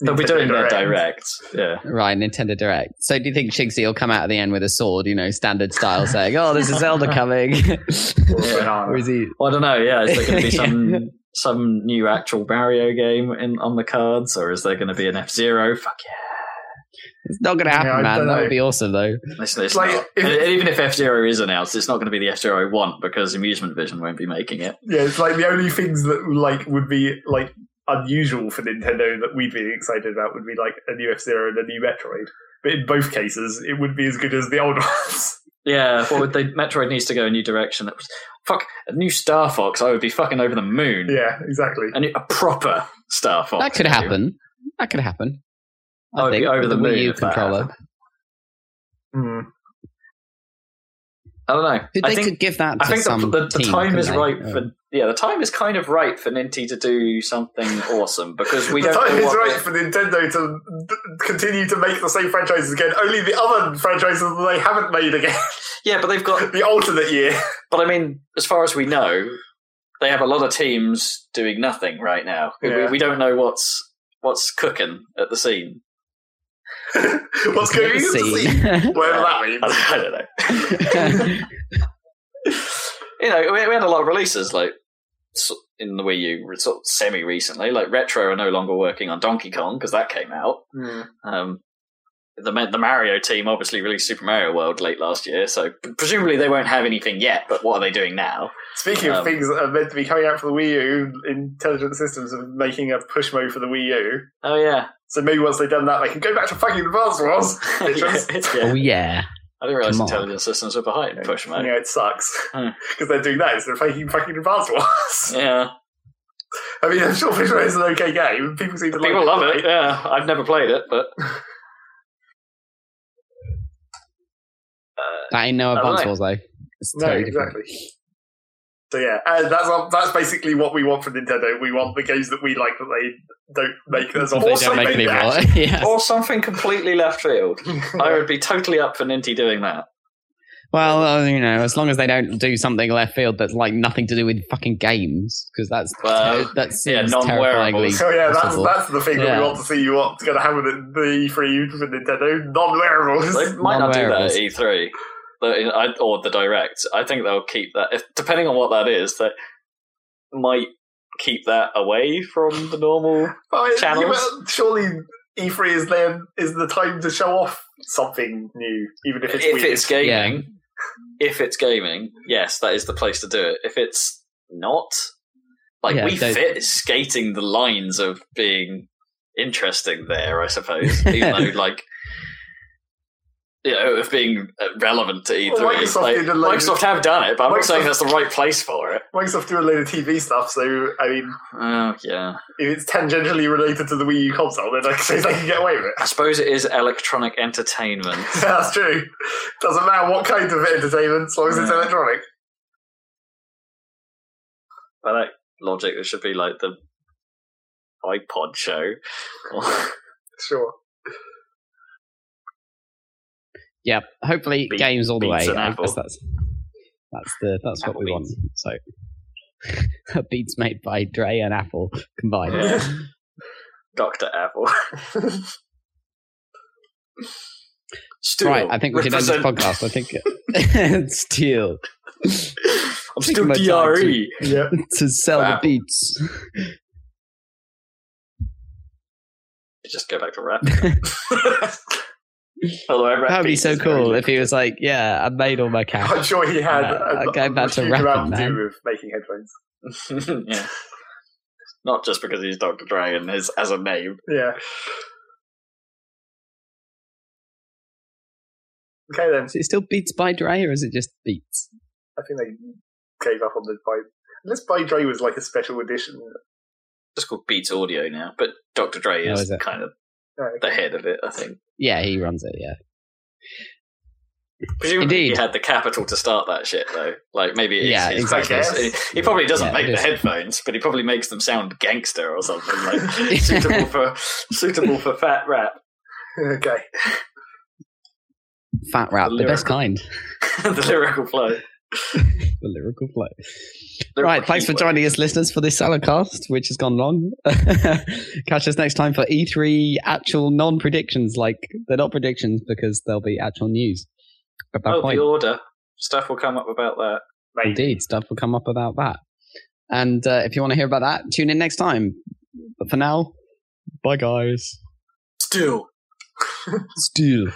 S3: they'll be doing their
S1: direct.
S3: direct. Yeah.
S2: Right, Nintendo Direct. So do you think Chigsy will come out at the end with a sword, you know, standard style, saying, "Oh, there's a Zelda coming,"
S1: Or
S3: Yeah.
S1: banana.
S2: or is he?
S3: Well, I don't know. Yeah, is there going to be
S2: Yeah.
S3: some some new actual Mario game in on the cards, or is there going to be an F Zero? Fuck
S2: It's not going to
S1: Yeah,
S2: happen,
S1: I
S2: man.
S1: don't
S2: That
S1: know.
S2: would be awesome, though.
S3: yeah, it's, it's
S1: Like,
S3: not.
S1: if-
S3: and, and even if F Zero is announced, it's not going to be the F Zero I want because Amusement Vision won't be making it.
S1: Yeah, it's like the only things that like would be like unusual for Nintendo that we'd be excited about would be like a new F Zero and a new Metroid. But in both cases, it would be as good as the old ones.
S3: Yeah, what would they? Metroid needs to go a new direction. Fuck a new Star Fox. I would be fucking over the moon.
S1: yeah, exactly.
S3: a, new, a proper Star Fox.
S2: That could
S3: game.
S2: happen. That could happen.
S3: I would be over
S2: with
S3: the moon
S2: Wii U
S3: if that
S2: controller.
S3: happened.
S1: Mm.
S3: I don't know.
S2: Did
S3: I
S2: they
S3: think
S2: could give that. To
S3: I think the,
S2: some
S3: the, the
S2: team,
S3: time
S2: couldn't
S3: is
S2: they?
S3: right
S2: Oh.
S3: for yeah. The time is kind of right for Ninty to do something awesome because we
S1: the
S3: don't.
S1: time
S3: know
S1: is
S3: what
S1: right
S3: the-
S1: for Nintendo to d- continue to make the same franchises again. Only the other franchises that they haven't made again,
S3: Yeah, but they've got.
S1: the alternate year.
S3: But I mean, as far as we know, they have a lot of teams doing nothing right now. We-
S1: Yeah.
S3: We, we don't know what's what's cooking at the scene.
S1: What's going on in the sea? Whatever that
S3: I
S1: means.
S3: don't- I don't know. you know, we, we had a lot of releases like s- in the Wii U, re- sort of semi recently. Like Retro are no longer working on Donkey Kong because that came out.
S1: Hmm.
S3: Um, the Ma- the Mario team obviously released Super Mario World late last year, so p- presumably they won't have anything yet. But what are they doing now?
S1: Speaking of
S3: Um,
S1: things that are meant to be coming out for the Wii U, Intelligent Systems are making a push mode for the Wii U.
S3: Oh yeah,
S1: So maybe once they've done that, they can go back to fucking advanced ones.
S3: Yeah,
S1: Bitches.
S2: Oh
S3: yeah.
S2: yeah.
S3: I didn't realize
S2: Come on.
S3: intelligence systems were behind push mode.
S1: You know, it sucks
S3: Hmm.
S1: because they're doing that. So they're making fucking advanced ones.
S3: Yeah,
S1: I mean, I'm sure Push Mode is an okay game. People seem to like
S3: people
S1: it.
S3: love it. Yeah, I've never played it, but
S2: That ain't no
S3: I
S2: advance
S3: like-
S2: wars though. It's
S1: No,
S2: totally different.
S1: exactly. So yeah, and that's our, that's basically what we want from Nintendo. We want the games that we like that they don't make us
S2: They
S1: also
S2: don't make
S1: make
S2: anymore.
S1: that.
S2: yeah.
S3: or something completely left field. I
S1: I
S3: would be totally up for Ninty doing that.
S2: Well, uh, you know, as long as they don't do something left field that's like nothing to do with fucking games, because that's
S3: Well,
S2: that
S3: yeah,
S2: seems terrifyingly.
S3: non-wearables.
S1: so yeah, that's
S2: possible.
S1: that's the thing that
S2: Yeah.
S1: we want to see. What's going to happen at the free for Nintendo non-wearables?
S3: They might not do that at E
S2: Non-wearables.
S3: E3 The- I- or the direct. I think they'll keep that. If, depending on what that is, they might keep that away from the normal.
S1: I mean,
S3: channels.
S1: Oh, you bet- surely E3 is then is the time to show off something new, even if
S3: If
S1: it's
S3: it's,
S1: weird.
S3: gaming, if it's gaming, yes, that is the place to do it. If it's not, like
S2: Yeah,
S3: we
S2: don't-
S3: fit is skating the lines of being interesting there, I suppose. Even though, like. You know, of being uh, relevant to E3.
S1: Well, Microsoft
S3: Like,
S1: did a load of-
S3: Microsoft have done it, but I'm not
S1: Microsoft-
S3: saying that's the right place for it.
S1: Microsoft do a load of TV stuff, so I mean,
S3: Oh, yeah.
S1: if it's tangentially related to the Wii U console, then I suppose they can get away with
S3: I
S1: it.
S3: suppose it is electronic entertainment.
S1: That's true. Doesn't matter what kind of entertainment, as long as it's
S3: Yeah.
S1: electronic.
S3: By that logic, it should be like the iPod show.
S1: Sure.
S2: Yep. Hopefully,
S3: Beat-
S2: games all the way.
S3: beats an
S2: I
S3: apple.
S2: guess that's that's the that's
S3: Apple
S2: what we
S3: beats.
S2: want. So, beats made by Dre and Apple combined.
S3: Yeah. Dr. Apple. Still,
S2: Right. I think we should end this
S3: represent-
S2: podcast. I think still
S3: I'm
S2: Taking
S3: still E.
S2: my time
S3: DRE.
S1: Yeah.
S2: to sell
S3: Wow.
S2: the beats.
S3: Just go back to rap. Although I rap
S2: That would be
S3: beats
S2: so
S3: is very
S2: cool
S3: good.
S2: if he was like, "Yeah, I made all my cash."
S1: I'm sure he had
S2: Uh,
S1: a,
S2: going back to
S1: a huge
S2: rapping,
S1: amount to
S2: man.
S1: do with making headphones.
S3: yeah. Not just because he's Dr. Dre and his as a name.
S1: Yeah. Okay then.
S2: Is it still Beats by Dre or is it just Beats?
S1: I think they gave up on the by. Unless by Dre was like a special edition.
S3: It's called Beats Audio now, but Dr. Dre
S2: Oh,
S3: is,
S2: is it?
S3: kind of
S1: Right.
S3: the head of it, I think.
S2: Yeah, he runs it. Yeah,
S3: Presumably
S2: Indeed.
S3: he had the capital to start that shit though. Like maybe it's,
S2: Yeah,
S3: it's
S1: exactly.
S3: like this. He probably doesn't
S2: Yeah,
S3: make
S2: it
S3: the
S2: is.
S3: headphones, but he probably makes them sound gangster or something like suitable for suitable for fat rap.
S1: Okay.
S2: fat rap,
S3: The
S2: the, best
S3: lyrical-
S2: kind.
S3: the lyrical flow.
S2: the lyrical flow.
S3: Lyrical
S2: right, thanks for
S3: heat
S2: joining us, listeners, for this saladcast, which has gone long. Catch us next time for E3 actual non-predictions. Like they're not predictions because there'll be actual news. At that
S3: wave. Oh,
S2: point,
S3: the order. Stuff will come up about that.
S1: Mate.
S2: indeed, stuff will come up about that. And uh, if you want to hear about that, tune in next time. But for now, bye guys.
S3: Still.
S2: Still.